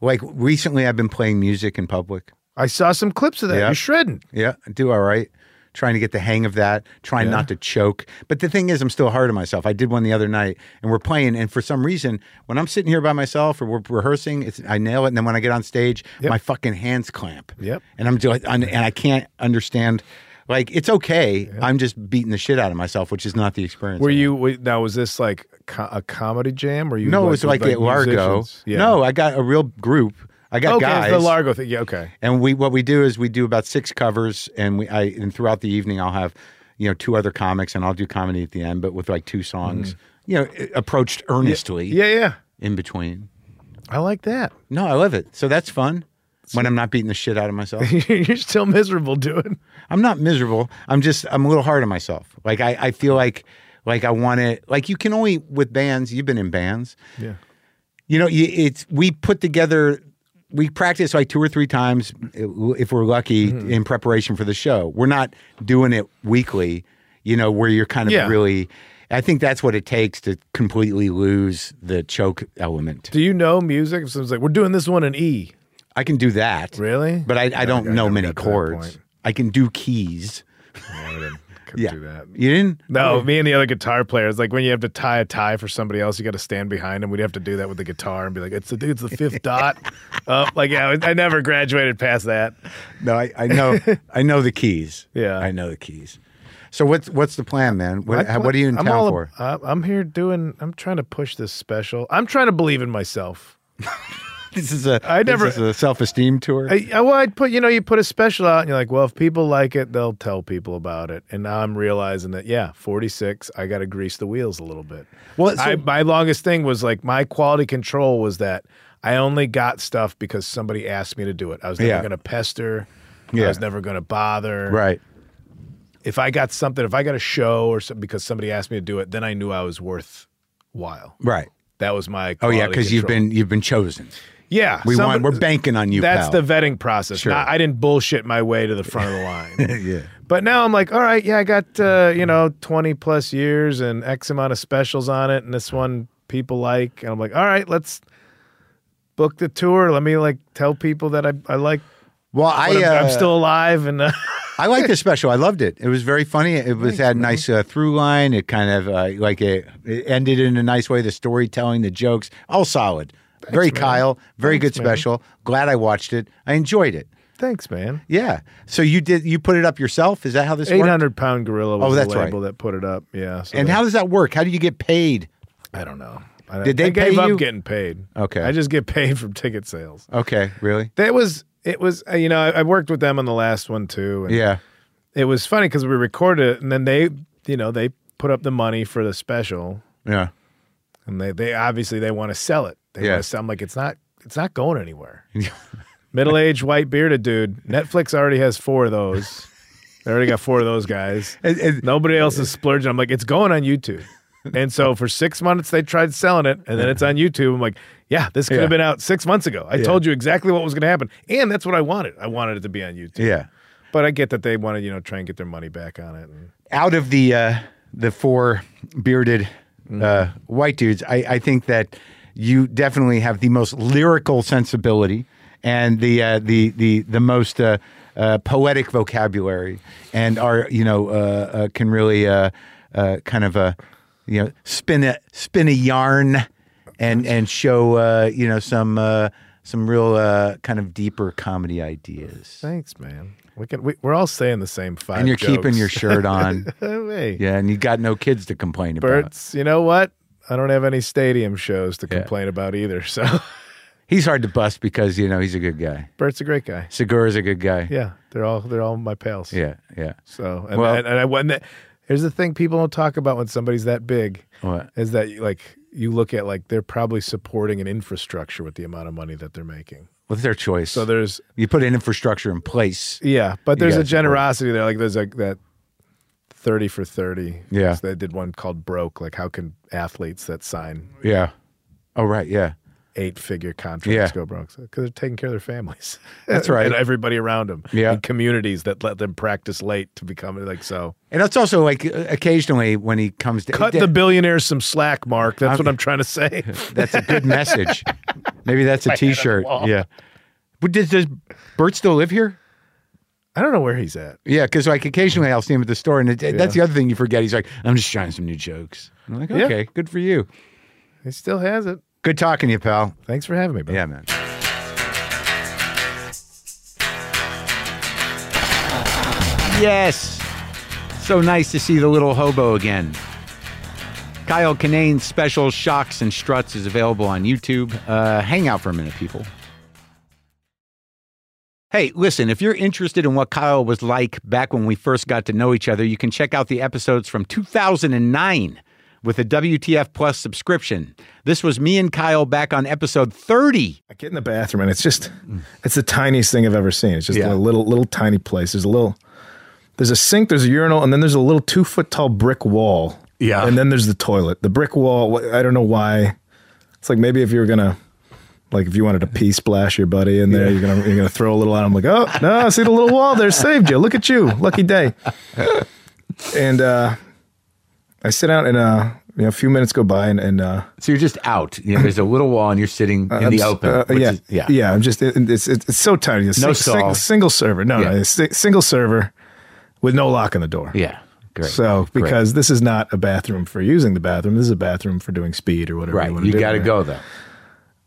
A: Like recently, I've been playing music in public.
B: I saw some clips of that.
A: Yeah.
B: You're shredding.
A: Yeah, I do all right. trying to get the hang of that, trying
B: Yeah.
A: not to choke. But the thing is, I'm still hard on myself. I did one the other night, and we're playing, and for some reason, when I'm sitting here by myself or we're rehearsing, it's, I nail it, and then when I get on stage,
B: Yep.
A: my fucking hands clamp.
B: Yep.
A: and I'm doing, and and I can't understand. Like it's okay. I'm just beating the shit out of myself, which is not the experience.
B: Were you wait, now? Was this like co- a comedy jam? Or you?
A: No, it was like, at Largo.
B: musicians? Yeah.
A: No, I got a real group. I got
B: okay, it's
A: guys.
B: the Largo thing. Yeah, okay.
A: And we what we do is we do about six covers, and we I and throughout the evening I'll have, you know, two other comics, and I'll do comedy at the end, but with like two songs, you know, i- approached earnestly
B: Mm-hmm. Yeah, yeah.
A: in between.
B: I like that.
A: No, I love it. So that's fun when I'm not beating the shit out of myself.
B: You're still miserable doing.
A: I'm not miserable. I'm just I'm a little hard on myself. Like I I feel like like I want to like you can only with bands. You've been in bands.
B: Yeah.
A: You know, you, it's we put together. We practice like two or three times uh, if we're lucky
B: Mm-hmm.
A: in preparation for the show. We're not doing it weekly, you know, where you're kind of
B: Yeah.
A: really. I think that's what it takes to completely lose the choke element.
B: Do you know music? If someone's like, we're doing this one in E.
A: I can do that,
B: Really?
A: but I, I don't
B: think I
A: know
B: never
A: many
B: got to that
A: chords.
B: point.
A: I can do keys.
B: I didn't- couldn't
A: Yeah,
B: do that.
A: you didn't.
B: No, me and the other guitar players, like when you have to tie a tie for somebody else, you got to stand behind them. We'd have to do that with the guitar and be like, "It's the it's the fifth dot." Uh, like, yeah, I never graduated past that.
A: No, I, I know. I know the keys.
B: Yeah.
A: I know the keys. So what's what's the plan, man? What,
B: I-
A: what are you in
B: I'm
A: town
B: all-
A: for?
B: I- I'm here doing. I'm trying to push this special. I'm trying to believe in myself.
A: This is a
B: I never-
A: this is a self esteem tour.
B: I, I, well, I'd put you know you put a special out and you're like, well, if people like it, they'll tell people about it. And now I'm realizing that yeah, 46, I got to grease the wheels a little bit.
A: Well, so-
B: I, my longest thing was like my quality control was that I only got stuff because somebody asked me to do it. I was never
A: Yeah.
B: going to pester.
A: Yeah.
B: I was never going to bother.
A: right.
B: If I got something, if I got a show or something because somebody asked me to do it, then I knew I was worthwhile.
A: Right.
B: That was my.
A: Oh yeah,
B: quality
A: because you've
B: control.
A: been you've been chosen.
B: Yeah,
A: We
B: some-
A: want we're banking on you.
B: That's
A: pal.
B: the vetting process.
A: Sure.
B: Not- I didn't bullshit my way to the front of the line.
A: yeah.
B: But now I'm like, all right, yeah, I got uh, you know 20 plus years and X amount of specials on it, and this one people like, and I'm like, all right, let's book the tour. Let me like tell people that I I like.
A: Well, I
B: But I'm,
A: uh,
B: I'm still alive, and uh,
A: I like the special. I loved it. It was very funny. It was had a nice uh, through line. It kind of uh, like it, it ended in a nice way. The storytelling, the jokes, all solid. very Kyle. Very
B: Thanks,
A: good
B: man.
A: special. Glad I watched it. I enjoyed it.
B: thanks, man.
A: Yeah. So you did you put it up yourself? Is that how this works?
B: 800 pound gorilla was
A: Oh, that's
B: the
A: right.
B: label that put it up. Yeah, so
A: And
B: that-
A: how does that work? How do you get paid?
B: I don't know. I,
A: Did they
B: I gave
A: pay
B: up
A: you?
B: getting paid?
A: Okay.
B: I just get paid from ticket sales.
A: Okay, really?
B: That was it was uh, you know I, I worked with them on the last one too. And
A: Yeah.
B: it was funny because we recorded it and then they you know they put up the money for the special
A: Yeah.
B: and they they obviously they want to sell it. They
A: Yeah.
B: want to sell. I'm like it's not it's not going anywhere. Middle aged white bearded dude. Netflix already has four of those. They already got four of those guys.
A: And- and-
B: Nobody else is splurging. I'm like it's going on YouTube. And so for six months they tried selling it, and then it's on YouTube. I'm like, yeah, this could
A: Yeah.
B: have been out six months ago. I told you exactly what was going to happen, and that's what I wanted. I wanted it to be on YouTube.
A: Yeah.
B: But I get that they want to, you know, try and get their money back on it. And
A: Out of the uh the four bearded uh white dudes, I, I think that you definitely have the most lyrical sensibility and the uh the the the most uh, uh poetic vocabulary and are you know uh, uh can really uh uh kind of uh you know spin a spin a yarn and and show uh you know some uh some real uh kind of deeper comedy ideas.
B: thanks, man. We can. We, we're all saying the same five.
A: and you're keeping your
B: jokes.
A: shirt on.
B: hey,
A: Yeah, and you got no kids to complain about.
B: Bert's. You know what? I don't have any stadium shows to
A: Yeah.
B: complain about either. So
A: He's hard to bust because you know he's a good guy.
B: Bert's a great guy.
A: Segura's a good guy.
B: Yeah, they're all they're all my pals.
A: yeah, yeah.
B: So and
A: Well-
B: and, and I when that, here's the thing people don't talk about when somebody's that big
A: What?
B: is that like you look at like they're probably supporting an infrastructure with the amount of money that they're making.
A: What's their choice?
B: So there's
A: you put an infrastructure in place.
B: Yeah, but
A: You
B: there's a
A: guys support-
B: generosity there. Like there's like that thirty for thirty.
A: Yeah.
B: So they did one called broke. Like how can athletes that sign
A: Yeah. Oh right. Yeah.
B: eight figure contracts
A: Yeah.
B: go broke? Because they're taking care of their families.
A: That's right.
B: and everybody around them.
A: Yeah.
B: And communities that let them practice late to become like so.
A: And that's also like uh, occasionally when he comes to
B: Cut the billionaires some slack, Mark. That's what I'm trying to say.
A: That's a good message. Maybe that's a T-shirt.
B: wall.
A: Yeah. But does, does Bert still live here?
B: I don't know where he's at.
A: Yeah, because like occasionally I'll see him at the store, and it, that's the other thing you forget. He's like, I'm just trying some new jokes. And I'm like,
B: Yeah.
A: okay, good for you.
B: He still has it.
A: Good talking to you, pal.
B: Thanks for having me, bro.
A: Yeah, man. Yes. So nice to see the little hobo again. Kyle Kinane's special Shocks and Struts is available on YouTube. Uh, hang out for a minute, people. Hey, listen, if you're interested in what Kyle was like back when we first got to know each other, you can check out the episodes from 2009 with a WTF Plus subscription. This was me and Kyle back on episode 30.
B: I get in the bathroom and it's just it's the tiniest thing I've ever seen. It's just
A: Mm. Yeah.
B: a little little tiny place. There's a little there's a sink, there's a urinal, and then there's a little two foot tall brick wall.
A: Yeah.
B: And then there's the toilet. The brick wall, wh- I don't know why. It's like maybe if you were gonna like if you wanted to pee splash your buddy in there, you're gonna you're gonna throw a little out. I'm like, oh no, I see the little wall there saved you. Look at you. Lucky day. and uh I sit out and uh you know, a few minutes go by and, and uh
A: So you're just out. You know, there's a little wall and you're sitting in
B: I'm
A: the
B: s-
A: open.
B: uh,
A: which
B: yeah,
A: is-
B: yeah, yeah. I'm just it- it's it's, it's so tiny. It's
A: No
B: sing- sing-
A: stall.
B: single server. No,
A: Yeah.
B: no, it's si- single server with no lock on the door.
A: Yeah. Great.
B: So
A: Great.
B: because this is not a bathroom for using the bathroom, this is a bathroom for doing speed or whatever.
A: right,
B: you,
A: you,
B: want to do.
A: got to go though.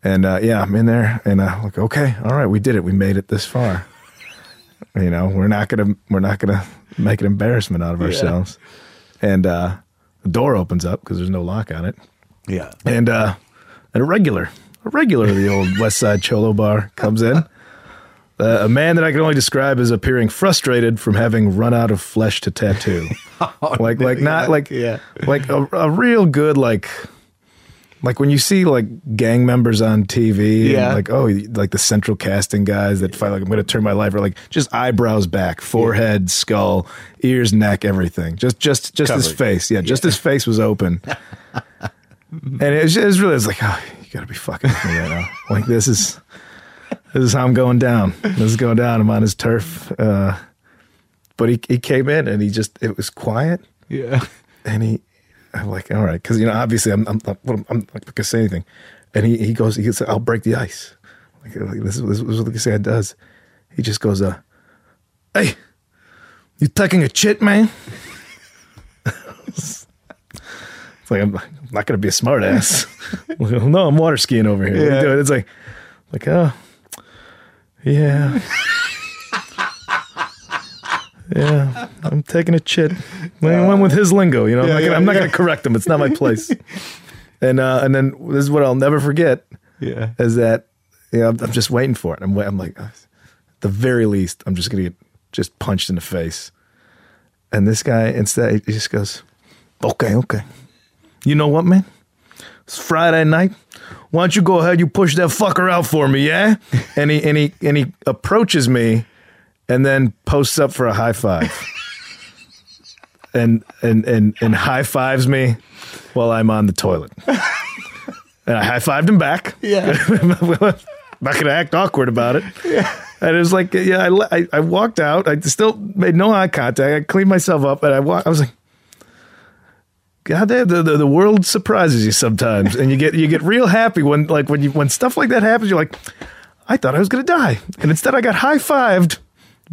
B: And uh, yeah, I'm in there, and uh, like, okay, all right, we did it. We made it this far. you know, we're not gonna we're not gonna make an embarrassment out of ourselves. And uh, the door opens up because there's no lock on it
A: Yeah.
B: and uh, and a regular, a regular of the old West Side Cholo Bar comes in. Uh, a man that I can only describe as appearing frustrated from having run out of flesh to tattoo,
A: Oh,
B: like like not like
A: yeah.
B: like a, a real good like like when you see like gang members on TV, and,
A: Yeah.
B: like oh like the central casting guys that fight like I'm gonna turn my life or like just eyebrows back, forehead, skull, ears, neck, everything, just just just his
A: Covered.
B: face, yeah, just his face was open. And it was, it was really, it was like, oh, you gotta be fucking with me right now. like this is, this is how I'm going down. This is going down. I'm on his turf. Uh, but he he came in and he just, it was quiet.
A: Yeah.
B: And he, I'm like, all right, because you know, obviously, I'm I'm I'm, I'm, I'm not gonna say anything. And he he goes, he goes, I'll break the ice. Like, like, this, is- this is what this guy does. He just goes, uh, hey, you tucking a chit, man? it's like I'm, I'm not gonna be a smartass. well, no, I'm water skiing over here. What are
A: Yeah.
B: you doing? It's like, like, oh, yeah. Yeah, I'm taking a chit. Well, he went with his lingo, you know. I'm not,
A: yeah,
B: gonna, I'm not
A: yeah.
B: gonna correct him. It's not my place. and uh, and then this is what I'll never forget
A: Yeah.
B: is that you know, I'm, I'm just waiting for it. I'm, wait, I'm like, "Ugh." at the very least, I'm just gonna get just punched in the face. And this guy instead, he just goes, "Okay, okay, you know what, man? It's Friday night. Why don't you go ahead? You push that fucker out for me, yeah?" And he and he and he approaches me, and then posts up for a high five. And, and and and high fives me while I'm on the toilet. And I high fived him back.
A: Yeah.
B: not gonna act awkward about it. Yeah. And it was like, yeah, I, le- I, I walked out. I still made no eye contact. I cleaned myself up, and I wa- I was like, God damn, the, the the world surprises you sometimes, and you get you get real happy when like when you when stuff like that happens. You're like, I thought I was gonna die, and instead I got high fived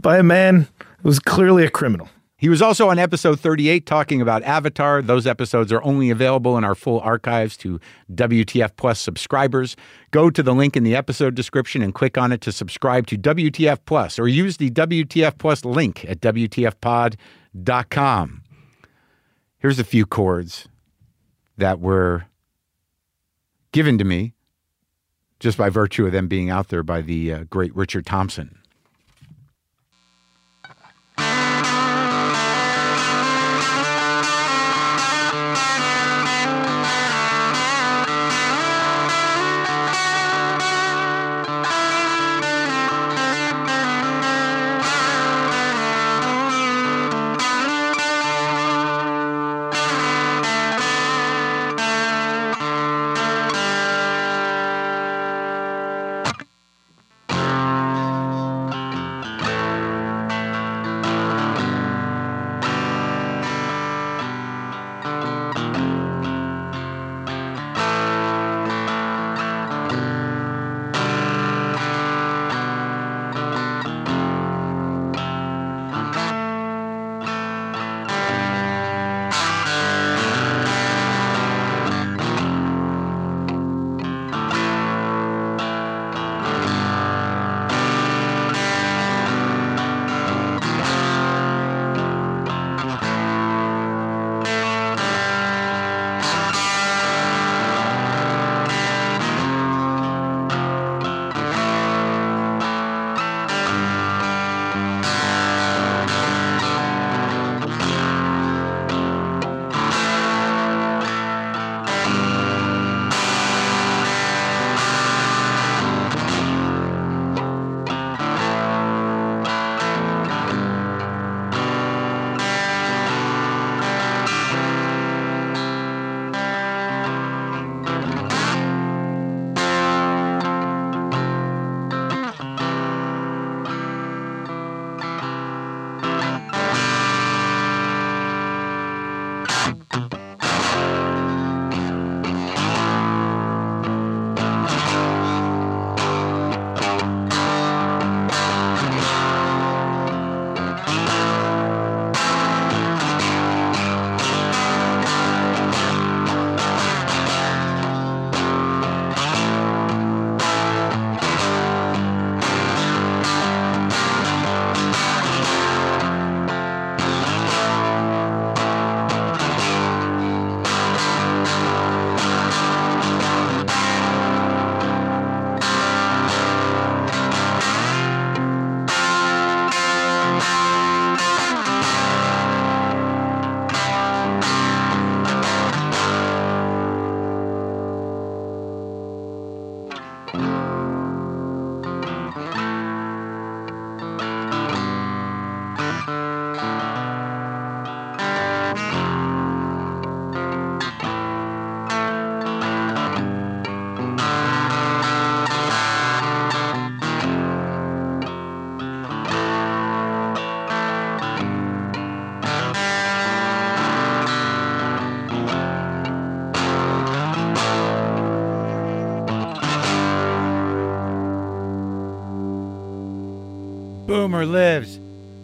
B: by a man who was clearly a criminal.
A: He was also on episode 38 talking about Avatar. Those episodes are only available in our full archives to WTF Plus subscribers. Go to the link in the episode description and click on it to subscribe to WTF Plus or use the WTF Plus link at WTFpod.com. Here's a few chords that were given to me just by virtue of them being out there by the uh, great Richard Thompson. Boomer lives.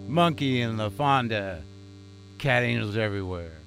A: Monkey in La Fonda. Cat angels everywhere.